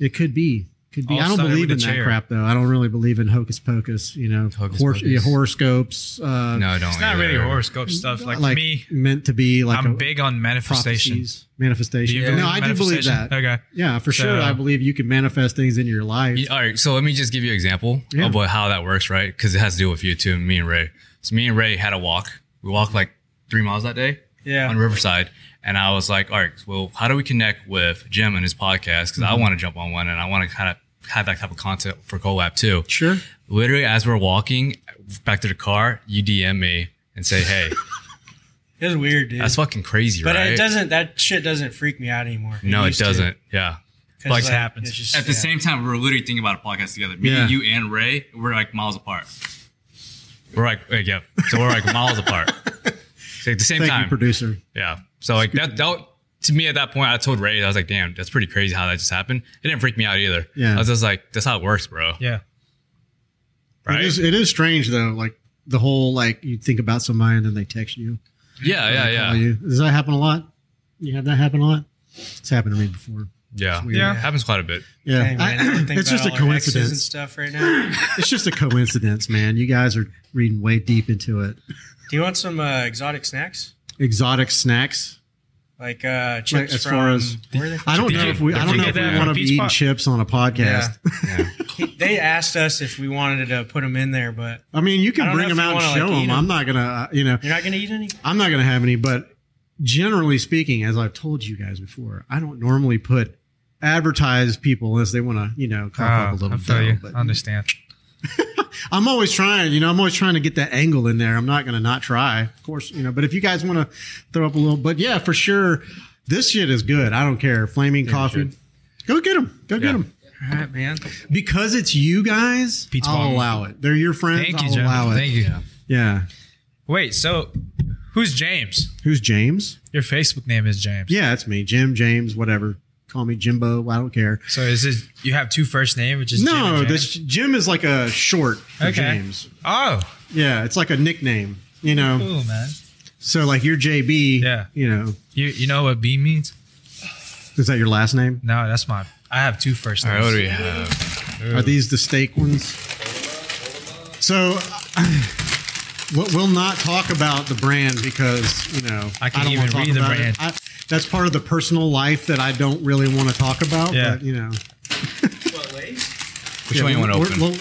[SPEAKER 1] it could be, could be.
[SPEAKER 2] All
[SPEAKER 1] I don't
[SPEAKER 2] started
[SPEAKER 1] believe
[SPEAKER 2] with a
[SPEAKER 1] in that
[SPEAKER 2] chair.
[SPEAKER 1] crap though. I don't really believe in hocus pocus. You know,
[SPEAKER 3] Hocus
[SPEAKER 1] hor-
[SPEAKER 3] pocus.
[SPEAKER 1] yeah, horoscopes. Uh,
[SPEAKER 3] No, I don't.
[SPEAKER 2] it's not
[SPEAKER 3] either.
[SPEAKER 2] really horoscope stuff. Like, for me,
[SPEAKER 1] meant to be like
[SPEAKER 2] I'm
[SPEAKER 1] a-
[SPEAKER 2] big on manifestation.
[SPEAKER 1] prophecies, manifestation.
[SPEAKER 2] Do you
[SPEAKER 1] no,
[SPEAKER 2] believe
[SPEAKER 1] I
[SPEAKER 2] in
[SPEAKER 1] do believe
[SPEAKER 2] manifestation?
[SPEAKER 1] that.
[SPEAKER 2] Okay.
[SPEAKER 1] Yeah, for
[SPEAKER 2] So-
[SPEAKER 1] sure. I believe you can manifest things in your life.
[SPEAKER 3] Yeah, all right, so let me just give you an example
[SPEAKER 1] Yeah.
[SPEAKER 3] of what, how that works, right? Because it has to do with you too, me and Ray. So me and Ray had a walk. We walked like three miles that day
[SPEAKER 5] Yeah.
[SPEAKER 3] on Riverside, and I was like, all right, well, how do we connect with Jim and his podcast? Because I
[SPEAKER 1] Mm-hmm.
[SPEAKER 3] want to jump on one, and I want to kind of have that type of content for collab too.
[SPEAKER 1] Sure.
[SPEAKER 3] Literally, as we're walking back to the car, you DM me and say, hey,
[SPEAKER 5] It was weird, dude.
[SPEAKER 3] that's fucking crazy,
[SPEAKER 5] But
[SPEAKER 3] right?
[SPEAKER 5] it doesn't. That shit doesn't freak me out anymore.
[SPEAKER 3] No, it
[SPEAKER 5] used to.
[SPEAKER 3] doesn't. Yeah.
[SPEAKER 5] 'Cause,
[SPEAKER 3] Like,
[SPEAKER 2] happens.
[SPEAKER 5] it's just-
[SPEAKER 3] At the
[SPEAKER 5] yeah.
[SPEAKER 3] same time, we were literally thinking about a podcast together. Me,
[SPEAKER 1] Yeah.
[SPEAKER 3] you, and Ray, we're like miles apart. We're like, like, yeah. So we're like miles apart. So at the same
[SPEAKER 1] Thank you,
[SPEAKER 3] time.
[SPEAKER 1] producer.
[SPEAKER 3] yeah. So like that, that, to me at that point, I told Ray, I was like, damn, that's pretty crazy how that just happened. It didn't freak me out either.
[SPEAKER 1] Yeah.
[SPEAKER 3] I was just like, that's how it works, bro.
[SPEAKER 2] Yeah.
[SPEAKER 3] Right?
[SPEAKER 1] It is, it is strange though. Like the whole like you think about somebody and then they text you.
[SPEAKER 3] yeah, yeah,
[SPEAKER 1] they call
[SPEAKER 3] yeah.
[SPEAKER 1] uh, You. Does that happen a lot? You have that happen a lot. It's happened to me before.
[SPEAKER 3] Yeah.
[SPEAKER 1] weird.
[SPEAKER 2] Yeah.
[SPEAKER 3] Happens quite a bit.
[SPEAKER 1] Yeah,
[SPEAKER 5] Hey, man, I
[SPEAKER 1] I-
[SPEAKER 5] think
[SPEAKER 1] it's
[SPEAKER 5] about
[SPEAKER 1] just a
[SPEAKER 5] all our exes and
[SPEAKER 1] coincidence.
[SPEAKER 5] stuff right now.
[SPEAKER 1] It's just a coincidence, man. You guys are reading way deep into it.
[SPEAKER 5] Do you want some uh, exotic snacks?
[SPEAKER 1] Exotic snacks.
[SPEAKER 5] Like uh, chips
[SPEAKER 1] as
[SPEAKER 5] from,
[SPEAKER 1] far as-
[SPEAKER 5] where are they from?
[SPEAKER 1] I don't know
[SPEAKER 3] Fiji.
[SPEAKER 1] if we. I
[SPEAKER 3] They're
[SPEAKER 1] don't
[SPEAKER 3] from
[SPEAKER 1] know if we
[SPEAKER 2] Fiji.
[SPEAKER 1] want to be
[SPEAKER 2] Peach
[SPEAKER 1] eating
[SPEAKER 2] pot.
[SPEAKER 1] chips on a podcast.
[SPEAKER 3] Yeah.
[SPEAKER 5] they asked us if we wanted to put them in there, but
[SPEAKER 1] I mean, you
[SPEAKER 5] I
[SPEAKER 1] can
[SPEAKER 5] don't
[SPEAKER 1] bring
[SPEAKER 5] know if
[SPEAKER 1] them
[SPEAKER 5] you
[SPEAKER 1] out and
[SPEAKER 5] wanna,
[SPEAKER 1] show
[SPEAKER 5] like, eat
[SPEAKER 1] them.
[SPEAKER 5] 'em.
[SPEAKER 1] I'm not gonna. Uh, you know,
[SPEAKER 5] you're not going to eat any.
[SPEAKER 1] I'm not going to have any, but generally speaking, as I've told you guys before, I don't normally put advertise people unless they want to, you know, cough up a
[SPEAKER 2] Ah,
[SPEAKER 1] little
[SPEAKER 2] I feel you.
[SPEAKER 1] dough,
[SPEAKER 2] I
[SPEAKER 1] But
[SPEAKER 2] understand.
[SPEAKER 1] I'm always trying, you know, I'm always trying to get that angle in there. I'm not going to not try, of course, you know, but if you guys want to throw up a little, but yeah, for sure, this shit is good. I don't care. Flaming coffee.
[SPEAKER 3] should.
[SPEAKER 1] Go get them. Go get 'em. get
[SPEAKER 3] Yeah.
[SPEAKER 1] them.
[SPEAKER 5] All right, man.
[SPEAKER 1] Because it's you guys,
[SPEAKER 2] Pizza
[SPEAKER 1] I'll
[SPEAKER 2] Bong.
[SPEAKER 1] allow it. They're your friends.
[SPEAKER 2] Thank you,
[SPEAKER 1] I'll
[SPEAKER 2] James.
[SPEAKER 1] allow it.
[SPEAKER 2] Thank you.
[SPEAKER 1] Yeah.
[SPEAKER 2] Wait, so who's James?
[SPEAKER 1] Who's James?
[SPEAKER 2] Your Facebook name is James.
[SPEAKER 1] Yeah, it's me. Jim, James, whatever. Call me Jimbo. I don't care.
[SPEAKER 2] So is it you have two first names, which is Jim and
[SPEAKER 1] no,
[SPEAKER 2] James?
[SPEAKER 1] this Jim is like a short for
[SPEAKER 2] Okay.
[SPEAKER 1] James.
[SPEAKER 2] Oh,
[SPEAKER 1] Yeah, it's like a nickname. You know,
[SPEAKER 2] cool, man.
[SPEAKER 1] So like you're JB.
[SPEAKER 2] Yeah.
[SPEAKER 1] You know,
[SPEAKER 2] You you know what B means?
[SPEAKER 1] is that your last name?
[SPEAKER 2] No, that's my. I have two first
[SPEAKER 3] All
[SPEAKER 2] names.
[SPEAKER 3] right, what do we have?
[SPEAKER 1] Are these the steak ones? So we- we'll not talk about the brand because you know
[SPEAKER 2] I can't
[SPEAKER 1] don't
[SPEAKER 2] even
[SPEAKER 1] wanna talk
[SPEAKER 2] read the
[SPEAKER 1] about
[SPEAKER 2] brand.
[SPEAKER 1] It. I, that's part of the personal life that I don't really want to talk about.
[SPEAKER 2] Yeah.
[SPEAKER 1] But, you know,
[SPEAKER 4] What, Lay's?
[SPEAKER 3] Which
[SPEAKER 1] Yeah,
[SPEAKER 3] one you want to
[SPEAKER 1] we're-
[SPEAKER 3] open?
[SPEAKER 1] we'll-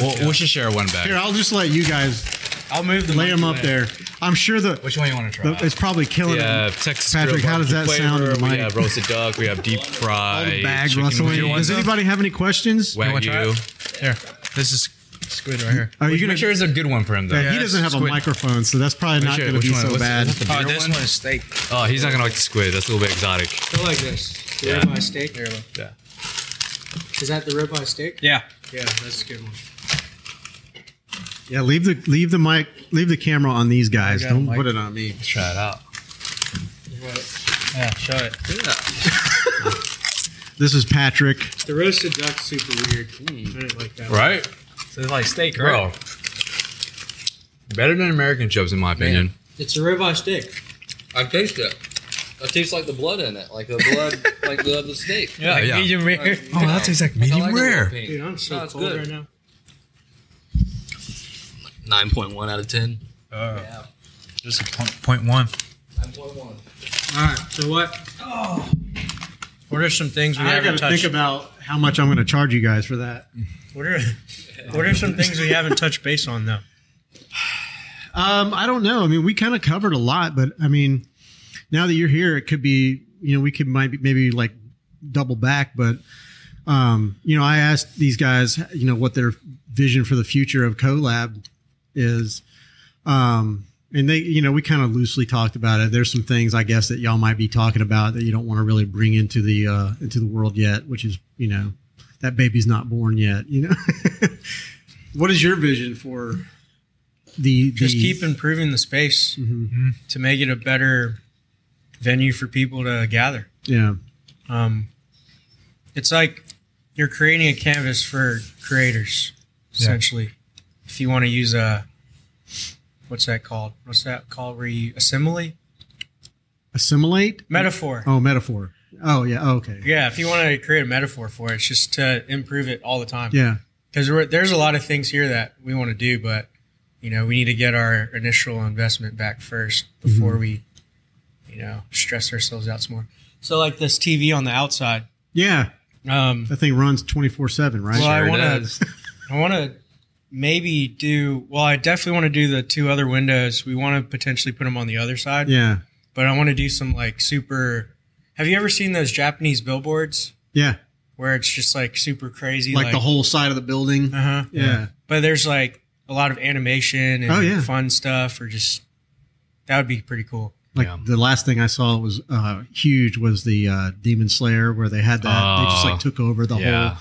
[SPEAKER 3] We'll, we'll just share one back.
[SPEAKER 1] here, I'll just let you guys
[SPEAKER 2] I'll move
[SPEAKER 1] lay them up
[SPEAKER 2] there.
[SPEAKER 1] there. I'm sure the,
[SPEAKER 3] Which one you want to
[SPEAKER 1] the
[SPEAKER 3] try?
[SPEAKER 1] it's probably killing.
[SPEAKER 3] yeah,
[SPEAKER 1] it.
[SPEAKER 3] Texas.
[SPEAKER 1] Patrick,
[SPEAKER 3] grilled
[SPEAKER 1] how does that
[SPEAKER 3] barbecue
[SPEAKER 1] sound in the
[SPEAKER 3] flavor. We
[SPEAKER 1] mic?
[SPEAKER 3] have roasted duck. We have deep
[SPEAKER 1] All
[SPEAKER 3] fry.
[SPEAKER 1] the bag
[SPEAKER 3] chicken
[SPEAKER 1] rustling.
[SPEAKER 3] wing,
[SPEAKER 1] Does anybody have any questions?
[SPEAKER 2] You wanna try
[SPEAKER 3] Wagyu.
[SPEAKER 2] it? Here, this is squid right here.
[SPEAKER 1] Are you gonna?
[SPEAKER 3] Make sure it's a good one for him though.
[SPEAKER 1] Yeah, he
[SPEAKER 2] Yeah,
[SPEAKER 1] doesn't have a
[SPEAKER 2] squid.
[SPEAKER 1] microphone, so that's probably not
[SPEAKER 3] Make sure-
[SPEAKER 1] going to
[SPEAKER 3] which
[SPEAKER 1] be
[SPEAKER 3] one?
[SPEAKER 1] so
[SPEAKER 3] What's-
[SPEAKER 1] bad.
[SPEAKER 3] what's the
[SPEAKER 2] Oh,
[SPEAKER 3] bigger
[SPEAKER 2] this
[SPEAKER 3] one?
[SPEAKER 2] one is steak.
[SPEAKER 3] Oh, he's not gonna like the squid. That's a little bit exotic.
[SPEAKER 5] Go like this. The
[SPEAKER 3] Yeah.
[SPEAKER 5] ribeye steak. There we go.
[SPEAKER 3] Yeah.
[SPEAKER 5] Is that the ribeye steak?
[SPEAKER 2] Yeah.
[SPEAKER 5] Yeah, that's a good one.
[SPEAKER 1] Yeah, leave the leave the mic, leave the camera on these guys.
[SPEAKER 5] got a
[SPEAKER 1] Don't
[SPEAKER 5] mic.
[SPEAKER 1] put it on me.
[SPEAKER 3] Let's try it out.
[SPEAKER 2] Yeah. Show it.
[SPEAKER 1] This is Patrick.
[SPEAKER 5] The roasted duck's super weird. I didn't like that.
[SPEAKER 3] Right,
[SPEAKER 2] So it's like steak, right?
[SPEAKER 3] bro. Better than American chubs, in my opinion.
[SPEAKER 5] It's a ribeye steak.
[SPEAKER 4] I taste it. It tastes like the blood in it, like the blood, like the, the snake.
[SPEAKER 3] Yeah,
[SPEAKER 2] Like
[SPEAKER 3] yeah.
[SPEAKER 2] medium rare.
[SPEAKER 4] Like,
[SPEAKER 3] Oh,
[SPEAKER 4] you know,
[SPEAKER 3] that tastes like
[SPEAKER 4] I
[SPEAKER 3] medium
[SPEAKER 4] it a little
[SPEAKER 3] rare.
[SPEAKER 4] pink.
[SPEAKER 5] Dude, I'm so
[SPEAKER 4] No, it's
[SPEAKER 5] cold
[SPEAKER 4] good.
[SPEAKER 5] right now.
[SPEAKER 4] 9.1 out of 10.
[SPEAKER 2] Uh,
[SPEAKER 4] Yeah.
[SPEAKER 2] just a point, point one.
[SPEAKER 4] 9.1.
[SPEAKER 5] All right, so what? What are some things we
[SPEAKER 1] I got
[SPEAKER 5] haven't
[SPEAKER 1] to think
[SPEAKER 5] touched?
[SPEAKER 1] about how much I'm going to charge you guys for that.
[SPEAKER 5] what are What are some things we haven't touched base on though?
[SPEAKER 1] Um, I don't know. I mean, we kind of covered a lot, but I mean, now that you're here, it could be you know we could maybe maybe like double back, but um, you know I asked these guys you know what their vision for the future of CoLab is, um, and they you know we kind of loosely talked about it. There's some things I guess that y'all might be talking about that you don't want to really bring into the uh, into the world yet, which is you know that baby's not born yet. You know, what is your vision for? The,
[SPEAKER 5] Just
[SPEAKER 1] the-
[SPEAKER 5] keep improving the space Mm-hmm. to make it a better venue for people to gather.
[SPEAKER 1] Yeah.
[SPEAKER 5] Um, it's like you're creating a canvas for creators, essentially. If you want to use a, what's that called? What's that called? Where you assimilate
[SPEAKER 1] Assimilate?
[SPEAKER 5] metaphor?
[SPEAKER 1] Oh, metaphor. Oh, yeah. Oh, okay.
[SPEAKER 5] Yeah, if you want to create a metaphor for it, it's just to improve it all the time.
[SPEAKER 1] Yeah.
[SPEAKER 5] because there's a lot of things here that we want to do, but you know we need to get our initial investment back first
[SPEAKER 1] Mm-hmm.
[SPEAKER 5] before we, you know, stress ourselves out some more. So like this TV on the outside.
[SPEAKER 1] Yeah.
[SPEAKER 5] Um,
[SPEAKER 1] That thing runs 24 7, right?
[SPEAKER 5] Well, I
[SPEAKER 3] Sure
[SPEAKER 5] want
[SPEAKER 3] does.
[SPEAKER 5] to. I want to maybe do. Well, I definitely want to do the two other windows. We want to potentially put them on the other side.
[SPEAKER 1] yeah.
[SPEAKER 5] But I want to do some like super. Have you ever seen those Japanese billboards
[SPEAKER 1] Yeah.
[SPEAKER 5] where it's just like super crazy,
[SPEAKER 1] Like, the whole side of the building.
[SPEAKER 5] Uh huh.
[SPEAKER 1] yeah.
[SPEAKER 5] But there's like a lot of animation and
[SPEAKER 1] Oh, yeah.
[SPEAKER 5] fun stuff, or just that would be pretty cool.
[SPEAKER 1] Like
[SPEAKER 3] Yeah.
[SPEAKER 1] the last thing I saw was uh, huge was the uh, Demon Slayer where they had that. they just like
[SPEAKER 3] Oh,
[SPEAKER 1] took over the
[SPEAKER 3] yeah.
[SPEAKER 1] whole,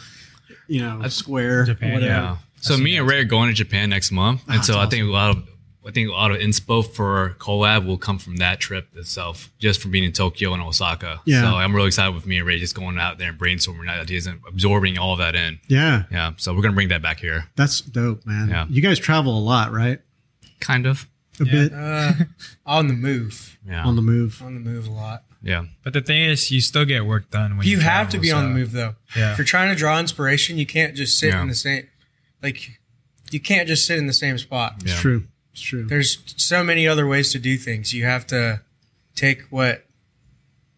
[SPEAKER 1] you know, square.
[SPEAKER 2] Japan,
[SPEAKER 1] whatever.
[SPEAKER 3] Yeah. So me and Ray are going to Japan next month, and
[SPEAKER 1] Ah,
[SPEAKER 3] so I
[SPEAKER 1] that's
[SPEAKER 3] think a lot of I think a lot of inspo for collab will come from that trip itself, just from being in Tokyo and Osaka.
[SPEAKER 1] Yeah.
[SPEAKER 3] So I'm really excited with me and Ray just going out there and brainstorming ideas and absorbing all that in.
[SPEAKER 1] Yeah.
[SPEAKER 3] Yeah. So we're gonna bring that back here,
[SPEAKER 1] That's dope, man.
[SPEAKER 3] Yeah.
[SPEAKER 1] You guys travel a lot, right?
[SPEAKER 3] kind of.
[SPEAKER 1] A bit
[SPEAKER 5] Uh, on the move,
[SPEAKER 3] Yeah.
[SPEAKER 1] on the move.
[SPEAKER 5] on the move a lot.
[SPEAKER 3] yeah.
[SPEAKER 2] But the thing is, you still get work done when
[SPEAKER 5] You
[SPEAKER 2] you,
[SPEAKER 5] have to
[SPEAKER 2] travel,
[SPEAKER 5] be on the
[SPEAKER 2] so-
[SPEAKER 5] move though.
[SPEAKER 2] Yeah.
[SPEAKER 5] If you're trying to draw inspiration, you can't just sit
[SPEAKER 3] Yeah.
[SPEAKER 5] in the same like you can't just sit in the same spot.
[SPEAKER 1] It's
[SPEAKER 3] Yeah.
[SPEAKER 1] true. It's true.
[SPEAKER 5] There's so many other ways to do things. You have to take what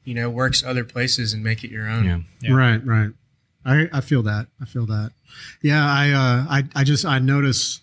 [SPEAKER 5] you know works other places and make it your own.
[SPEAKER 3] Yeah.
[SPEAKER 2] Yeah.
[SPEAKER 1] Right, right. I, I feel that. I feel that. Yeah, I uh I, I just I notice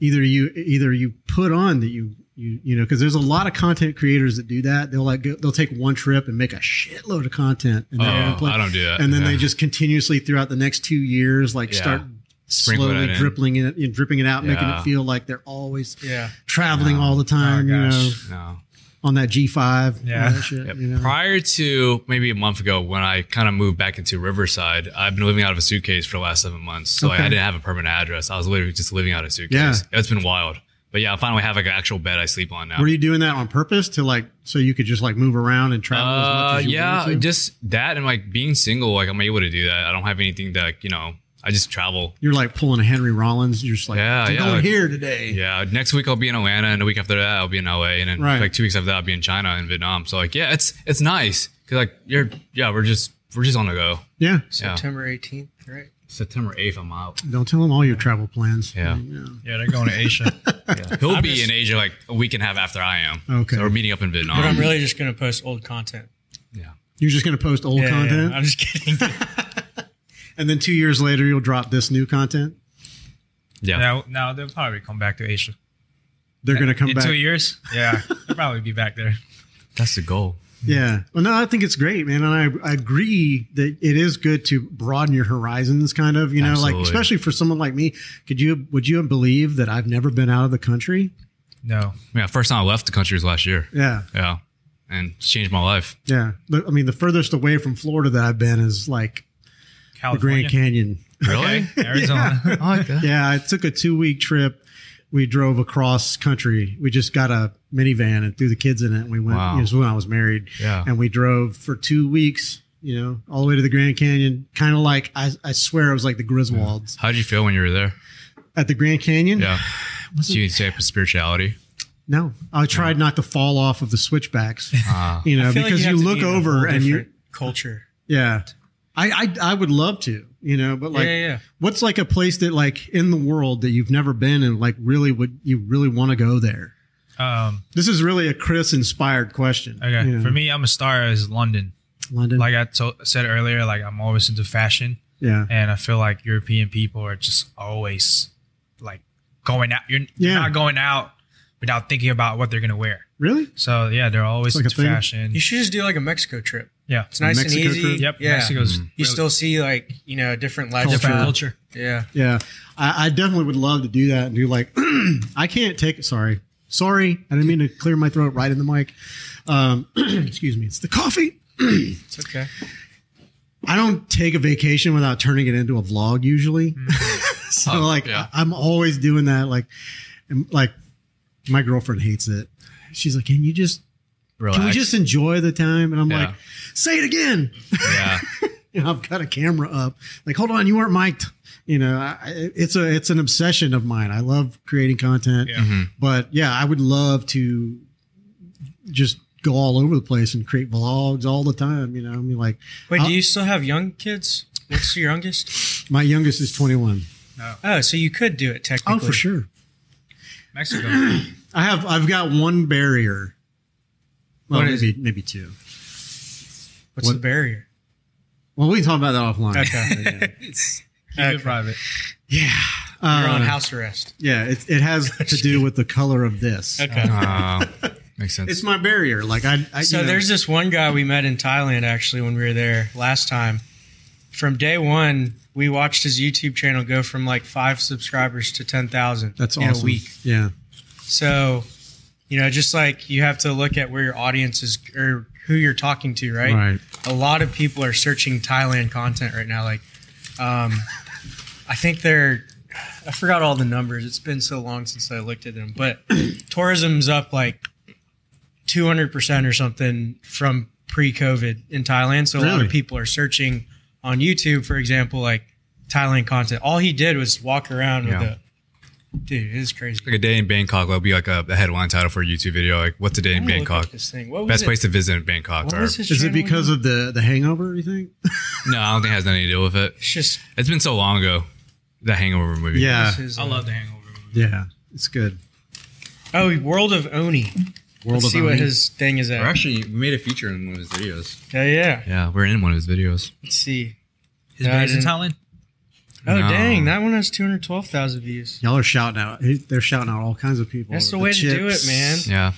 [SPEAKER 1] either you either you put on that you you you know because there's a lot of content creators that do that. They'll like go, they'll take one trip and make a shitload of content in
[SPEAKER 3] Oh,
[SPEAKER 1] that one place.
[SPEAKER 3] I don't do that.
[SPEAKER 1] and then
[SPEAKER 3] Yeah.
[SPEAKER 1] they just continuously throughout the next two years like
[SPEAKER 3] Yeah.
[SPEAKER 1] start
[SPEAKER 3] Sprinkle
[SPEAKER 1] slowly
[SPEAKER 3] that in.
[SPEAKER 1] dripping it and dripping it out, making it
[SPEAKER 3] Yeah.
[SPEAKER 1] feel like they're always
[SPEAKER 5] Yeah.
[SPEAKER 1] traveling
[SPEAKER 3] Yeah. Oh,
[SPEAKER 1] all the time. you
[SPEAKER 2] gosh.
[SPEAKER 1] know,
[SPEAKER 3] no.
[SPEAKER 1] on that G five.
[SPEAKER 2] Yeah.
[SPEAKER 1] shit,
[SPEAKER 3] Yep.
[SPEAKER 1] you know?
[SPEAKER 3] Prior to maybe a month ago, when I kind of moved back into Riverside, I've been living out of a suitcase for the last seven months. So
[SPEAKER 1] Okay.
[SPEAKER 3] I didn't have a permanent address. I was literally just living out of a suitcase.
[SPEAKER 1] Yeah.
[SPEAKER 3] It's been wild. But yeah, I finally have like an actual bed I sleep on now.
[SPEAKER 1] Were you doing that on purpose to like so you could just like move around and travel? as much
[SPEAKER 3] uh,
[SPEAKER 1] as you
[SPEAKER 3] yeah,
[SPEAKER 1] wanted to?
[SPEAKER 3] just that and like being single, like I'm able to do that. I don't have anything that, like, you know, I just travel.
[SPEAKER 1] You're like pulling a Henry Rollins. You're just like,
[SPEAKER 3] Yeah,
[SPEAKER 1] I'm
[SPEAKER 3] yeah.
[SPEAKER 1] going here today.
[SPEAKER 3] Yeah. Next week I'll be in Atlanta, and the week after that I'll be in LA, and then
[SPEAKER 1] Right.
[SPEAKER 3] like two weeks after that I'll be in China and Vietnam. So like, yeah, it's it's nice because like you're yeah we're just we're just on the go.
[SPEAKER 1] Yeah.
[SPEAKER 3] Yeah.
[SPEAKER 5] September 18th, right?
[SPEAKER 3] September eighth I'm out.
[SPEAKER 1] Don't tell them all your travel plans.
[SPEAKER 3] Yeah.
[SPEAKER 2] Yeah, they're going to Asia.
[SPEAKER 3] He'll be in Asia like a week and a half after I am.
[SPEAKER 1] Okay.
[SPEAKER 3] So we're meeting up in Vietnam.
[SPEAKER 5] But I'm really just going to post old content.
[SPEAKER 3] yeah.
[SPEAKER 1] You're just going to post old
[SPEAKER 5] Yeah, yeah,
[SPEAKER 1] content.
[SPEAKER 5] I'm just kidding.
[SPEAKER 1] and then two years later, you'll drop this new content.
[SPEAKER 3] Yeah.
[SPEAKER 2] now, now they'll probably come back to Asia
[SPEAKER 1] They're going to come
[SPEAKER 2] in
[SPEAKER 1] back.
[SPEAKER 2] two years. Yeah, they'll probably be back there.
[SPEAKER 3] That's the goal.
[SPEAKER 1] Yeah. Well, no, I think it's great, man. And I, I agree that it is good to broaden your horizons, kind of, you know, like,
[SPEAKER 3] Absolutely.
[SPEAKER 1] especially for someone like me. Could you, would you believe that I've never been out of the country?
[SPEAKER 2] No,
[SPEAKER 3] Yeah. First time I left the country was last year.
[SPEAKER 1] Yeah.
[SPEAKER 3] Yeah. And it's changed my life.
[SPEAKER 1] Yeah. The- I mean, the furthest away from Florida that I've been is like the
[SPEAKER 2] California,
[SPEAKER 1] Grand Canyon.
[SPEAKER 3] Really?
[SPEAKER 2] Okay, Arizona.
[SPEAKER 3] I like that.
[SPEAKER 1] Yeah. I took a two week trip. We drove across country. We just got a minivan and threw the kids in it. And we went,
[SPEAKER 3] Wow.
[SPEAKER 1] it was when I was married.
[SPEAKER 3] Yeah.
[SPEAKER 1] and we drove for two weeks, you know, all the way to the Grand Canyon. Kind of like I, I swear it was like the Griswolds
[SPEAKER 3] How did you feel when you were there?
[SPEAKER 1] at the Grand Canyon.
[SPEAKER 3] Yeah. Do you take up spirituality?
[SPEAKER 1] No, I tried not to fall off of the switchbacks,
[SPEAKER 3] Uh,
[SPEAKER 1] you know,
[SPEAKER 5] I feel like
[SPEAKER 1] because
[SPEAKER 5] have
[SPEAKER 1] you
[SPEAKER 5] to
[SPEAKER 1] look
[SPEAKER 5] be in a
[SPEAKER 1] over
[SPEAKER 5] whole
[SPEAKER 1] and you,
[SPEAKER 5] different culture.
[SPEAKER 1] yeah. I, I I would love to, you know, but like,
[SPEAKER 5] yeah, yeah, yeah.
[SPEAKER 1] what's like a place that like in the world that you've never been and like really would you really want to go there?
[SPEAKER 2] Um,
[SPEAKER 1] This is really a Chris inspired question.
[SPEAKER 2] okay,
[SPEAKER 1] you know.
[SPEAKER 2] for me, I'm a star is London.
[SPEAKER 1] London,
[SPEAKER 2] Like I to- said earlier, like I'm always into fashion,
[SPEAKER 1] yeah,
[SPEAKER 2] and I feel like European people are just always like going out. You're,
[SPEAKER 1] Yeah.
[SPEAKER 2] you're not going out without thinking about what they're gonna wear.
[SPEAKER 1] really,
[SPEAKER 2] So yeah, they're always
[SPEAKER 1] It's like a
[SPEAKER 2] into
[SPEAKER 1] thing.
[SPEAKER 2] fashion.
[SPEAKER 5] You should just do like a Mexico trip.
[SPEAKER 2] Yeah.
[SPEAKER 5] It's nice
[SPEAKER 1] Mexico
[SPEAKER 5] and easy.
[SPEAKER 1] trip?
[SPEAKER 2] Yep.
[SPEAKER 5] Yeah.
[SPEAKER 2] Mexico's
[SPEAKER 3] Mm.
[SPEAKER 5] You still see like, you know, different lifestyle.
[SPEAKER 2] different culture.
[SPEAKER 5] Yeah.
[SPEAKER 1] Yeah, I, I definitely would love to do that and do like I can't take. Sorry, sorry, I didn't mean to clear my throat right in the mic. Um, excuse me, it's the coffee.
[SPEAKER 5] It's okay.
[SPEAKER 1] I don't take a vacation without turning it into a vlog usually.
[SPEAKER 2] Mm.
[SPEAKER 1] so
[SPEAKER 3] Oh,
[SPEAKER 1] like
[SPEAKER 3] yeah.
[SPEAKER 1] I, am always doing that. Like, and, like my girlfriend hates it. She's like, can you just
[SPEAKER 3] relax.
[SPEAKER 1] can we just enjoy the time? And I'm
[SPEAKER 3] Yeah.
[SPEAKER 1] like, say it again.
[SPEAKER 3] yeah.
[SPEAKER 1] you know, I've got a camera up. Like, hold on, you weren't mic'd. You know, I, I- it's a it's an obsession of mine. I love creating content,
[SPEAKER 2] Yeah.
[SPEAKER 5] Mm-hmm.
[SPEAKER 3] Mhm.
[SPEAKER 1] but yeah, I would love to just go all over the place and create vlogs all the time. You know, I mean, like
[SPEAKER 5] Wait,
[SPEAKER 1] I'll-
[SPEAKER 5] do you still have young kids? What's your youngest?
[SPEAKER 1] my youngest is 21.
[SPEAKER 5] Oh, so you could do it technically.
[SPEAKER 1] Oh, for sure.
[SPEAKER 2] Mexico.
[SPEAKER 1] I have I've got one barrier. Well,
[SPEAKER 5] What is
[SPEAKER 1] maybe maybe two.
[SPEAKER 5] What's
[SPEAKER 1] What-
[SPEAKER 5] the barrier?
[SPEAKER 1] Well, we can talk about that offline.
[SPEAKER 5] Okay.
[SPEAKER 2] Keep it private.
[SPEAKER 1] Yeah.
[SPEAKER 5] You're on
[SPEAKER 1] Uh,
[SPEAKER 5] house arrest.
[SPEAKER 1] yeah, it, it has to do with the color of this.
[SPEAKER 5] Okay.
[SPEAKER 3] Uh, makes sense.
[SPEAKER 1] It's my barrier. Like I, I
[SPEAKER 5] So
[SPEAKER 1] you know-
[SPEAKER 5] there's this one guy we met in Thailand actually when we were there last time. From day one, we watched his YouTube channel go from like five subscribers to ten thousand.
[SPEAKER 1] that's
[SPEAKER 5] in
[SPEAKER 1] awesome.
[SPEAKER 5] a week.
[SPEAKER 1] Yeah.
[SPEAKER 5] So, you know, just like you have to look at where your audience is or who you're talking to, right?
[SPEAKER 1] Right.
[SPEAKER 5] A lot of people are searching Thailand content right now. Like, um, I think they're. I forgot all the numbers. It's been so long since I looked at them, but tourism's up like 200% or something from pre-COVID in Thailand. So a lot
[SPEAKER 1] Really?
[SPEAKER 5] of people are searching on YouTube, for example, like Thailand content. All he did was walk around
[SPEAKER 3] Yeah.
[SPEAKER 5] with a dude. It is crazy.
[SPEAKER 3] like a day in Bangkok. That'll be like a the headline title for a YouTube video. Like, what's a day in
[SPEAKER 5] I'm gonna look
[SPEAKER 3] Bangkok?
[SPEAKER 5] up This thing. Oh, What was
[SPEAKER 3] Best
[SPEAKER 5] it?
[SPEAKER 3] place to visit in Bangkok.
[SPEAKER 5] What
[SPEAKER 3] Or,
[SPEAKER 5] was his
[SPEAKER 1] Is it
[SPEAKER 5] channel
[SPEAKER 1] because
[SPEAKER 5] again?
[SPEAKER 1] of the the hangover? You think?
[SPEAKER 3] no, I don't think it has nothing to do with it.
[SPEAKER 5] It's just.
[SPEAKER 3] It's been so long ago. The Hangover movie.
[SPEAKER 1] Yeah,
[SPEAKER 5] it's his,
[SPEAKER 2] I
[SPEAKER 5] uh,
[SPEAKER 2] love the Hangover. movie.
[SPEAKER 1] yeah, it's good.
[SPEAKER 5] Oh, World of Oni.
[SPEAKER 1] World
[SPEAKER 5] Let's
[SPEAKER 1] of
[SPEAKER 5] see what
[SPEAKER 1] Oni.
[SPEAKER 5] his thing is at.
[SPEAKER 3] actually we made a feature in one of his videos.
[SPEAKER 5] Yeah, yeah.
[SPEAKER 3] Yeah, we're in one of his videos.
[SPEAKER 5] Let's see.
[SPEAKER 2] His
[SPEAKER 5] Yeah, I
[SPEAKER 2] base in
[SPEAKER 5] didn't-
[SPEAKER 2] Thailand.
[SPEAKER 5] Oh,
[SPEAKER 3] No.
[SPEAKER 5] dang. That one has 212,000 views.
[SPEAKER 1] Y'all are shouting out. They're shouting out all kinds of people.
[SPEAKER 5] That's the way to do it, man.
[SPEAKER 3] Yeah,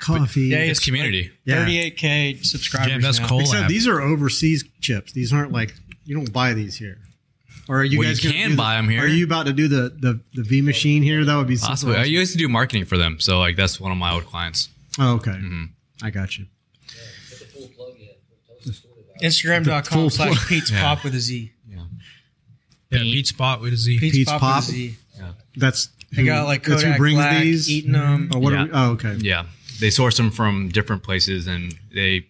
[SPEAKER 1] Coffee.
[SPEAKER 5] Yeah,
[SPEAKER 3] it's community.
[SPEAKER 1] Yeah.
[SPEAKER 5] 38K subscribers.
[SPEAKER 3] Yeah, that's
[SPEAKER 5] now.
[SPEAKER 3] cool.
[SPEAKER 1] Except these are overseas chips. These aren't like you don't buy these here. Or are you
[SPEAKER 3] Well, you
[SPEAKER 1] guys gonna
[SPEAKER 3] can
[SPEAKER 1] do the-
[SPEAKER 3] buy 'em here.
[SPEAKER 1] Are you about to do the the, the V machine here? That would be super
[SPEAKER 3] Possibly. I
[SPEAKER 1] awesome.
[SPEAKER 3] used to do marketing for them, so like that's one of my old clients.
[SPEAKER 1] Oh, okay,
[SPEAKER 5] Mm-hmm.
[SPEAKER 1] I got you.
[SPEAKER 4] Put the full plug in. Tell us the story about it.
[SPEAKER 5] Instagram.com
[SPEAKER 1] full-
[SPEAKER 5] slash Pete's
[SPEAKER 3] Yeah.
[SPEAKER 5] Pop with a Z.
[SPEAKER 2] Yeah, beat spot with a Z.
[SPEAKER 5] Pete's,
[SPEAKER 1] Pete's
[SPEAKER 5] Pop,
[SPEAKER 1] Pop?
[SPEAKER 5] with a Z.
[SPEAKER 1] That's
[SPEAKER 5] They got like
[SPEAKER 1] that's
[SPEAKER 5] Kodak
[SPEAKER 1] who brings
[SPEAKER 5] Black,
[SPEAKER 1] these.
[SPEAKER 5] eating them.
[SPEAKER 1] Or what? Are
[SPEAKER 3] Yeah.
[SPEAKER 1] we, oh, okay.
[SPEAKER 3] Yeah, they source them from different places and they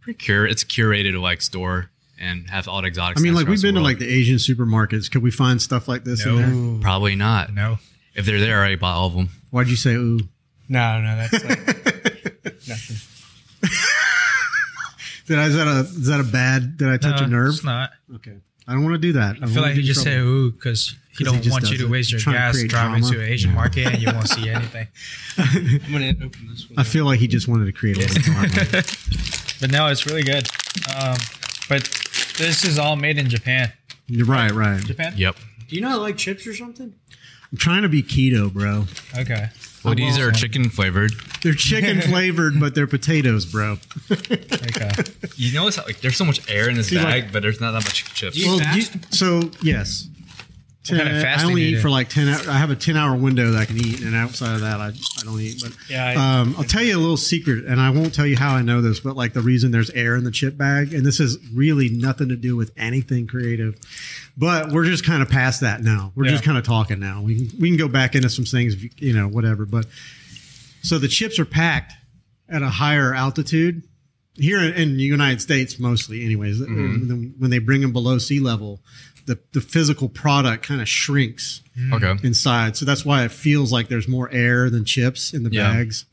[SPEAKER 3] procure. It's a curated like store and have all the exotic.
[SPEAKER 1] I mean,
[SPEAKER 3] snacks
[SPEAKER 1] like
[SPEAKER 3] across
[SPEAKER 1] we've
[SPEAKER 3] the
[SPEAKER 1] been to
[SPEAKER 3] world.
[SPEAKER 1] like the Asian supermarkets. Could we find stuff like this in there?
[SPEAKER 5] Ooh.
[SPEAKER 3] probably not.
[SPEAKER 2] No.
[SPEAKER 3] If they're there, I already bought all of them.
[SPEAKER 1] Why'd you say ooh?
[SPEAKER 5] No, no, that's like nothing.
[SPEAKER 1] Did I, is that a is that a bad? Did I touch a nerve?
[SPEAKER 2] Uh, It's not.
[SPEAKER 1] Okay, I don't want to do that.
[SPEAKER 2] I feel like you just say ooh because he
[SPEAKER 1] 'Cause he
[SPEAKER 2] don't
[SPEAKER 1] just
[SPEAKER 2] want you
[SPEAKER 1] does
[SPEAKER 2] to
[SPEAKER 1] it.
[SPEAKER 2] waste your
[SPEAKER 1] Trying to
[SPEAKER 2] gas
[SPEAKER 1] create
[SPEAKER 2] driving
[SPEAKER 1] drama.
[SPEAKER 2] to an Asian market and you won't see anything.
[SPEAKER 5] I'm gonna open this one.
[SPEAKER 1] I feel like he just wanted to create a little drama.
[SPEAKER 2] But no, it's really good. Um, but this is all made in Japan.
[SPEAKER 1] You're right, right.
[SPEAKER 2] Japan?
[SPEAKER 3] Yep.
[SPEAKER 5] Do you not like chips or something?
[SPEAKER 1] I'm trying to be keto, bro.
[SPEAKER 2] Okay.
[SPEAKER 3] Well, these are chicken flavored.
[SPEAKER 1] They're chicken flavored, but they're potatoes, bro.
[SPEAKER 2] Okay.
[SPEAKER 3] You notice how, like there's so much air in this
[SPEAKER 1] Dude,
[SPEAKER 3] bag, but there's not that much chips.
[SPEAKER 5] You fast?
[SPEAKER 1] so yes, ten,
[SPEAKER 2] kind of
[SPEAKER 1] I
[SPEAKER 2] fasting
[SPEAKER 1] only
[SPEAKER 2] you
[SPEAKER 1] eat
[SPEAKER 2] do?
[SPEAKER 1] for like ten. hou- I have a ten-hour window that I can eat, and outside of that, I, I don't eat. But
[SPEAKER 5] Yeah, I-
[SPEAKER 1] um, I'll tell you a little secret, and I won't tell you how I know this, but like the reason there's air in the chip bag, and this is really nothing to do with anything creative. But we're just kind of past that now. We're just
[SPEAKER 2] Yeah.
[SPEAKER 1] kind of talking now. We can, we can go back into some things, if you- you know, whatever. But so the chips are packed at a higher altitude here in, in the United States, mostly, anyways. When- When they bring them below sea level, the the physical product kind of shrinks
[SPEAKER 3] Okay.
[SPEAKER 1] inside. So that's why it feels like there's more air than chips in the
[SPEAKER 3] Yeah.
[SPEAKER 1] bags.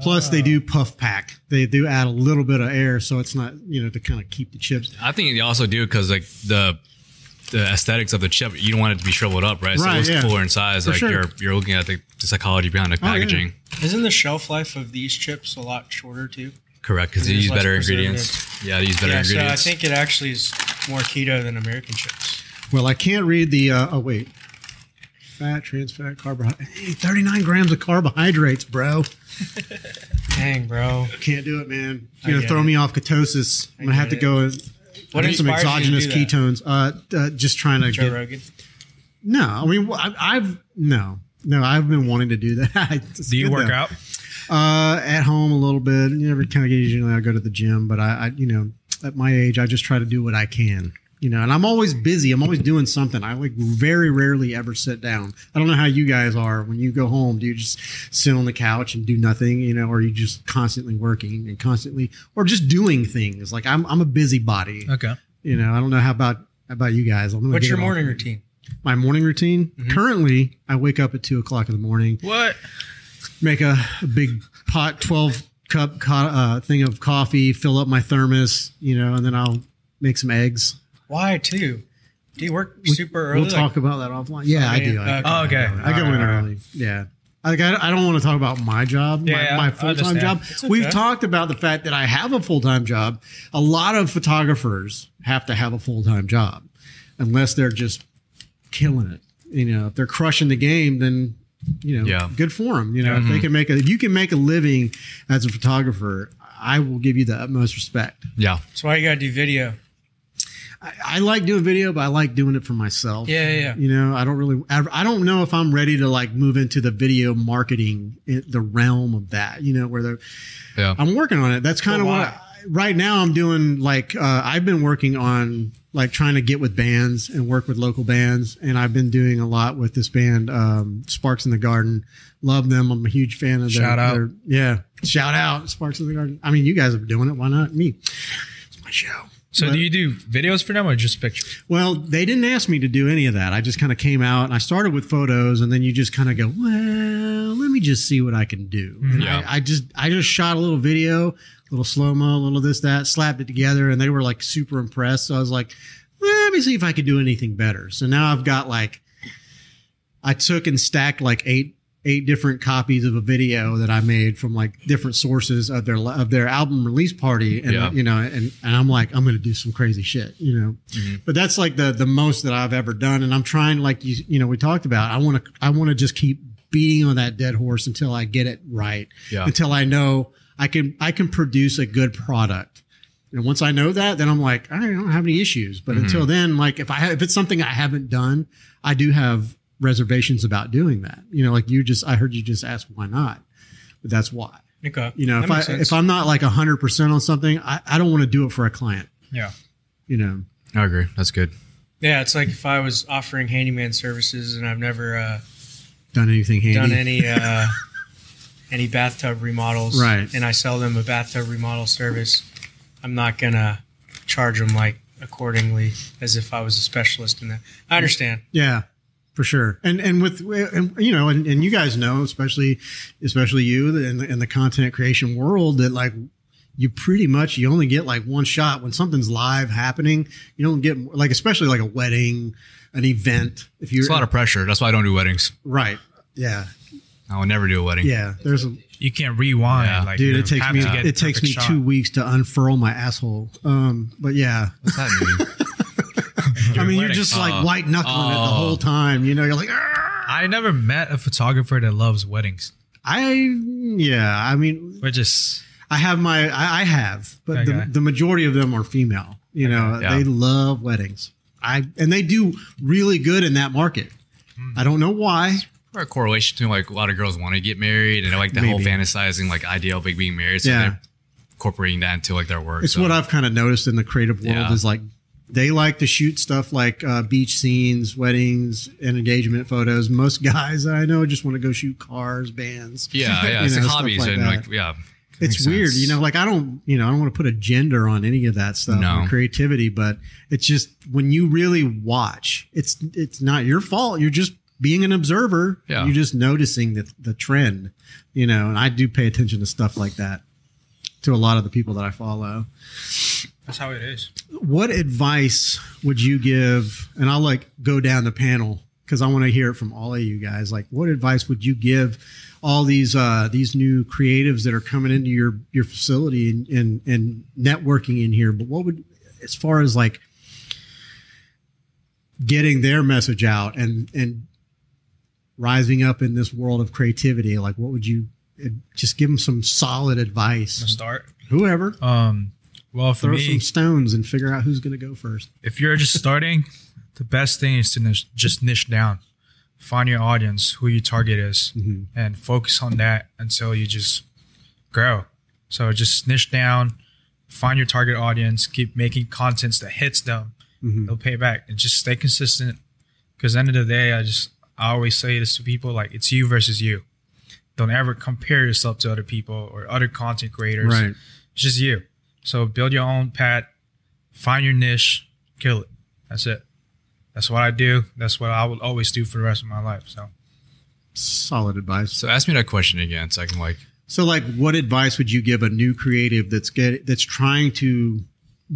[SPEAKER 1] Plus, they do puff pack. They do add a little bit of air, so it's not you know to kind of keep the chips.
[SPEAKER 3] I think you also do because like the the aesthetics of the chip, you don't want it to be shriveled up, right? so
[SPEAKER 1] Right,
[SPEAKER 3] it looks
[SPEAKER 1] yeah.
[SPEAKER 3] fuller in size.
[SPEAKER 1] For
[SPEAKER 3] like
[SPEAKER 1] sure. Oh,
[SPEAKER 3] you're you're looking at the, the psychology behind the
[SPEAKER 1] yeah.
[SPEAKER 3] packaging.
[SPEAKER 5] Isn't the shelf life of these chips a lot shorter too?
[SPEAKER 3] Correct, because they
[SPEAKER 5] Use
[SPEAKER 3] use
[SPEAKER 5] less
[SPEAKER 3] better ingredients. Yeah, they use better
[SPEAKER 5] yeah, so I
[SPEAKER 3] ingredients.
[SPEAKER 5] think it actually is more keto than American chips.
[SPEAKER 1] Well, I can't read the. Uh, oh wait, fat, trans fat, carbohydrate. Hey, Thirty nine grams of carbohydrates, bro.
[SPEAKER 5] Dang, bro.
[SPEAKER 1] Can't do it, man.
[SPEAKER 5] I
[SPEAKER 1] You're gonna
[SPEAKER 5] get
[SPEAKER 1] throw
[SPEAKER 5] it.
[SPEAKER 1] me off ketosis. I'm gonna have to
[SPEAKER 5] get it.
[SPEAKER 1] go and
[SPEAKER 5] What
[SPEAKER 1] do some
[SPEAKER 5] inspired you to
[SPEAKER 1] exogenous
[SPEAKER 5] do that?
[SPEAKER 1] ketones. Uh, uh, just trying to
[SPEAKER 5] Joe
[SPEAKER 1] get
[SPEAKER 5] Rogan.
[SPEAKER 1] No, I mean, wh- I, I've no, no, I've been wanting to do that.
[SPEAKER 2] Do you work out?
[SPEAKER 1] Uh, at home a little bit. You know, every kind of usually I go to the gym, but I, I, you know, at my age, I just try to do what I can. You know, and I'm always busy. I'm always doing something. I like very rarely ever sit down. I don't know how you guys are. When you go home, do you just sit on the couch and do nothing? You know, or are you just constantly working and constantly, or just doing things? Like I'm, I'm a busybody.
[SPEAKER 2] Okay.
[SPEAKER 1] You know, I don't know how about how about you guys. I'm gonna
[SPEAKER 5] What's
[SPEAKER 1] get
[SPEAKER 5] your
[SPEAKER 1] it off.
[SPEAKER 5] morning Mm-hmm. routine?
[SPEAKER 1] my morning routine. Currently, I wake up at two o'clock in the morning,
[SPEAKER 2] What?
[SPEAKER 1] make a, a big pot, twelve cup co- uh, thing of coffee, fill up my thermos, you know, and then I'll make some eggs.
[SPEAKER 5] Why too? Do you work
[SPEAKER 1] We-
[SPEAKER 5] super early?
[SPEAKER 1] We'll talk about that offline. Yeah, I
[SPEAKER 5] Okay,
[SPEAKER 1] do. I,
[SPEAKER 5] okay.
[SPEAKER 2] Oh, okay.
[SPEAKER 1] I go in early. Yeah. Like I, I don't want to talk about my job,
[SPEAKER 2] Yeah,
[SPEAKER 1] my,
[SPEAKER 2] I
[SPEAKER 1] my full time
[SPEAKER 2] understand.
[SPEAKER 1] job.
[SPEAKER 5] It's okay.
[SPEAKER 1] We've talked about the fact that I have a full time job. A lot of photographers have to have a full time job, unless they're just killing it. You know, if they're crushing the game, then you know,
[SPEAKER 3] Yeah.
[SPEAKER 1] good for them. You know, if they can make a, if you can make a living as a photographer, I will give you the utmost respect.
[SPEAKER 3] yeah,
[SPEAKER 5] That's why you gotta do video.
[SPEAKER 1] I, I like doing video, but I like doing it for myself.
[SPEAKER 5] Yeah, yeah, yeah.
[SPEAKER 1] You know, I don't really, I, I don't know if I'm ready to like move into the video marketing, in the realm of that, you know, where they're,
[SPEAKER 3] yeah.
[SPEAKER 1] I'm working on it. That's kind of
[SPEAKER 5] But
[SPEAKER 1] what
[SPEAKER 5] why?
[SPEAKER 1] I, right now I'm doing. Like, uh, I've been working on like trying to get with bands and work with local bands. And I've been doing a lot with this band, um, Sparks in the Garden. Love them. I'm a huge fan of their,
[SPEAKER 2] Shout out.
[SPEAKER 1] their- yeah. Shout out Sparks in the Garden. I mean, you guys are doing it. Why not me? It's my show.
[SPEAKER 2] So
[SPEAKER 1] But-
[SPEAKER 2] do you do videos for them or just pictures?
[SPEAKER 1] well, they didn't ask me to do any of that. I just kind of came out and I started with photos, and then you just kind of go, well, let me just see what I can do. And
[SPEAKER 3] Mm-hmm. Yeah.
[SPEAKER 1] I, I just I just shot a little video, a little slow mo, a little this that, slapped it together, and they were like super impressed. So I was like, let me see if I could do anything better. So now I've got like, I took and stacked like eight eight different copies of a video that I made from like different sources of their of their album release party, and
[SPEAKER 3] Yeah.
[SPEAKER 1] you know, and and I'm like, I'm gonna do some crazy shit, you know.
[SPEAKER 3] Mm-hmm.
[SPEAKER 1] But that's like the the most that I've ever done, and I'm trying, like you you know, we talked about. I want to I want to just keep beating on that dead horse until I get it right,
[SPEAKER 3] Yeah.
[SPEAKER 1] until I know I can I can produce a good product. And once I know that, then I'm like, I don't have any issues.
[SPEAKER 3] Mm-hmm.
[SPEAKER 1] But until then, like if I have, if it's something I haven't done, I do have reservations about doing that. You know, like you just I heard you just ask why not, but that's why.
[SPEAKER 5] Okay.
[SPEAKER 1] You know,
[SPEAKER 5] That
[SPEAKER 1] if I
[SPEAKER 5] makes sense.
[SPEAKER 1] if I'm not like hundred percent on something, I, I don't want to do it for a client.
[SPEAKER 2] Yeah.
[SPEAKER 1] You know,
[SPEAKER 3] I agree. That's good.
[SPEAKER 5] yeah, it's like if I was offering handyman services and I've never uh,
[SPEAKER 1] done anything handy.
[SPEAKER 5] done any uh, any bathtub remodels,
[SPEAKER 1] Right.
[SPEAKER 5] And I sell them a bathtub remodel service. I'm not gonna charge them like accordingly as if I was a specialist in that. I understand.
[SPEAKER 1] Yeah, for sure. And and with and, you know, and, and you guys know, especially especially you in the, in the content creation world, that like you pretty much you only get like one shot when something's live happening. You don't get like especially like a wedding, an event. If you're
[SPEAKER 3] It's a lot of pressure. That's why I don't do weddings.
[SPEAKER 1] right, yeah,
[SPEAKER 3] I would never do a wedding.
[SPEAKER 1] yeah. There's a
[SPEAKER 2] You can't rewind.
[SPEAKER 3] Yeah.
[SPEAKER 2] Like,
[SPEAKER 1] dude.
[SPEAKER 2] you
[SPEAKER 1] It takes
[SPEAKER 2] have
[SPEAKER 1] me
[SPEAKER 2] to get the
[SPEAKER 1] it takes
[SPEAKER 2] perfect
[SPEAKER 1] me
[SPEAKER 2] shot.
[SPEAKER 1] two weeks to unfurl my asshole. Um, but yeah,
[SPEAKER 3] What's that mean?
[SPEAKER 1] I mean you're
[SPEAKER 3] wedding.
[SPEAKER 1] just like
[SPEAKER 3] Oh.
[SPEAKER 1] white knuckling it the
[SPEAKER 3] Oh.
[SPEAKER 1] whole time. You know, you're like. "Ah." "Argh."
[SPEAKER 2] I never met a photographer that loves weddings.
[SPEAKER 1] I yeah, I mean,
[SPEAKER 2] We're just
[SPEAKER 1] I have my I, I have, but the,
[SPEAKER 2] Okay.
[SPEAKER 1] the majority of them are female. You know,
[SPEAKER 3] Yeah.
[SPEAKER 1] they love weddings. I and they do really good in that market. I don't know why.
[SPEAKER 3] Or a correlation to like a lot of girls want to get married and like that whole
[SPEAKER 1] Maybe.
[SPEAKER 3] fantasizing like ideal of like being married. So
[SPEAKER 1] Yeah.
[SPEAKER 3] they're incorporating that into like their work.
[SPEAKER 1] It's
[SPEAKER 3] so.
[SPEAKER 1] what I've kind of noticed in the creative world
[SPEAKER 3] Yeah.
[SPEAKER 1] is like they like to shoot stuff like uh, beach scenes, weddings, and engagement photos. Most guys that I know just want to go shoot cars, bands.
[SPEAKER 3] Yeah, yeah.
[SPEAKER 1] you
[SPEAKER 3] It's
[SPEAKER 1] know,
[SPEAKER 3] like
[SPEAKER 1] stuff
[SPEAKER 3] hobbies
[SPEAKER 1] like
[SPEAKER 3] and
[SPEAKER 1] that.
[SPEAKER 3] like yeah.
[SPEAKER 1] it's
[SPEAKER 3] Makes
[SPEAKER 1] weird,
[SPEAKER 3] sense.
[SPEAKER 1] you know. Like I don't, you know, I don't want to put a gender on any of that stuff,
[SPEAKER 3] No.
[SPEAKER 1] or creativity. But it's just when you really watch, it's it's not your fault. You're just being an observer.
[SPEAKER 3] Yeah.
[SPEAKER 1] You're just noticing the the trend, you know. And I do pay attention to stuff like that to a lot of the people that I follow.
[SPEAKER 5] That's how it is.
[SPEAKER 1] What advice would you give? And I'll like go down the panel because I want to hear it from all of you guys. Like, what advice would you give all these uh, these new creatives that are coming into your your facility and, and and networking in here? But what would, as far as like getting their message out and and rising up in this world of creativity, like what would you eh, just give them some solid
[SPEAKER 5] To
[SPEAKER 1] advice?
[SPEAKER 5] start.
[SPEAKER 1] Whoever
[SPEAKER 2] um. Well, for
[SPEAKER 1] throw
[SPEAKER 2] me,
[SPEAKER 1] some stones and figure out who's going to go first.
[SPEAKER 2] if you're just starting, the best thing is to niche, just niche down, find your audience, who your target is,
[SPEAKER 1] Mhm.
[SPEAKER 2] and focus on that until you just grow. So just niche down, find your target audience, keep making contents that hits them.
[SPEAKER 1] Mhm.
[SPEAKER 2] They'll pay back, and just stay consistent. Because end of the day, I just I always say this to people: like it's you versus you. Don't ever compare yourself to other people or other content creators.
[SPEAKER 1] Right.
[SPEAKER 2] It's just you. So build your own path, find your niche, kill it. That's it. That's what I do. That's what I will always do for the rest of my life. So
[SPEAKER 1] Solid advice.
[SPEAKER 3] So ask me that question again so I can like
[SPEAKER 1] So, like, what advice would you give a new creative that's get that's trying to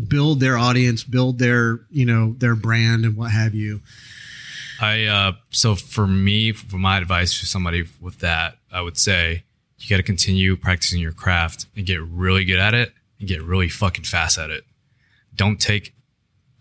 [SPEAKER 1] build their audience, build their you know their brand and what have you?
[SPEAKER 3] I uh so for me, for my advice for somebody with that, I would say you gotta continue practicing your craft and get really good at it and get really fucking fast at it. Don't take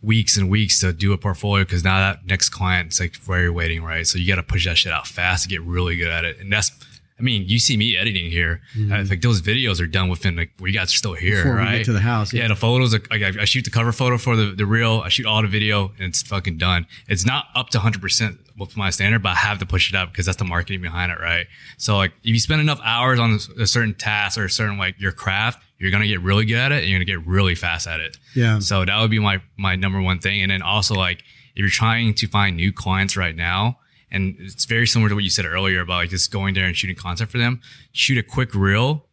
[SPEAKER 3] weeks and weeks to do a portfolio because now that next client's like where you're waiting, right? So you gotta push that shit out fast and get really good at it. And that's I mean, you see me editing here. I, like those videos are done within like we guys are still here,
[SPEAKER 1] Mm-hmm. Before
[SPEAKER 3] right?
[SPEAKER 1] we get to the house,
[SPEAKER 3] Yeah, the photos. Like, I, I shoot the cover photo for the, the reel. I shoot all the video, and it's fucking done. It's not up to hundred percent with my standard, but I have to push it up because that's the marketing behind it, right? So like, if you spend enough hours on a, a certain task or a certain like your craft, you're gonna get really good at it, and you're gonna get really fast at it.
[SPEAKER 1] yeah,
[SPEAKER 3] So that would be my my number one thing. And then also like if you're trying to find new clients right now, and it's very similar to what you said earlier about like just going there and shooting content for them, shoot a quick reel,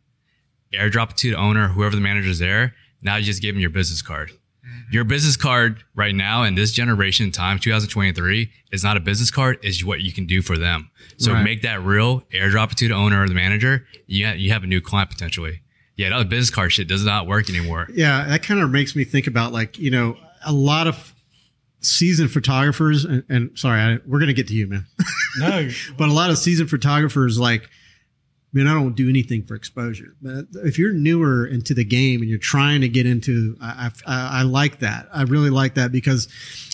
[SPEAKER 3] airdrop it to the owner, whoever the manager's there. Now you just give them your business card.
[SPEAKER 1] Mm-hmm.
[SPEAKER 3] Your business card right now in this generation in time, 2023, is not a business card, is what you can do for them. So
[SPEAKER 1] Right.
[SPEAKER 3] make that real, airdrop it to the owner or the manager. You, ha- you have a new client potentially. Yeah, that business card shit does not work anymore.
[SPEAKER 1] yeah. That kind of makes me think about like you know a lot of seasoned photographers and, and sorry, I, we're gonna get to you, man.
[SPEAKER 5] No,
[SPEAKER 1] but a lot of seasoned photographers like man i don't do anything for exposure but if you're newer into the game and you're trying to get into i, I, I like that i really like that because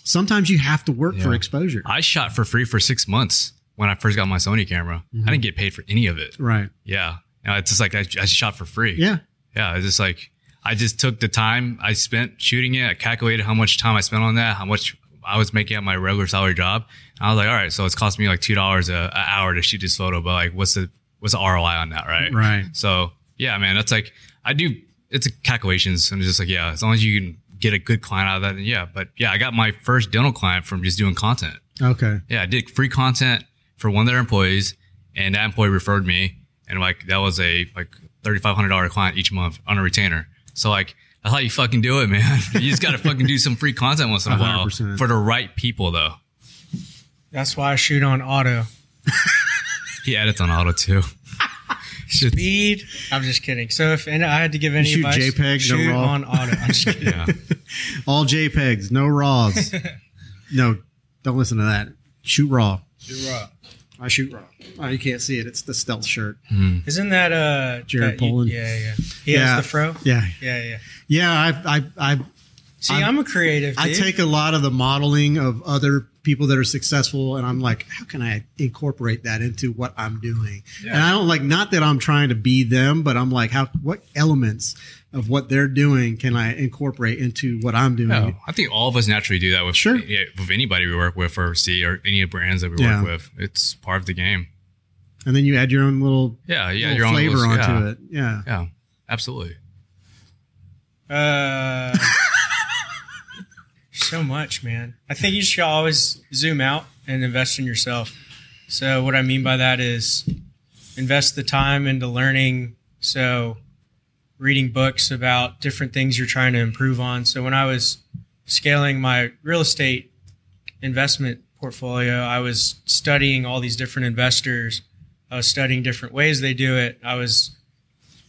[SPEAKER 1] sometimes you have to work for
[SPEAKER 3] Yeah.
[SPEAKER 1] exposure
[SPEAKER 3] I shot for free for six months when I first got my Sony camera. I didn't get paid for any of it.
[SPEAKER 1] right
[SPEAKER 3] Yeah. You know, it's just like I, I just shot for free.
[SPEAKER 1] yeah
[SPEAKER 3] Yeah. It's just like I just took the time I spent shooting it. I calculated how much time I spent on that, how much I was making at my regular salary job. And I was like, all right, so it's cost me like two dollars an hour to shoot this photo, but like what's the what's the ROI on that, right?
[SPEAKER 1] right
[SPEAKER 3] So yeah, man, that's like I do. It's a calculations. I'm just like yeah, as long as you can get a good client out of that, then yeah. But yeah, I got my first dental client from just doing content.
[SPEAKER 1] okay
[SPEAKER 3] Yeah, I did free content for one of their employees, and that employee referred me, and like that was a like thirty five hundred dollar client each month on a retainer. So like That's how you fucking do it, man. You just got to fucking do some free content once in a while
[SPEAKER 1] 100%.
[SPEAKER 3] for the right people, though.
[SPEAKER 5] That's why I shoot on auto.
[SPEAKER 3] He edits on auto too. Shit's-
[SPEAKER 5] Speed. I'm just kidding. So if and I had to give any
[SPEAKER 1] shoot
[SPEAKER 5] advice,
[SPEAKER 1] JPEG, no
[SPEAKER 5] shoot
[SPEAKER 1] RAW.
[SPEAKER 5] on auto. I'm just kidding.
[SPEAKER 3] yeah.
[SPEAKER 1] All JPEGs, no RAWs. no, don't listen to that. Shoot RAW.
[SPEAKER 5] You're raw.
[SPEAKER 1] I shoot RAW. Oh, you can't see it. It's the stealth shirt.
[SPEAKER 5] Isn't that uh
[SPEAKER 1] Jared
[SPEAKER 5] that you-
[SPEAKER 1] Polin.
[SPEAKER 5] Yeah, yeah. He
[SPEAKER 1] Yeah.
[SPEAKER 5] has the fro.
[SPEAKER 1] Yeah,
[SPEAKER 5] Yeah, yeah.
[SPEAKER 1] yeah. I, I, I,
[SPEAKER 5] See,
[SPEAKER 1] I'm-
[SPEAKER 5] I'm, a creative.
[SPEAKER 1] I
[SPEAKER 5] dude.
[SPEAKER 1] take a lot of the modeling of other people that are successful, and I'm like, how can I incorporate that into what I'm doing? And I don't like not that I'm trying to be them, but I'm like, how what elements of what they're doing can I incorporate into what I'm doing?
[SPEAKER 3] No, Oh, I think all of us naturally do that with
[SPEAKER 1] Sure.
[SPEAKER 3] yeah, with anybody we work with or see or any brands that we
[SPEAKER 1] Yeah.
[SPEAKER 3] work with. It's part of the game.
[SPEAKER 1] And then you add your own little,
[SPEAKER 3] Yeah, yeah,
[SPEAKER 1] little
[SPEAKER 3] your own
[SPEAKER 1] flavor
[SPEAKER 3] little-
[SPEAKER 1] onto
[SPEAKER 3] yeah.
[SPEAKER 1] it. Yeah.
[SPEAKER 3] Yeah, absolutely.
[SPEAKER 5] Uh, so much, man. I think you should always zoom out and invest in yourself. So, what I mean by that is invest the time into learning. So, reading books about different things you're trying to improve on. So, when I was scaling my real estate investment portfolio, I was studying all these different investors. I was studying different ways they do it. I was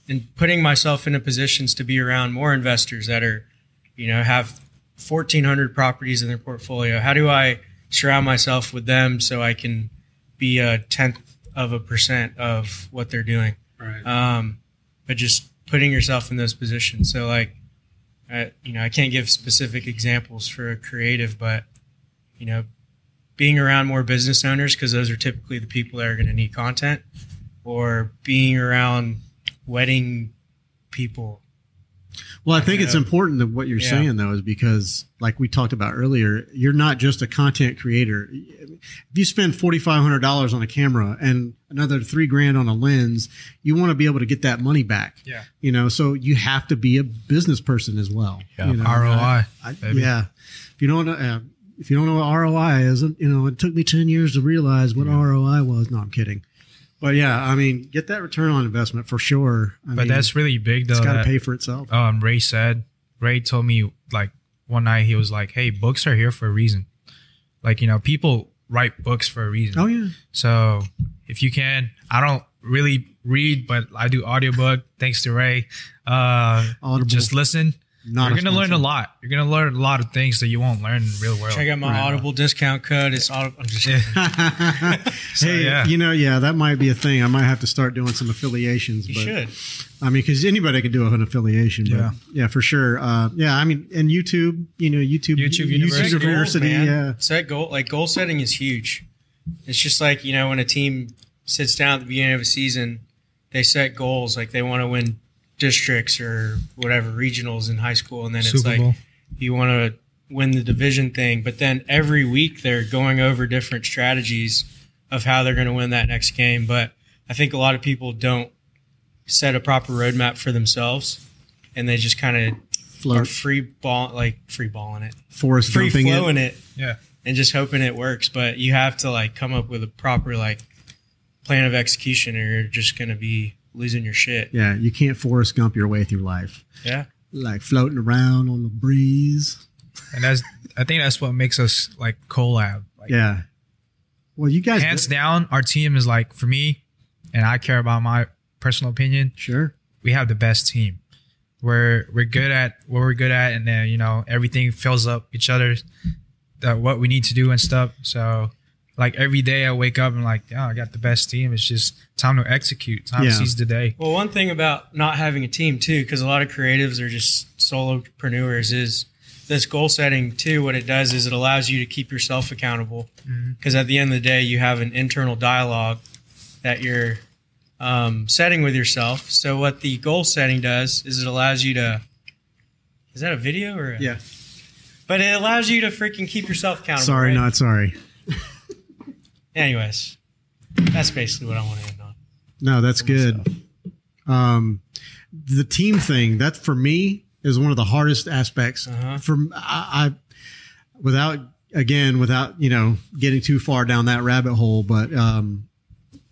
[SPEAKER 5] and putting myself into positions to be around more investors that are, you know, have 1,400 properties in their portfolio. How do I surround myself with them so I can be a tenth of a percent of what they're doing?
[SPEAKER 1] Right.
[SPEAKER 5] Um, but just putting yourself in those positions. So, like, I, you know, I can't give specific examples for a creative, but, you know, being around more business owners because those are typically the people that are going to need content, or being around wedding people.
[SPEAKER 1] Well, I think it's
[SPEAKER 5] Yeah.
[SPEAKER 1] important that what you're
[SPEAKER 5] Yeah.
[SPEAKER 1] saying though is because, like we talked about earlier, you're not just a content creator. If you spend forty five hundred dollars on a camera and another three grand on a lens, you want to be able to get that money back.
[SPEAKER 5] Yeah.
[SPEAKER 1] You know, so you have to be a business person as well.
[SPEAKER 3] Yeah.
[SPEAKER 1] You know,
[SPEAKER 2] ROI.
[SPEAKER 1] I-
[SPEAKER 2] baby.
[SPEAKER 1] yeah. If you don't know, uh, if you don't know what ROI is, you know, it took me ten years to realize what ROI was. No, I'm kidding. But yeah, I mean, get that return on investment for sure. I
[SPEAKER 2] But
[SPEAKER 1] mean,
[SPEAKER 2] that's really big though.
[SPEAKER 1] it's got to
[SPEAKER 2] that-
[SPEAKER 1] pay for itself.
[SPEAKER 2] um, Ray said. Ray told me like one night he was like, "Hey, books are here for a reason. Like you know, people write books for a reason.
[SPEAKER 1] Oh yeah.
[SPEAKER 2] So if you can, I don't really read, but I do audiobook. thanks to Ray. Uh,
[SPEAKER 1] Audible.
[SPEAKER 2] just listen.
[SPEAKER 1] Not
[SPEAKER 2] You're gonna learn a
[SPEAKER 1] expensive.
[SPEAKER 2] lot. You're gonna learn a lot of things that you won't learn in the real world.
[SPEAKER 5] Check out my
[SPEAKER 1] Right.
[SPEAKER 5] Audible discount code. It's Audible. I'm just
[SPEAKER 2] Yeah.
[SPEAKER 1] hey,
[SPEAKER 2] yeah.
[SPEAKER 1] you know, yeah, that might be a thing. I might have to start doing some affiliations.
[SPEAKER 5] You
[SPEAKER 1] but,
[SPEAKER 5] should.
[SPEAKER 1] I mean, because anybody can do an affiliation. But yeah,
[SPEAKER 2] Yeah.
[SPEAKER 1] for sure. Uh, yeah, I mean, and YouTube, you know, YouTube,
[SPEAKER 2] YouTube
[SPEAKER 5] Set
[SPEAKER 2] University.
[SPEAKER 5] goals, man.
[SPEAKER 1] yeah.
[SPEAKER 5] Set goal. Like goal setting is huge. It's just like you know when a team sits down at the beginning of a season, they set goals like they want to win districts or whatever regionals in high school, and then it's
[SPEAKER 2] Super
[SPEAKER 5] like
[SPEAKER 2] Bowl.
[SPEAKER 5] you want to win the division thing, but then every week they're going over different strategies of how they're going to win that next game. But I think a lot of people don't set a proper roadmap for themselves, and they just kind of are
[SPEAKER 1] Float,
[SPEAKER 5] free ball like free balling it,
[SPEAKER 1] forest
[SPEAKER 5] free
[SPEAKER 1] jumping. it.
[SPEAKER 5] flowing it.
[SPEAKER 2] Yeah.
[SPEAKER 5] and just hoping it works. But you have to like come up with a proper like plan of execution, or you're just going to be losing your shit.
[SPEAKER 1] Yeah, you can't Forrest Gump your way through life,
[SPEAKER 5] Yeah.
[SPEAKER 1] like floating around on the breeze.
[SPEAKER 2] And that's I think that's what makes us like collab. Like,
[SPEAKER 1] Yeah. Well, you guys,
[SPEAKER 2] Hands down, our team is like for me, and I care about my personal opinion.
[SPEAKER 1] sure.
[SPEAKER 2] we have the best team. We're we're good at what we're good at, and then you know everything fills up each other, that what we need to do and stuff. So like every day I wake up and like, oh, I got the best team. It's just time to execute. Time
[SPEAKER 1] Yeah.
[SPEAKER 2] to seize the day.
[SPEAKER 5] Well, one thing about not having a team too, because a lot of creatives are just solopreneurs, is this goal setting too. What it does is it allows you to keep yourself accountable, because at the end of the day, you have an internal dialogue that you're um, setting with yourself. So what the goal setting does is it allows you to. Is that a video or? A,
[SPEAKER 1] Yeah.
[SPEAKER 5] But it allows you to freaking keep yourself accountable.
[SPEAKER 1] Sorry,
[SPEAKER 5] right?
[SPEAKER 1] not sorry.
[SPEAKER 5] Anyways, that's basically what I want to end on.
[SPEAKER 1] No, that's good. Um, the team thing that for me is one of the hardest aspects.
[SPEAKER 5] Uh-huh.
[SPEAKER 1] From I, I, without again, without you know getting too far down that rabbit hole, but um,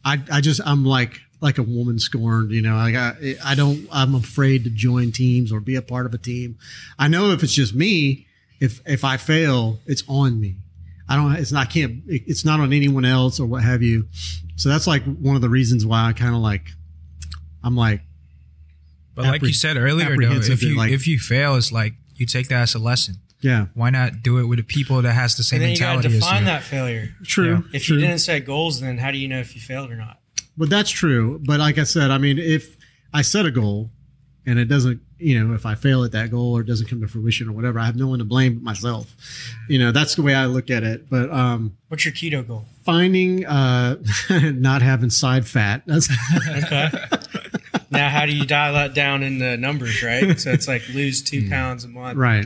[SPEAKER 1] I I just I'm like like a woman scorned. You know, like I, I don't. I'm afraid to join teams or be a part of a team. I know if it's just me, if if I fail, it's on me. I don't. It's not. I can't. it- It's not on anyone else or what have you. So that's like one of the reasons why I kind of like. I'm like,
[SPEAKER 2] But like you
[SPEAKER 1] Appreh-
[SPEAKER 2] said earlier, though,
[SPEAKER 1] apprehensive
[SPEAKER 2] if
[SPEAKER 1] that,
[SPEAKER 2] you
[SPEAKER 1] like-
[SPEAKER 2] if you fail, it's like you take that as a lesson.
[SPEAKER 1] yeah,
[SPEAKER 2] Why not do it with the people that has the same
[SPEAKER 5] And then you got
[SPEAKER 2] mentality
[SPEAKER 5] to
[SPEAKER 2] as
[SPEAKER 5] define
[SPEAKER 2] you?
[SPEAKER 5] that failure.
[SPEAKER 1] true.
[SPEAKER 5] If
[SPEAKER 1] true.
[SPEAKER 5] you didn't set goals, then how do you know if you failed or not?
[SPEAKER 1] But that's true. But like I said, I mean, if I set a goal and it doesn't, you know, if I fail at that goal or it doesn't come to fruition or whatever, I have no one to blame but myself. You know, that's the way I look at it. But um,
[SPEAKER 5] What's your keto goal?
[SPEAKER 1] finding uh, not having side fat. That's
[SPEAKER 5] Okay. now, how do you dial that down in the numbers, right? So it's like lose two pounds a month,
[SPEAKER 1] Hmm. right.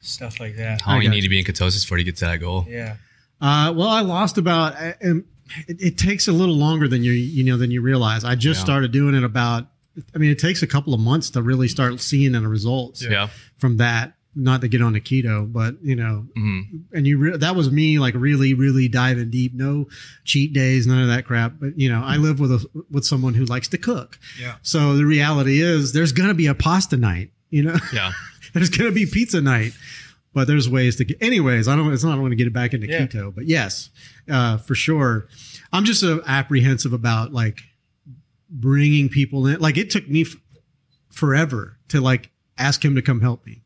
[SPEAKER 5] stuff like that.
[SPEAKER 3] How long you
[SPEAKER 1] got
[SPEAKER 3] need to be in ketosis for to get to that goal?
[SPEAKER 5] Yeah.
[SPEAKER 1] Uh, well, I lost about. I- um, It, it takes a little longer than you you know than you realize. I just
[SPEAKER 3] Yeah.
[SPEAKER 1] started doing it about. I mean, it takes a couple of months to really start seeing the results
[SPEAKER 3] Yeah.
[SPEAKER 1] from that. Not to get on to keto, but you know,
[SPEAKER 3] hmm
[SPEAKER 1] and you re- that was me like really really diving deep no cheat days none of that crap but you know i
[SPEAKER 3] Mm-hmm.
[SPEAKER 1] live with a with someone who likes to cook
[SPEAKER 2] Yeah.
[SPEAKER 1] so the reality is there's gonna be a pasta night you know
[SPEAKER 3] Yeah.
[SPEAKER 1] there's gonna be pizza night but there's ways to get anyways i don't it's not want to get it back into
[SPEAKER 5] Yeah.
[SPEAKER 1] keto but yes uh for sure i'm just so apprehensive about like bringing people in like it took me f- forever to like ask him to come help me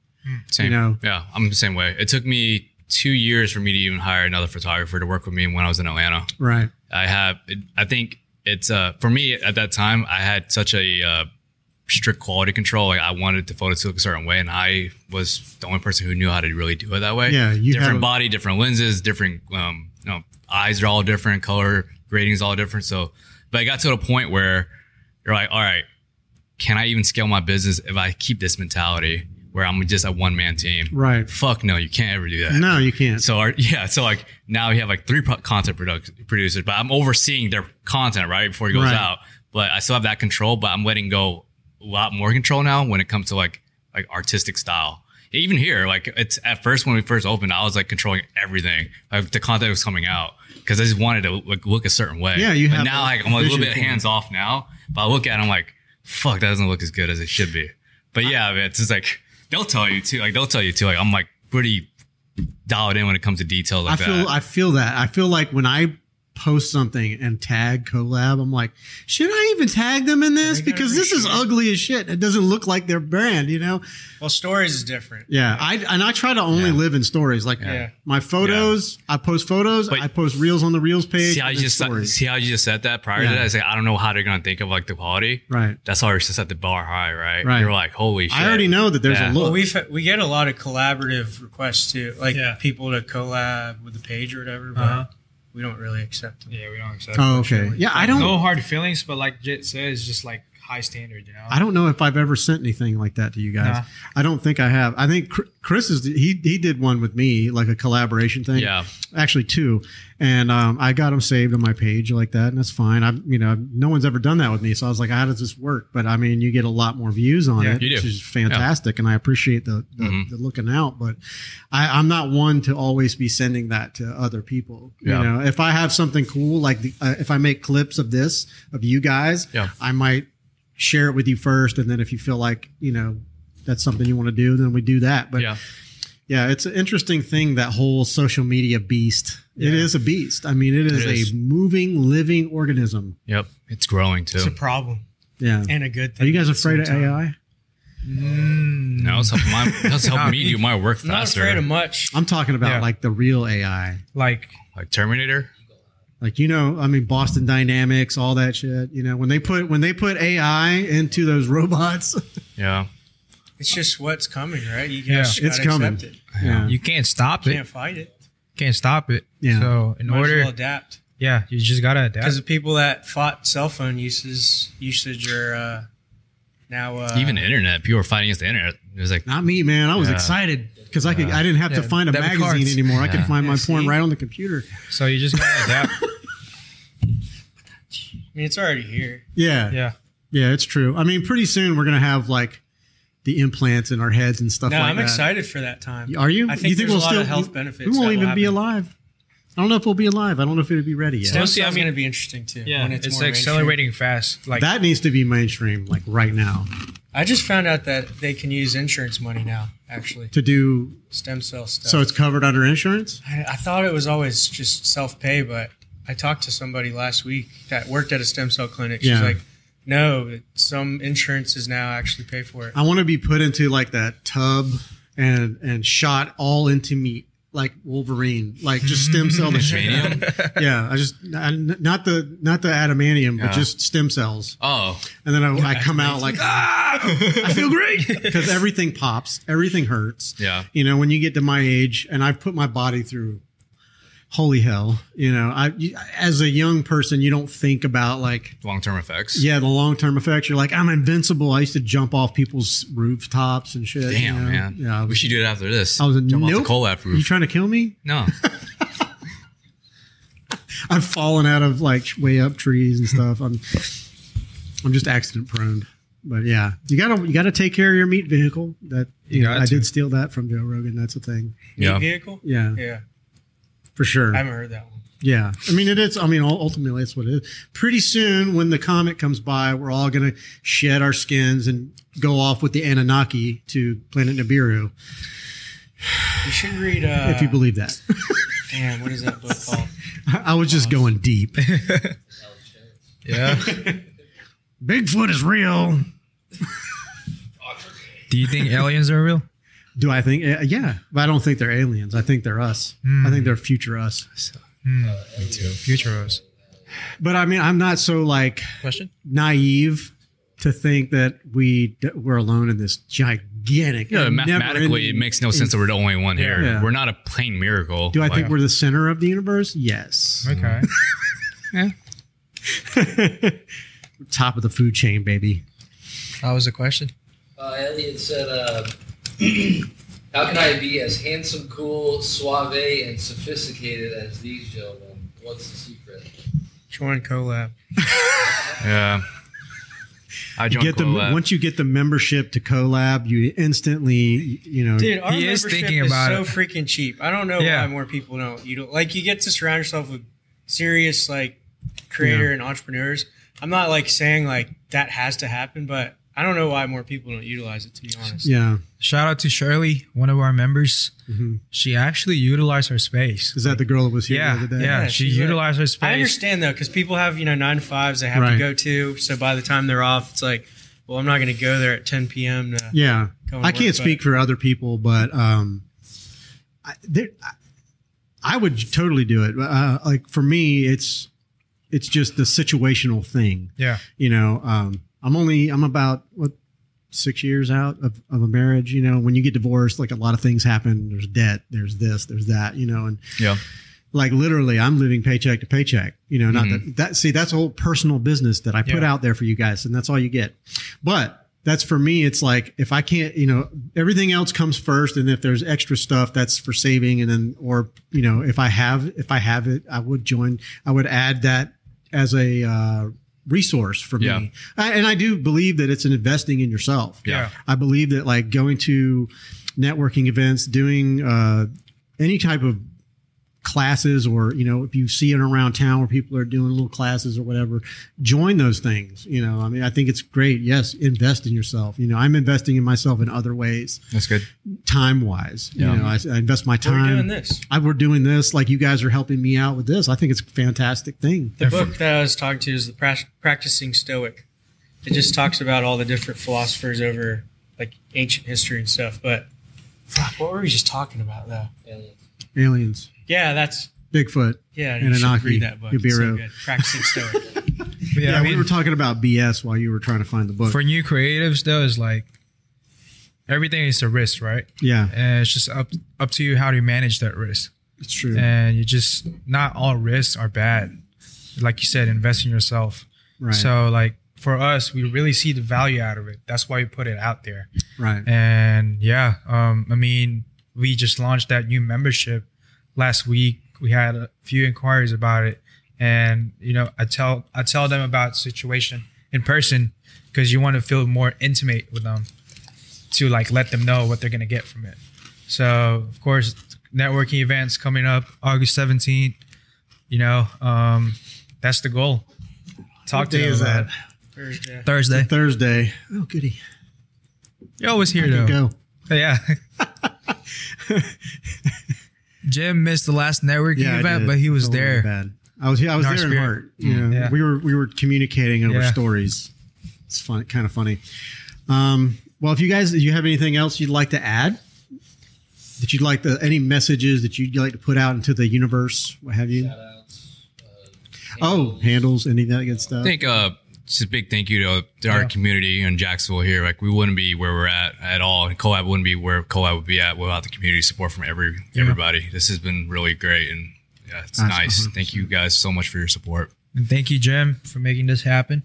[SPEAKER 3] Same.
[SPEAKER 1] You know?
[SPEAKER 3] Yeah. I'm the same way. It took me two years for me to even hire another photographer to work with me when I was in Atlanta.
[SPEAKER 1] right
[SPEAKER 3] I have, I think it's, uh, for me at that time, I had such a, uh, strict quality control. Like I wanted the photos to look a certain way. And I was the only person who knew how to really do it that way.
[SPEAKER 1] yeah you
[SPEAKER 3] different
[SPEAKER 1] have a-
[SPEAKER 3] body, different lenses, different um, you know, eyes are all different, color grading's all different. So, but I got to the point where you're like, all right, can I even scale my business if I keep this mentality where I'm just a one man team?
[SPEAKER 1] right
[SPEAKER 3] Fuck no, you can't ever do that.
[SPEAKER 1] no you can't
[SPEAKER 3] So our, yeah, so like now we have like three pro- content product producers, but I'm overseeing their content right before it goes
[SPEAKER 1] Right.
[SPEAKER 3] out. But I still have that control, but I'm letting go a lot more control now when it comes to like like artistic style. Even here, like it's at first when we first opened, I was like controlling everything. Like the content was coming out because I just wanted to look, look a certain way.
[SPEAKER 1] Yeah, you
[SPEAKER 3] But
[SPEAKER 1] have a
[SPEAKER 3] now like I'm a little
[SPEAKER 1] vision
[SPEAKER 3] bit
[SPEAKER 1] for it.
[SPEAKER 3] hands off now, but I look at it, I'm like, fuck, that doesn't look as good as it should be. But yeah, man, it's just like they'll tell you too. Like they'll tell you too. Like I'm like pretty dialed in when it comes to details like
[SPEAKER 1] I feel
[SPEAKER 3] that.
[SPEAKER 1] I feel that. I feel like when I post something and tag collab, I'm like, should I even tag them in this?
[SPEAKER 5] They gotta
[SPEAKER 1] Because this is
[SPEAKER 5] appreciate it.
[SPEAKER 1] ugly as shit. It doesn't look like their brand, you know?
[SPEAKER 5] Well, stories is different.
[SPEAKER 1] Yeah. I and I try to only
[SPEAKER 3] Yeah.
[SPEAKER 1] live in stories. Like
[SPEAKER 5] Yeah.
[SPEAKER 1] my photos, I post photos,
[SPEAKER 3] But-
[SPEAKER 1] I post reels on the reels page.
[SPEAKER 3] see how
[SPEAKER 1] and
[SPEAKER 3] you
[SPEAKER 1] then
[SPEAKER 3] just uh,
[SPEAKER 1] stories.
[SPEAKER 3] see how you just said that prior
[SPEAKER 1] Yeah.
[SPEAKER 3] to that. I say I don't know how they're gonna think of like the quality.
[SPEAKER 1] right.
[SPEAKER 3] That's why we just set the bar high, right?
[SPEAKER 1] Right.
[SPEAKER 3] You're like, holy shit!
[SPEAKER 1] I already know that there's
[SPEAKER 3] Yeah.
[SPEAKER 1] a look.
[SPEAKER 5] Well, we have we get a lot of collaborative requests too, like people to collab with the page or whatever, but
[SPEAKER 2] Uh-huh.
[SPEAKER 5] we don't really accept them.
[SPEAKER 2] Yeah, we don't accept.
[SPEAKER 1] oh,
[SPEAKER 2] that shit.
[SPEAKER 1] okay. Yeah, I don't
[SPEAKER 2] No hard feelings, but like Jit says, just like high standard, you know.
[SPEAKER 1] I don't know if I've ever sent anything like that to you guys.
[SPEAKER 2] Nah.
[SPEAKER 1] I don't think I have. I think Chr- Chris is he he did one with me, like a collaboration thing.
[SPEAKER 3] Yeah,
[SPEAKER 1] actually two, and um, I got them saved on my page like that, and that's fine. I, you know, no one's ever done that with me, so I was like, how does this work? But I mean, you get a lot more views on
[SPEAKER 2] Yeah,
[SPEAKER 1] it,
[SPEAKER 3] you do.
[SPEAKER 1] which is fantastic, and I appreciate the the,
[SPEAKER 3] Mhm.
[SPEAKER 1] the looking out. But I, I'm not one to always be sending that to other people.
[SPEAKER 3] Yeah.
[SPEAKER 1] You know, if I have something cool, like the, uh, if I make clips of this of you guys,
[SPEAKER 3] Yeah.
[SPEAKER 1] I might share it with you first, and then if you feel like you know. That's something you want to do, then we do that. But
[SPEAKER 3] yeah.
[SPEAKER 1] yeah, it's an interesting thing that whole social media beast. It
[SPEAKER 2] Yeah.
[SPEAKER 1] is a beast. I mean, it is,
[SPEAKER 3] It is.
[SPEAKER 1] a moving, living organism.
[SPEAKER 3] Yep, it's growing too.
[SPEAKER 5] It's a problem
[SPEAKER 1] Yeah.
[SPEAKER 5] and a good
[SPEAKER 1] Are
[SPEAKER 5] thing.
[SPEAKER 1] you guys
[SPEAKER 5] at the
[SPEAKER 1] afraid
[SPEAKER 5] same
[SPEAKER 1] of
[SPEAKER 5] time.
[SPEAKER 1] AI?
[SPEAKER 2] Mm.
[SPEAKER 3] No, it's helping, my, it's helping
[SPEAKER 2] Nah,
[SPEAKER 3] me do my work
[SPEAKER 5] I'm not
[SPEAKER 3] faster.
[SPEAKER 5] afraid of much.
[SPEAKER 1] I'm talking about
[SPEAKER 2] Yeah.
[SPEAKER 1] like the real AI.
[SPEAKER 2] like
[SPEAKER 3] like Terminator.
[SPEAKER 1] Like you know, I mean Boston Dynamics, all that shit. You know, when they put when they put AI into those robots,
[SPEAKER 3] Yeah,
[SPEAKER 5] It's just what's coming, right? You
[SPEAKER 2] Yeah.
[SPEAKER 5] just
[SPEAKER 1] It's
[SPEAKER 5] gotta
[SPEAKER 1] coming.
[SPEAKER 5] accept it.
[SPEAKER 1] yeah,
[SPEAKER 2] you can't stop
[SPEAKER 5] Can't
[SPEAKER 2] it.
[SPEAKER 5] fight it.
[SPEAKER 2] Can't stop it.
[SPEAKER 1] Yeah.
[SPEAKER 2] So in
[SPEAKER 5] Might as
[SPEAKER 2] order,
[SPEAKER 5] well adapt.
[SPEAKER 2] yeah, you just gotta adapt.
[SPEAKER 5] because the people that fought cell phone uses usage are uh, now uh,
[SPEAKER 3] even the internet. People are fighting against the internet. It was like,
[SPEAKER 1] not me, man. I was
[SPEAKER 3] Yeah.
[SPEAKER 1] excited because I could I didn't have to
[SPEAKER 2] Yeah,
[SPEAKER 1] find a
[SPEAKER 2] debit
[SPEAKER 1] magazine
[SPEAKER 2] cards.
[SPEAKER 1] anymore. I could
[SPEAKER 3] Yeah.
[SPEAKER 1] find my
[SPEAKER 5] Yeah,
[SPEAKER 1] porn
[SPEAKER 5] see?
[SPEAKER 1] right on the computer.
[SPEAKER 2] So you just gotta adapt.
[SPEAKER 5] I mean, it's already here.
[SPEAKER 1] Yeah,
[SPEAKER 2] yeah.
[SPEAKER 1] Yeah, it's true. I mean, pretty soon we're gonna have like the implants in our heads and stuff
[SPEAKER 5] No,
[SPEAKER 1] like
[SPEAKER 5] I'm
[SPEAKER 1] that.
[SPEAKER 5] excited for that time.
[SPEAKER 1] Are you?
[SPEAKER 5] I think
[SPEAKER 1] you
[SPEAKER 5] there's a lot of health benefits
[SPEAKER 1] We won't
[SPEAKER 5] that will
[SPEAKER 1] even be
[SPEAKER 5] happen.
[SPEAKER 1] alive. I don't know if we'll be alive. I don't know if it'll be ready yet.
[SPEAKER 2] Stem
[SPEAKER 5] Mostly,
[SPEAKER 2] cells
[SPEAKER 5] I'm going to be interesting too.
[SPEAKER 2] Yeah,
[SPEAKER 5] when
[SPEAKER 2] it's,
[SPEAKER 5] it's, more mainstream.
[SPEAKER 2] accelerating fast. Like
[SPEAKER 1] that needs to be mainstream, like right now,
[SPEAKER 5] I just found out that they can use insurance money now. Actually,
[SPEAKER 1] to do
[SPEAKER 5] stem cell stuff.
[SPEAKER 1] so it's covered under insurance.
[SPEAKER 5] I, I thought it was always just self pay, but I talked to somebody last week that worked at a stem cell clinic. She's
[SPEAKER 1] Yeah.
[SPEAKER 5] like, no, some insurances now actually pay for it.
[SPEAKER 1] I want to be put into like that tub and and shot all into me like Wolverine, like just stem cell the shit. out. Yeah, I just I, not the not the adamantium, but
[SPEAKER 3] Yeah.
[SPEAKER 1] just stem cells,
[SPEAKER 3] Oh,
[SPEAKER 1] and then I, I come out like ah, I feel great because everything pops, everything hurts.
[SPEAKER 3] yeah.
[SPEAKER 1] You know, when you get to my age, and I've put my body through holy hell. You know, I you- as a young person, you don't think about like
[SPEAKER 3] Long term effects.
[SPEAKER 1] yeah, the long term effects. You're like, I'm invincible. I used to jump off people's rooftops and shit.
[SPEAKER 3] Damn,
[SPEAKER 1] you know?
[SPEAKER 3] man.
[SPEAKER 1] Yeah, I
[SPEAKER 3] We
[SPEAKER 1] was,
[SPEAKER 3] should do it after this.
[SPEAKER 1] I was a
[SPEAKER 3] Jump off
[SPEAKER 1] nope.
[SPEAKER 3] the Colab
[SPEAKER 1] you
[SPEAKER 3] roof.
[SPEAKER 1] trying to kill me?
[SPEAKER 3] no.
[SPEAKER 1] I've fallen out of like way up trees and stuff. I'm, I'm just accident prone. But yeah, you gotta you gotta take care of your meat vehicle. That you,
[SPEAKER 2] You
[SPEAKER 1] know,
[SPEAKER 2] got
[SPEAKER 1] I
[SPEAKER 2] to.
[SPEAKER 1] did steal that from Joe Rogan. That's a thing.
[SPEAKER 3] Yeah.
[SPEAKER 5] Vehicle?
[SPEAKER 1] Yeah,
[SPEAKER 5] Yeah,
[SPEAKER 1] for sure.
[SPEAKER 5] I haven't heard that one.
[SPEAKER 1] Yeah, I mean it is. I mean ul- ultimately that's what it is. Pretty soon, when the comet comes by, we're all gonna shed our skins and go off with the Anunnaki to planet Nibiru,
[SPEAKER 5] You should read. Uh,
[SPEAKER 1] if you believe that.
[SPEAKER 5] Damn, what is that book called?
[SPEAKER 1] I was just going deep.
[SPEAKER 2] yeah.
[SPEAKER 1] Bigfoot is real.
[SPEAKER 2] Do you think aliens are real?
[SPEAKER 1] Do I think? uh, Yeah, but I don't think they're aliens. I think they're us. I
[SPEAKER 3] Hmm.
[SPEAKER 1] think they're future us.
[SPEAKER 2] Me too. Future us.
[SPEAKER 1] But I mean, I'm not so like
[SPEAKER 2] Question.
[SPEAKER 1] naive to think that we that we're alone in this gigantic.
[SPEAKER 3] Yeah,
[SPEAKER 1] and
[SPEAKER 3] mathematically,
[SPEAKER 1] never-ending-
[SPEAKER 3] it makes no sense that we're the only one here.
[SPEAKER 1] Yeah.
[SPEAKER 3] We're not a plain miracle.
[SPEAKER 1] Do I
[SPEAKER 3] Like,
[SPEAKER 1] think we're the center of the universe? Yes.
[SPEAKER 2] Okay.
[SPEAKER 1] Top of the food chain, baby.
[SPEAKER 2] That was a question.
[SPEAKER 4] Uh, Elliot said, uh, "How can I be as handsome, cool, suave, and sophisticated as these gentlemen? What's the secret?"
[SPEAKER 5] Join Colab.
[SPEAKER 3] Yeah. I
[SPEAKER 1] You
[SPEAKER 3] joined
[SPEAKER 1] get the
[SPEAKER 3] Colab.
[SPEAKER 1] once you get the membership to collab, you instantly you know
[SPEAKER 5] Dude, our
[SPEAKER 2] He is
[SPEAKER 5] membership
[SPEAKER 2] thinking
[SPEAKER 5] is
[SPEAKER 2] about
[SPEAKER 5] so
[SPEAKER 2] it.
[SPEAKER 5] freaking cheap. I don't know
[SPEAKER 2] Yeah.
[SPEAKER 5] why more people don't. You don't like you get to surround yourself with serious like creator and entrepreneurs. I'm not like saying like that has to happen, but I don't know why more people don't utilize it. To be honest,
[SPEAKER 1] yeah.
[SPEAKER 2] Shout out to Shirley, one of our members.
[SPEAKER 1] Mhm.
[SPEAKER 2] She actually utilized her space.
[SPEAKER 1] Is that the girl that was here
[SPEAKER 2] Yeah,
[SPEAKER 1] the other
[SPEAKER 2] yeah.
[SPEAKER 1] day?
[SPEAKER 2] she
[SPEAKER 5] she's like-
[SPEAKER 2] utilized her
[SPEAKER 5] I
[SPEAKER 2] space.
[SPEAKER 5] understand though because people have you know nine to fives they have
[SPEAKER 1] Right.
[SPEAKER 5] to go to. So by the time they're off, it's like, well, I'm not going to go there at 10 p.m. To,
[SPEAKER 1] Yeah.
[SPEAKER 5] Go and
[SPEAKER 1] I
[SPEAKER 5] work,
[SPEAKER 1] can't speak
[SPEAKER 5] but-
[SPEAKER 1] for other people, but um, I, there, I, I would totally do it. Uh, like for me, it's it's just the situational thing.
[SPEAKER 2] Yeah.
[SPEAKER 1] You know, um, I'm only I'm about what six years out of, of a marriage. You know, when you get divorced, like a lot of things happen. There's debt. There's this. There's that. You know, and
[SPEAKER 3] yeah.
[SPEAKER 1] like literally i'm living paycheck to paycheck you know not
[SPEAKER 3] Mm-hmm.
[SPEAKER 1] that, that see that's a whole personal business that i put
[SPEAKER 2] Yeah.
[SPEAKER 1] out there for you guys and that's all you get but that's for me it's like if i can't you know everything else comes first and if there's extra stuff that's for saving and then or you know if i have if i have it i would join i would add that as a uh, resource for
[SPEAKER 3] Yeah.
[SPEAKER 1] me I, and i do believe that it's an investing in yourself
[SPEAKER 3] Yeah.
[SPEAKER 1] I believe that like going to networking events, doing uh, any type of classes, or you know, if you see it around town where people are doing little classes or whatever, join those things. You know, I mean, I think it's great. Yes, invest in yourself. You know, I'm investing in myself in other ways,
[SPEAKER 3] That's good.
[SPEAKER 1] time wise.
[SPEAKER 3] Yeah.
[SPEAKER 1] You know, I, I invest my
[SPEAKER 5] We're
[SPEAKER 1] time.
[SPEAKER 5] doing this.
[SPEAKER 1] I, we're doing this. Like you guys are helping me out with this. I think it's a fantastic thing.
[SPEAKER 5] The book that I was talking to is the Prac- Practicing Stoic. It just talks about all the different philosophers over like ancient history and stuff. But fuck, what were we just talking about though?
[SPEAKER 4] Elliot.
[SPEAKER 1] Aliens,
[SPEAKER 5] Yeah, that's
[SPEAKER 1] Bigfoot.
[SPEAKER 5] yeah. You
[SPEAKER 1] Anunnaki.
[SPEAKER 5] should read that book.
[SPEAKER 1] You'll be
[SPEAKER 5] It's so
[SPEAKER 1] real.
[SPEAKER 5] good. Practicing Stoic.
[SPEAKER 2] But
[SPEAKER 1] Yeah,
[SPEAKER 2] yeah, I
[SPEAKER 1] we
[SPEAKER 2] mean,
[SPEAKER 1] were talking about BS while you were trying to find the book.
[SPEAKER 2] for new creatives though, is like everything is a risk, right?
[SPEAKER 1] yeah,
[SPEAKER 2] And it's just up up to you how you manage that risk.
[SPEAKER 1] it's true.
[SPEAKER 2] And you just not all risks are bad. Like you said, invest in yourself.
[SPEAKER 1] right.
[SPEAKER 2] So like for us, we really see the value out of it. That's why we put it out there.
[SPEAKER 1] right.
[SPEAKER 2] And yeah, um, I mean, we just launched that new membership last week. We had a few inquiries about it, and you know, I tell I tell them about situation in person because you want to feel more intimate with them to like let them know what they're gonna get from it. So of course, networking events coming up August seventeenth. you know, um, that's the goal. Talk to
[SPEAKER 1] day
[SPEAKER 2] them
[SPEAKER 1] is
[SPEAKER 2] about
[SPEAKER 1] that?
[SPEAKER 5] Thursday.
[SPEAKER 2] it. Thursday.
[SPEAKER 1] Thursday. Oh, goody.
[SPEAKER 2] You're always here
[SPEAKER 1] There you
[SPEAKER 2] though.
[SPEAKER 1] go.
[SPEAKER 2] Yeah. Jim missed the last networking
[SPEAKER 1] I
[SPEAKER 2] event,
[SPEAKER 1] did.
[SPEAKER 2] but he was
[SPEAKER 1] Felt really
[SPEAKER 2] there.
[SPEAKER 1] bad. I was I was
[SPEAKER 2] In our
[SPEAKER 1] there in
[SPEAKER 2] spirit. Mm.
[SPEAKER 1] heart. You know,
[SPEAKER 2] Yeah.
[SPEAKER 1] we were we were communicating over
[SPEAKER 2] Yeah.
[SPEAKER 1] stories. It's fun, kind of funny. Um, well, if you guys, do you have anything else you'd like to add? That you'd like to any messages that you'd like to put out into the universe, what have you?
[SPEAKER 4] Shout outs. Uh,
[SPEAKER 1] Oh, handles, any of that good stuff.
[SPEAKER 3] I think uh, just a big thank you to, to our
[SPEAKER 2] Yeah.
[SPEAKER 3] community in Jacksonville here. Like we wouldn't be where we're at at all, and Coab wouldn't be where Coab would be at without the community support from every everybody. This has been really great, and yeah, it's
[SPEAKER 1] That's
[SPEAKER 3] nice.
[SPEAKER 1] 100%.
[SPEAKER 3] Thank you guys so much for your support.
[SPEAKER 2] And thank you, Jim, for making this happen.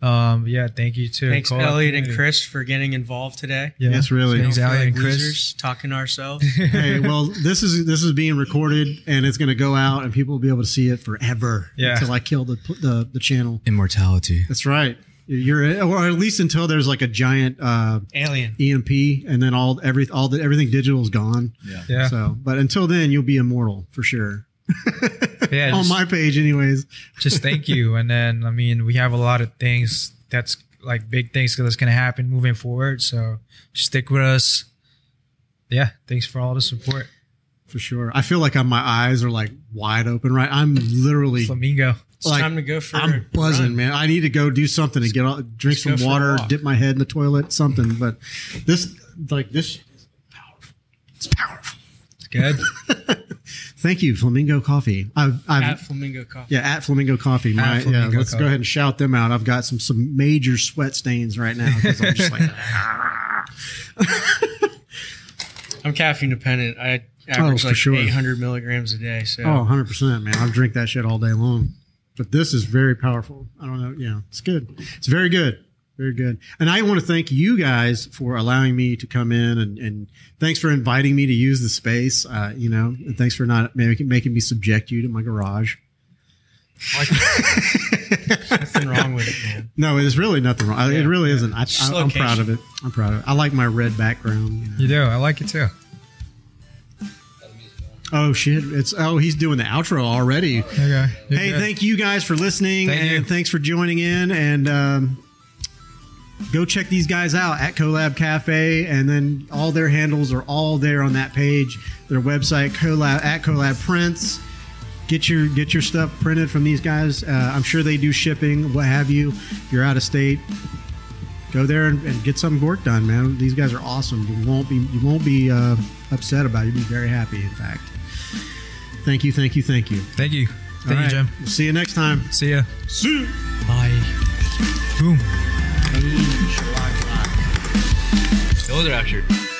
[SPEAKER 2] Um, yeah, thank you too.
[SPEAKER 5] Thanks,
[SPEAKER 2] Co-op
[SPEAKER 5] Elliot and
[SPEAKER 2] community.
[SPEAKER 5] Chris, for getting involved today.
[SPEAKER 2] Yeah.
[SPEAKER 1] Yes, really.
[SPEAKER 5] Don't
[SPEAKER 2] Thanks,
[SPEAKER 5] feel
[SPEAKER 2] Elliot
[SPEAKER 5] like
[SPEAKER 2] and Chris.
[SPEAKER 5] losers talking to ourselves.
[SPEAKER 1] hey, well, this is this is being recorded and it's going to go out, and people will be able to see it forever.
[SPEAKER 2] Yeah.
[SPEAKER 1] until I kill the the, the channel.
[SPEAKER 3] Immortality.
[SPEAKER 1] That's right. You're, or at least until there's like a giant uh,
[SPEAKER 5] Alien.
[SPEAKER 1] EMP, and then all every all the everything digital is gone.
[SPEAKER 2] Yeah,
[SPEAKER 1] So, but until then, you'll be immortal for sure.
[SPEAKER 2] yeah.
[SPEAKER 1] On
[SPEAKER 2] Just,
[SPEAKER 1] my page, anyways.
[SPEAKER 2] just thank you. And then I mean, we have a lot of things that's like big things that's gonna happen moving forward. So stick with us. Yeah, thanks for all the support,
[SPEAKER 1] For sure. I feel like i my eyes are like wide open. Right. I'm literally.
[SPEAKER 2] Flamingo.
[SPEAKER 5] It's
[SPEAKER 1] Like,
[SPEAKER 5] time to go for. a
[SPEAKER 1] I'm buzzing,
[SPEAKER 5] run.
[SPEAKER 1] man. I need to go do something and get all, drink
[SPEAKER 5] Just go
[SPEAKER 1] some
[SPEAKER 5] for a
[SPEAKER 1] water,
[SPEAKER 5] walk.
[SPEAKER 1] dip my head in the toilet, something. But this, like this, it's powerful.
[SPEAKER 2] It's good.
[SPEAKER 1] Thank you, Flamingo Coffee. I've, I've
[SPEAKER 5] At Flamingo Coffee.
[SPEAKER 1] Yeah, at Flamingo Coffee. My,
[SPEAKER 2] Flamingo
[SPEAKER 1] yeah, let's
[SPEAKER 2] Coffee.
[SPEAKER 1] go ahead and shout them out. I've got some some major sweat stains right now because I'm just like,
[SPEAKER 5] I'm caffeine dependent. I average
[SPEAKER 1] Oh, for
[SPEAKER 5] like
[SPEAKER 1] sure.
[SPEAKER 5] 800 milligrams a day. So
[SPEAKER 1] oh, 100 percent, man. I'll drink that shit all day long. But this is very powerful. I don't know. Yeah, it's good. It's very good. Very good. And I want to thank you guys for allowing me to come in and, and thanks for inviting me to use the space. Uh, you know, and thanks for not making, making me subject you to my garage.
[SPEAKER 5] nothing wrong with it, man.
[SPEAKER 1] No, there's really nothing wrong. I It really isn't. I,
[SPEAKER 5] just
[SPEAKER 1] I, I'm proud
[SPEAKER 5] location.
[SPEAKER 1] of it. I'm proud of it. I like my red background. You know.
[SPEAKER 2] you do. I like it too.
[SPEAKER 1] Oh shit! It's oh he's doing the outro already.
[SPEAKER 2] Okay. you're
[SPEAKER 1] Hey,
[SPEAKER 2] good.
[SPEAKER 1] thank you guys for listening
[SPEAKER 2] Thank
[SPEAKER 1] and
[SPEAKER 2] you.
[SPEAKER 1] thanks for joining in. And um, go check these guys out at Colab Cafe, and then all their handles are all there on that page. Their website Colab at Colab Prints. Get your get your stuff printed from these guys. Uh, I'm sure they do shipping, what have you. If you're out of state, go there and, and get some work done, man. These guys are awesome. You won't be you won't be uh, upset about. it. You'll be very happy, in fact. Thank you, thank you, thank you.
[SPEAKER 2] Thank you. Thank you,
[SPEAKER 1] All right.
[SPEAKER 2] Jim.
[SPEAKER 1] We'll see you next time.
[SPEAKER 2] See ya.
[SPEAKER 1] See you.
[SPEAKER 2] Bye. Boom.
[SPEAKER 3] Those are actually.